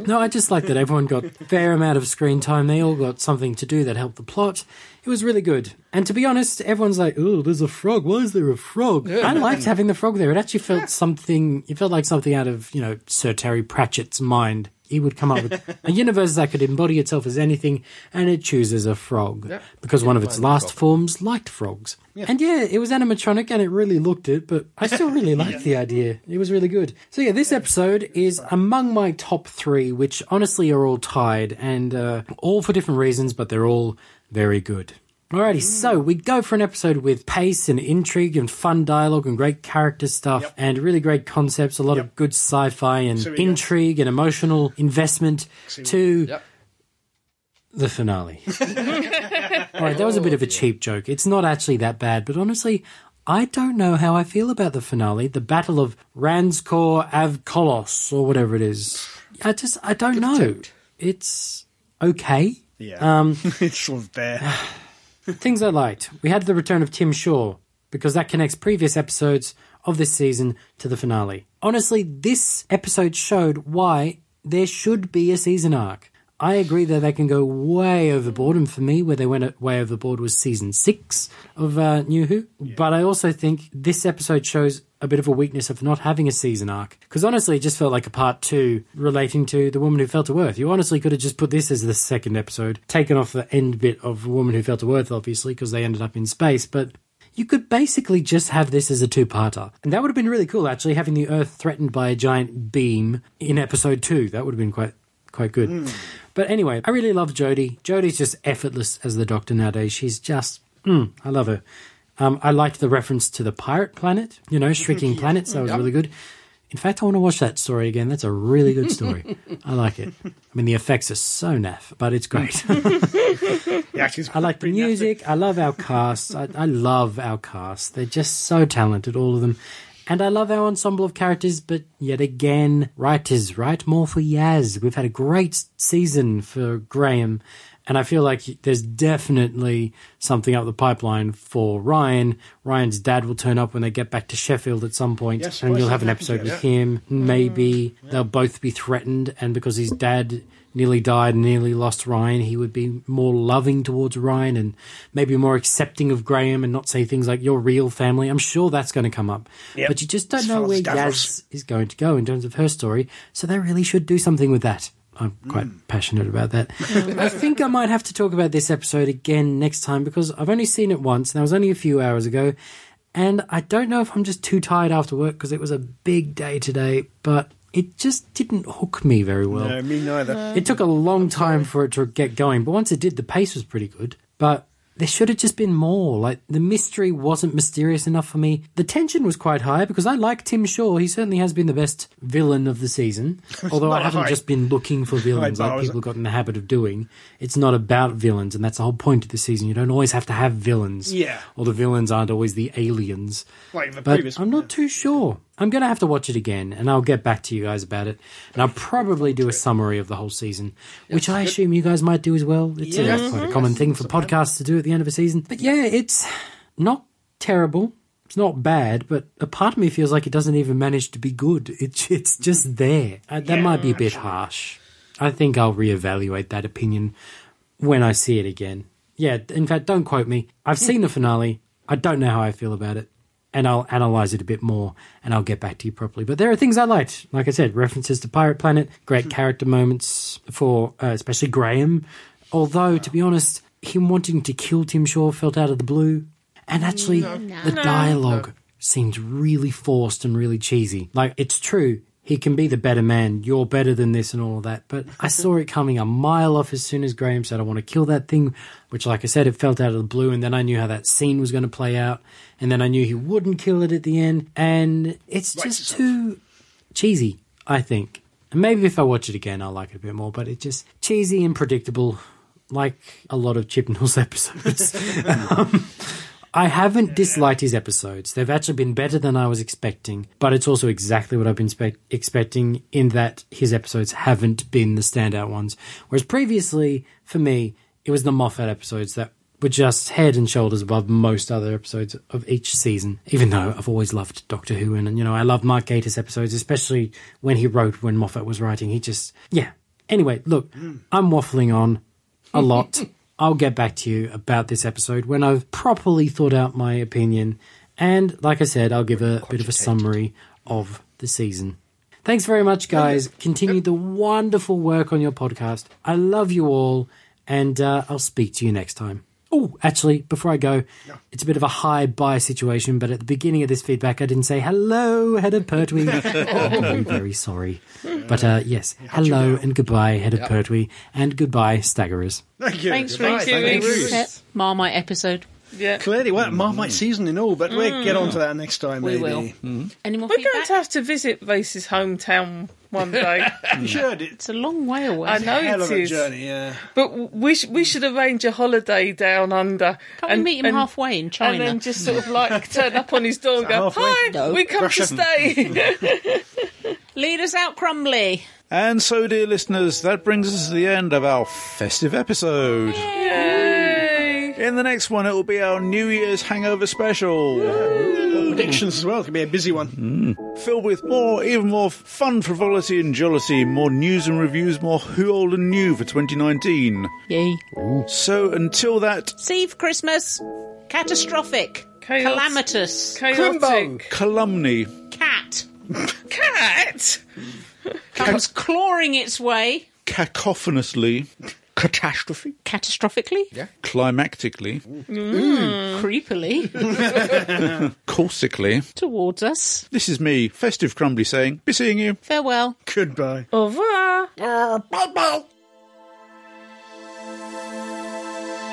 S8: *laughs* no, I just like that everyone got a fair amount of screen time. They all got something to do that helped the plot. It was really good. And to be honest, everyone's like, oh, there's a frog. Why is there a frog?
S1: Yeah.
S8: I liked having the frog there. It actually felt something, it felt like something out of, you know, Sir Terry Pratchett's mind. he would come up with a universe that could embody itself as anything, and it chooses a frog
S12: Yeah.
S8: because
S12: Yeah,
S8: one of its
S12: mine's a
S8: last
S12: frog.
S8: forms liked frogs. And yeah, it was animatronic and it really looked it, but I still really *laughs* liked the idea. It was really good. So yeah, this episode is among my top three, which honestly are all tied and uh, all for different reasons, but they're all very good. Alrighty, so we go for an episode with pace and intrigue and fun dialogue and great character stuff and really great concepts, a lot of good sci fi and
S12: So we go-
S8: intrigue and emotional investment to the finale. All right, that was a bit of a cheap joke. It's not actually that bad, but honestly, I don't know how I feel about the finale, the Battle of Ranskor Avkolos or whatever it is. I just I don't know. It's okay.
S5: Yeah.
S8: Um,
S5: it's sort of there.
S8: Ah, things I liked. We had the return of Tim Shaw because that connects previous episodes of this season to the finale. Honestly, this episode showed why there should be a season arc. I agree that they can go way overboard, and for me, where they went way overboard was season six of uh, New Who. But I also think this episode shows a bit of a weakness of not having a season arc. Because honestly, it just felt like a part two relating to The Woman Who Fell to Earth. You honestly could have just put this as the second episode, taken off the end bit of The Woman Who Fell to Earth, obviously, because they ended up in space. But you could basically just have this as a two parter. And that would have been really cool, actually, having the Earth threatened by a giant beam in episode two. That would have been quite quite good. But anyway, I really love Jodie. Jodie's just effortless as the Doctor nowadays. She's just, mm, I love her. Um, I liked the reference to the pirate planet, you know, shrinking planets. That was
S12: Yep.
S8: really good. In fact, I want to watch that story again. That's a really good story. I like it. I mean, the effects are so naff, but
S7: *laughs*
S8: it's great. I like the music. I love our cast. I, I love our cast. They're just so talented, all of them. And I love our ensemble of characters, but yet again, writers write more for Yaz. We've had a great season for Graham, and I feel like there's definitely something up the pipeline for Ryan. Ryan's dad will turn up when they get back to Sheffield at some point,
S12: Yes,
S8: and
S12: why
S8: you'll
S12: is
S8: have
S12: that
S8: an
S12: happening?
S8: episode with
S12: Yeah. Mm.
S8: him. Maybe they'll both be threatened, and because his dad nearly died and nearly lost Ryan, he would be more loving towards Ryan and maybe more accepting of Graham and not say things like "your real family." I'm sure that's going to come up,
S12: Yep.
S8: but you just don't
S12: As
S8: know
S12: far as
S8: where
S12: Davros.
S8: Yaz is going to go in terms of her story. So they really should do something with that. I'm quite passionate about *laughs* that. I think I might have to talk about this episode again next time because I've only seen it once and that was only a few hours ago. And I don't know if I'm just too tired after work because it was a big day today, but it just didn't hook me very well.
S5: no, me neither.
S8: It took a long time for it to get going, but once it did, the pace was pretty good. But there should have just been more. Like, the mystery wasn't mysterious enough for me. The tension was quite high because I like Tim Shaw. He certainly has been the best villain of
S12: *laughs*
S8: the season. Although I
S12: not
S8: haven't
S12: high.
S8: just been
S12: *laughs*
S8: looking for villains
S12: High
S8: like
S12: bars.
S8: people got in the habit of doing. It's not about villains, and that's the whole point of the season. You don't always have to have villains.
S12: Yeah.
S8: Or the villains aren't always the aliens.
S12: Like the
S8: But
S12: previous
S8: I'm not too sure. I'm going to have to watch it again, and I'll get back to you guys about it. And I'll probably do a summary of the whole season, which I assume you guys might do as well. It's a-
S12: Yes.
S8: quite a common thing for podcasts to do at the end of a season. But yeah, it's not terrible. It's not bad, but a part of me feels like it doesn't even manage to be good. It, *laughs* it's just there. Uh, that might be a bit harsh. I think I'll reevaluate that opinion when I see it again. Yeah, in fact, don't quote me. I've seen the finale. I don't know how I feel about it, and I'll analyze it a bit more, and I'll get back to you properly. But there are things I liked. Like I said, references to Pirate Planet,
S12: Hmm.
S8: great character moments for uh, especially Graham. Although, to be honest, him wanting to kill Tim Shaw felt out of the blue, and actually, the
S12: No.
S8: dialogue seemed really forced and really cheesy. Like, it's true. He can be the better man. You're better than this and all of that. But I saw it coming a mile off as soon as Graham said, I want to kill that thing, which, like I said, it felt out of the blue. And then I knew how that scene was going to play out. And then I knew he wouldn't kill it at the end. And it's just too cheesy, I think. And maybe if I watch it again, I'll like it a bit more. But it's just cheesy and predictable, like a lot of Chibnall's *laughs* episodes. Um, I haven't disliked his episodes. They've actually been better than I was expecting, but it's also exactly what I've been spec expecting in that his episodes haven't been the standout ones. Whereas previously, for me, it was the Moffat episodes that were just head and shoulders above most other episodes of each season. Even though I've always loved Doctor Who, and you know I love Mark Gatiss episodes, especially when he wrote when Moffat was writing. He just yeah. Anyway, look, I'm waffling on a lot. I'll get back to you about this episode when I've properly thought out my opinion. And like I said, I'll give a bit of a summary of the season. Thanks very much, guys. Continue the wonderful work on your podcast. I love you all, and uh, I'll speak to you next time. Oh, actually, before I go, it's a bit of a high buy situation, but at the beginning of this feedback, I didn't say hello, Head of Pertwee. Oh, I'm very, very sorry. But uh, yes, hello and goodbye, Head of
S12: Yep.
S8: Pertwee, and goodbye, Staggerers.
S5: Thank you.
S4: Thanks,
S5: Goodbye.
S4: Ricky. Thank you, Ruth.
S2: Uh,
S12: Pet Marmite episode.
S4: Yeah.
S5: Clearly, well,
S8: Mm.
S5: Marmite season and all, but we'll get on to that next time,
S4: Mm. We
S5: maybe.
S4: will.
S12: Any more
S4: We're going to have to visit Vace's hometown
S5: *laughs*
S4: one day.
S8: Mm.
S5: You should.
S12: It's a long way away.
S4: I know
S5: a hell
S4: it
S5: of a
S4: is.
S5: journey, yeah.
S4: But w- we sh- we should arrange a holiday down under.
S12: Can't we meet him halfway in China?
S4: And then just sort of *laughs* like turn up on his door and go,
S3: Halfway?
S4: "Hi,
S3: No.
S4: we come
S3: Russia.
S4: to *laughs* stay."
S2: Lead us out, Crumbly.
S3: And so, dear listeners, that brings us to the end of our festive episode. In the next one, it will be our New Year's Hangover Special.
S5: Predictions as well. It could be a busy one.
S3: Filled with more, even more fun, frivolity, and jollity, more news and reviews, more who old and new for 2019.
S12: Yay.
S3: So until that.
S2: Save Christmas. Catastrophic. Calamitous.
S3: Crimbo! Calumny.
S2: Cat.
S4: *laughs* Cat.
S2: Comes clawing its way.
S3: Cacophonously. Catastrophe.
S12: Catastrophically.
S2: Yeah.
S3: Climactically.
S4: *laughs*
S12: Creepily.
S3: Caustically.
S12: Towards us.
S3: This is me, Festive Crumbly, saying, be seeing you.
S12: Farewell.
S5: Goodbye.
S12: Au revoir.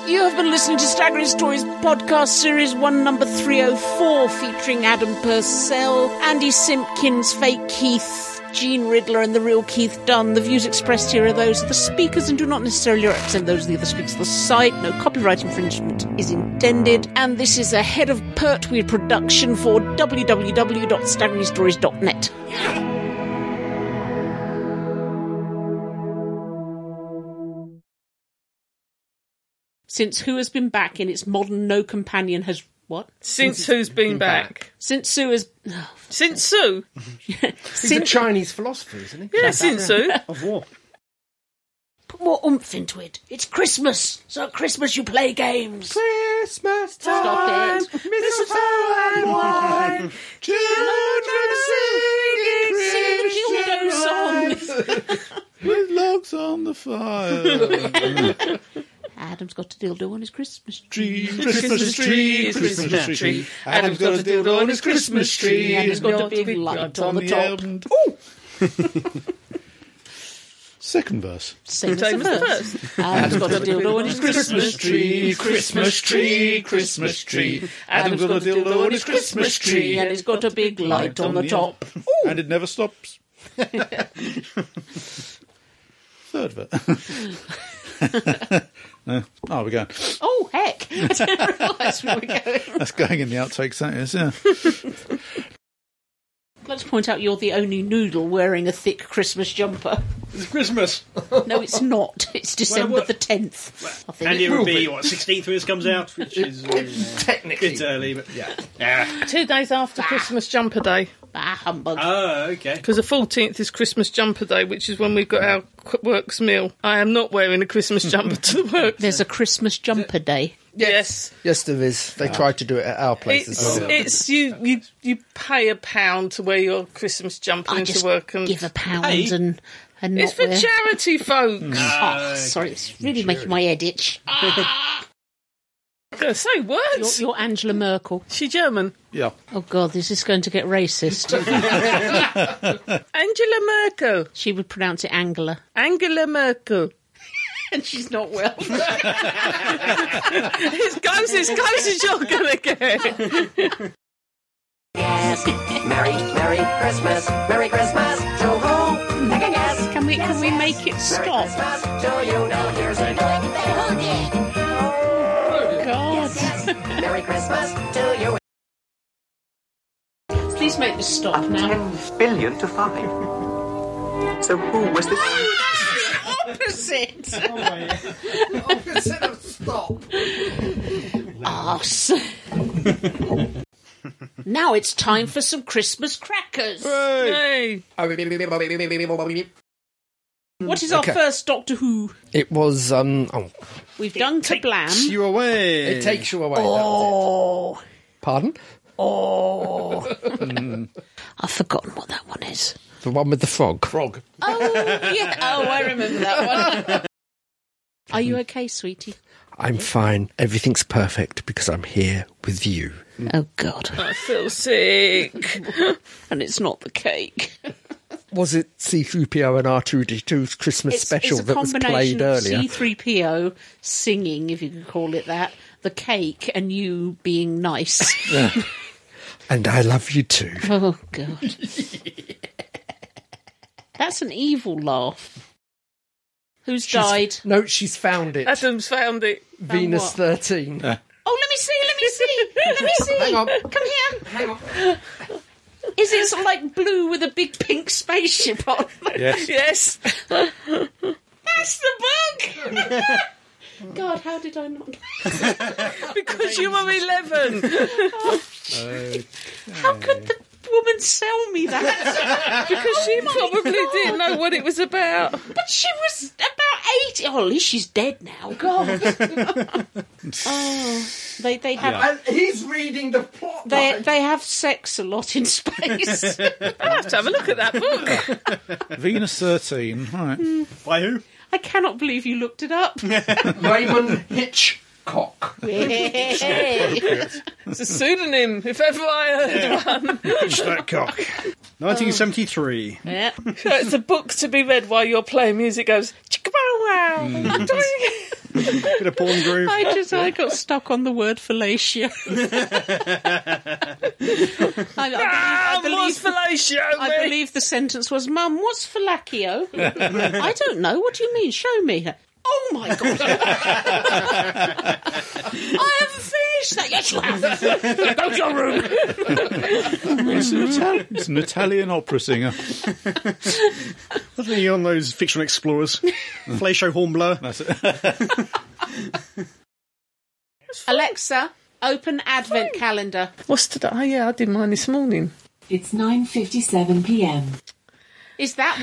S2: You have been listening to Staggering Stories podcast series 1 number 304 featuring Adam Purcell, Andy Simpkins, Fake Keith, Gene Riddler and the real Keith Dunn. The views expressed here are those of the speakers and do not necessarily represent those of the other speakers of the site. No copyright infringement is intended and this is a head of Pertwee production for www.staggeringstories.net. Since Who has been back in its modern no companion has what?
S4: Since Who's been back?
S2: Since Sue has
S4: Since Sue.
S10: He's a Chinese philosopher, isn't he?
S4: Yeah, Sinsu.
S10: Of war.
S2: Put more oomph into it. It's Christmas, so at Christmas you play games.
S11: Christmas time.
S2: Stop it.
S11: Mistletoe and wine. Children singing
S2: Christian
S3: *laughs* With logs on the fire.
S2: Adam's got a dildo on his Christmas
S3: tree.
S11: Christmas tree, Christmas tree. Adam's got a dildo on his Christmas tree.
S2: And he's got a
S11: Not
S2: big
S11: big
S2: light
S11: light
S2: on the
S11: on the
S2: top.
S3: Second verse.
S2: Same as
S4: Same
S2: the
S4: as the
S2: first.
S4: first.
S2: Adam's got a dildo on his Christmas tree.
S11: Christmas tree, Christmas tree.
S2: Adam's got a dildo on his Christmas tree. And he's got a big light on the top.
S3: And it never stops. Third *laughs* verse. no. Oh, we're going.
S2: Oh, heck. *laughs* I didn't realise we were going.
S3: That's going in the outtakes, that is, yeah.
S2: Let's point out you're the only noodle wearing a thick Christmas *laughs* jumper.
S5: It's Christmas.
S2: No, it's not. It's December
S5: what-
S2: the 10th. I think
S5: And it will be,
S2: be.
S5: what, 16th when this comes out? Which is
S1: uh,
S5: technically. It's early, but. Yeah.
S4: Two days after Christmas Jumper Day.
S2: Ah, humbug.
S5: Oh, okay.
S4: Because the 14th is Christmas Jumper Day, which is when we've got our qu- works meal. I am not wearing a Christmas jumper to the work.
S2: There's a Christmas jumper day.
S4: Yes.
S1: Yes, there is. They tried to do it at our place as
S4: It's,
S1: well.
S4: it's you, you you pay a pound to wear your Christmas jumper
S2: I
S4: into
S2: just
S4: work and
S2: give a pound
S4: Hey.
S2: and, and
S4: it's
S2: not
S4: for
S2: wear-
S4: charity, folks.
S2: Oh, sorry, it's really making my head itch.
S4: Say words.
S2: You're, you're Angela Merkel.
S4: She German.
S3: Yeah.
S2: Oh God, this is going to get racist. *laughs*
S4: Angela Merkel.
S2: She would pronounce it Angela.
S4: Angela Merkel. *laughs*
S2: And she's not well.
S4: it's close, it's close as you're gonna get.
S11: Yes. Merry, Merry Christmas. Merry Christmas to who? Take a guess.
S2: Can we can we make it stop?
S11: Do you know here's a good thing?
S2: God.
S11: Merry Christmas to you.
S2: Please make this stop now.
S11: Billion to five. So who was this?
S2: *laughs* Opposite. Opposite of stop. *laughs* Arse. now it's time for some Christmas crackers. What is our
S1: Okay.
S2: first Doctor Who?
S1: It was um oh
S2: We've done Kablam.
S1: you away. It takes you away.
S2: Oh.
S1: Pardon?
S2: *laughs* Oh. I've forgotten what that one is.
S1: The one with the frog.
S3: Frog.
S2: Oh, yeah. Oh, I remember that one. Are you okay, sweetie?
S1: I'm fine. Everything's perfect because I'm here with you.
S2: Oh, God.
S4: I feel sick.
S2: and it's not the cake.
S1: Was it C3PO and R2D2's Christmas
S2: It's,
S1: special
S2: it's a
S1: that was
S2: combination
S1: played earlier?
S2: of C3PO singing, if you can call it that, the cake, and you being nice.
S1: *laughs* Yeah. and I love you too.
S2: *laughs* Oh god. *laughs* That's an evil laugh. Who's died?
S1: No, she's found it.
S4: Adam's found it.
S1: Venus
S4: Found what?
S1: 13.
S2: Oh, let me see, let me see, let me see.
S4: Hang on.
S2: Come here. *laughs* Is it sort of like blue with a big pink spaceship on?
S4: Yes.
S2: yes. *laughs* That's the
S1: *laughs*
S2: bug. *laughs* God, how did I not?
S4: because you were 11.
S1: Oh,
S2: How could the woman sell me that?
S4: Because she
S2: Oh My
S4: probably
S2: God.
S4: didn't know what it was about.
S2: But she was about 80. Oh, at least she's dead now. God. *laughs* oh, they, they have.
S10: And he's reading the plot.
S2: They,
S10: line.
S2: they have sex a lot in space. I'll
S4: have to have a look at that book.
S3: Venus 13. Right.
S5: By who?
S2: I cannot believe you looked it up.
S1: *laughs*
S10: Raymond Hitchcock.
S4: it's a pseudonym, if ever I heard one.
S5: that cock. 1973.
S2: Yeah.
S4: So it's a book to be read while you're playing music goes, chicka-bow-wow.
S5: Bit of
S2: *laughs*
S5: porn
S2: *laughs*
S5: groove.
S2: I just I got stuck on the word fellatio. *laughs* I, I believe, I
S4: Mum, what's Ah, fellatio?
S2: I
S4: mate?
S2: believe the sentence was, "Mum, what's *laughs* fellatio?" I don't know. What do you mean? Show me. Oh my god! *laughs* I haven't finished that. Yes, you have. Go to your room.
S3: It's an, Ital- it's an Italian opera singer.
S5: Wasn't he on those fictional explorers? Fleisho Hornblower.
S3: That's it.
S2: Alexa, open advent calendar.
S4: What's today? Oh, yeah, I did mine this morning.
S13: It's 9:57 p.m.
S2: Is that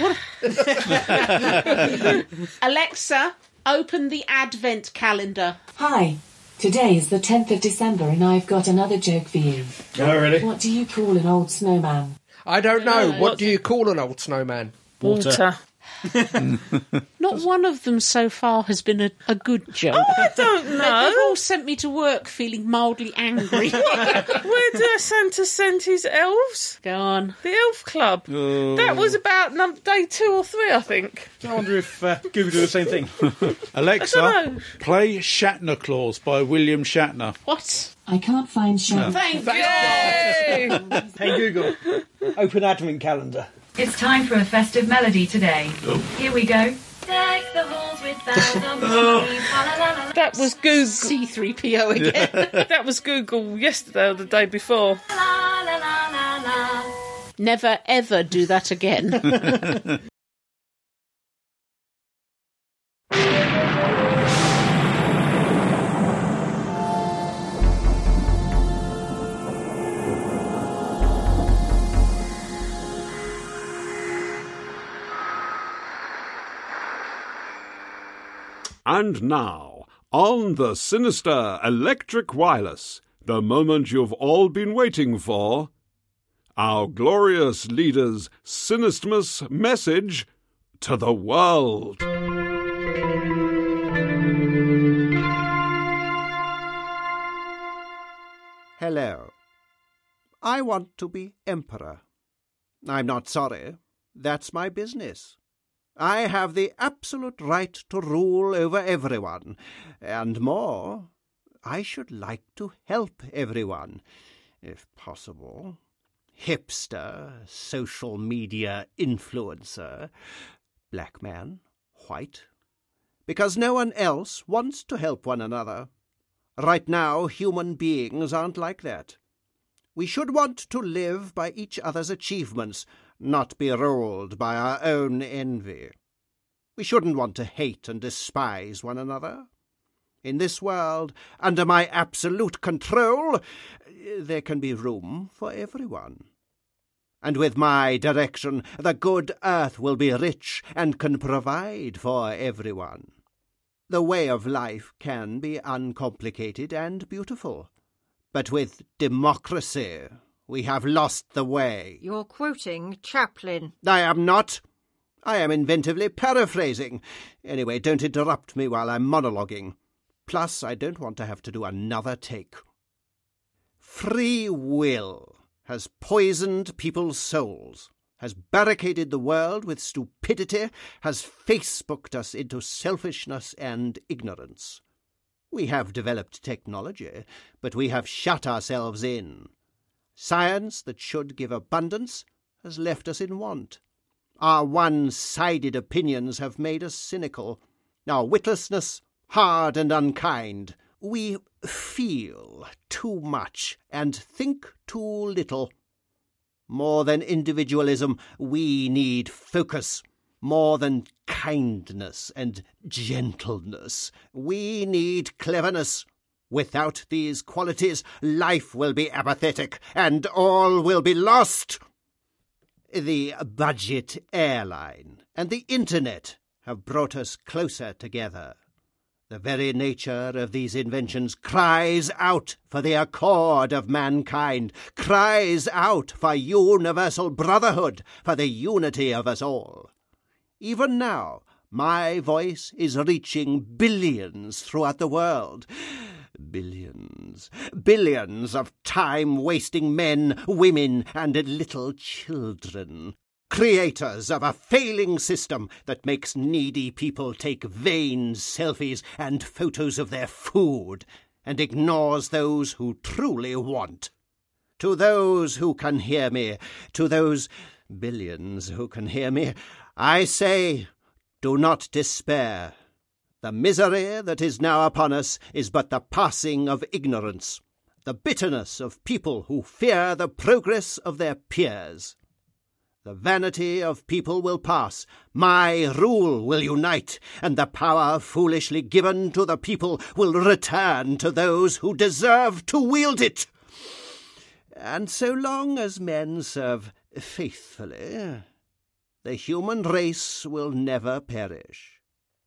S2: *laughs* what? Alexa, open the advent calendar.
S13: Hi. Today is the 10th of December and I've got another joke for you.
S1: Oh, really?
S13: What do you call an old snowman?
S1: I don't know.
S2: Uh,
S1: what do you call an old snowman?
S4: *laughs* Water.
S2: Not one of them so far has been a, a good joke. Oh,
S4: I don't know.
S2: They've all sent me to work feeling mildly *laughs* angry.
S4: Where do Santa send his elves?
S2: Go on.
S4: The Elf Club. That was about num- day two or three, I think.
S5: I wonder if uh, Google do the same thing.
S4: I
S3: Alexa,
S4: dunno.
S3: play Shatner Claus by William Shatner.
S2: What?
S13: I can't find Shannon.
S2: Thank
S4: Yay!
S5: Hey Google, open admin calendar.
S6: It's time for a festive melody today.
S7: Oh.
S6: Here we go. Deck the halls
S7: *laughs*
S6: with bells on
S7: Oh.
S6: the
S4: That was Google.
S2: C3PO again.
S4: that was Google yesterday or the day before.
S2: Never ever do that again.
S14: And now, on the sinister electric wireless, the moment you've all been waiting for, our glorious leader's sinisterous message to the world.
S7: Hello. I want to be emperor. I'm not sorry. That's my business. I have the absolute right to rule over everyone. And more, I should like to help everyone, if possible. Hipster, social media influencer, black man, white. Because no one else wants to help one another. Right now, human beings aren't like that. We should want to live by each other's achievements, not be ruled by our own envy. We shouldn't want to hate and despise one another. In this world, under my absolute control, eh, there can be room for everyone. And with my direction, the good earth will be rich and can provide for everyone. The way of life can be uncomplicated and beautiful. But with democracy, We have lost the way.
S15: You're quoting Chaplin.
S7: I am not. I am inventively paraphrasing. Anyway, don't interrupt me while I'm monologuing. Plus, I don't want to have to do another take. Free will has poisoned people's souls, has barricaded the world with stupidity, has Facebooked us into selfishness and ignorance. We have developed technology, but we have shut ourselves in. Science that should give abundance has left us in want. Our one sided opinions have made us cynical, our witlessness hard and unkind. We feel too much and think too little. More than individualism, we need focus. More than kindness and gentleness, we need cleverness. Without these qualities, life will be apathetic and all will be lost. The budget airline and the internet have brought us closer together. The very nature of these inventions cries out for the accord of mankind, cries out for universal brotherhood, for the unity of us all. Even now, my voice is reaching billions throughout the world. Billions, billions of time wasting men, women, and little children. Creators of a failing system that makes needy people take vain selfies and photos of their food and ignores those who truly want. To those who can hear me, to those billions who can hear me, I say, do not despair. The misery that is now upon us is but the passing of ignorance, the bitterness of people who fear the progress of their peers. The vanity of people will pass, my rule will unite, and the power foolishly given to the people will return to those who deserve to wield it. And so long as men serve faithfully, the human race will never perish.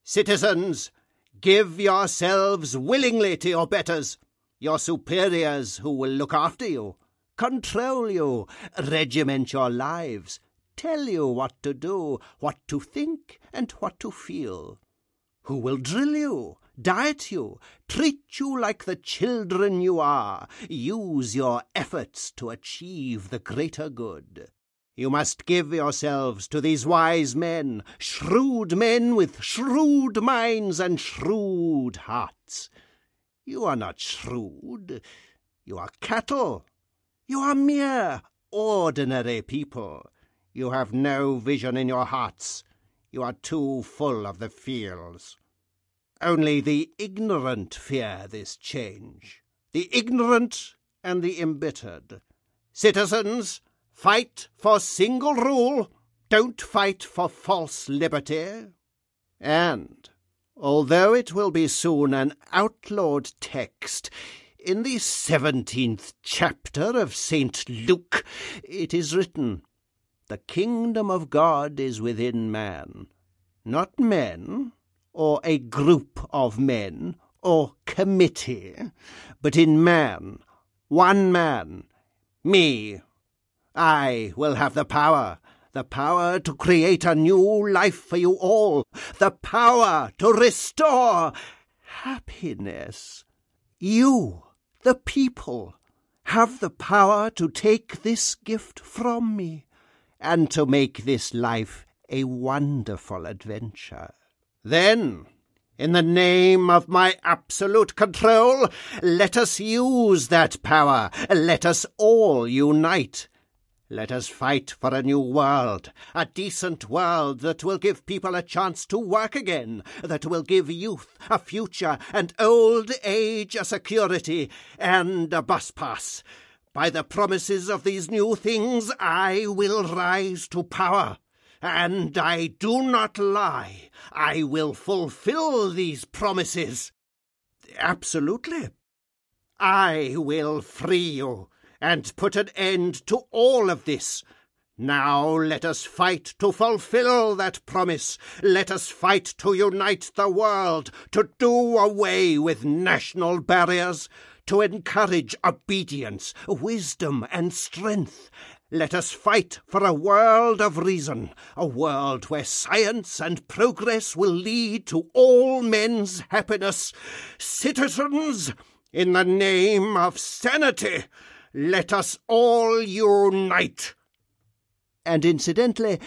S7: Citizens, give yourselves willingly to your betters, your superiors who will look after you, control you, regiment your lives, tell you what to do, what to think, and what to feel, who will drill you, diet you, treat you like the children you are, use your efforts to achieve the greater good. You must give yourselves to these wise men, shrewd men with shrewd minds and shrewd hearts. You are not shrewd. You are cattle. You are mere ordinary people. You have no vision in your hearts. You are too full of the fields. Only the ignorant fear this change. The ignorant and the embittered. Citizens, Fight for single rule. Don't fight for false liberty. And, although it will be soon an outlawed text, in the seventeenth chapter of St. Luke it is written, The kingdom of God is within man, not men, or a group of men, or committee, but in man, one man, me. I will have the power, the power to create a new life for you all, the power to restore happiness. You, the people, have the power to take this gift from me and to make this life a wonderful adventure. Then, in the name of my absolute control, let us use that power. Let us all unite. Let us fight for a new world, a decent world that will give people a chance to work again, that will give youth a future and old age a security and a bus pass. By the promises of these new things, I will rise to power. And I do not lie. I will fulfill these promises. Absolutely. I will free you and put an end to all of this. Now let us fight to fulfill that promise. Let us fight to unite the world, to do away with national barriers, to encourage obedience, wisdom, and strength. Let us fight for a world of reason, a world where science and progress will lead to all men's happiness. Citizens, in the name of sanity, let us all unite. And incidentally,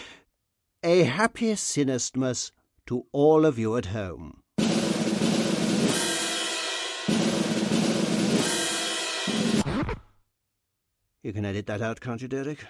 S7: a happy Sinistmas to all of you at home. You can edit that out, can't you, Derek?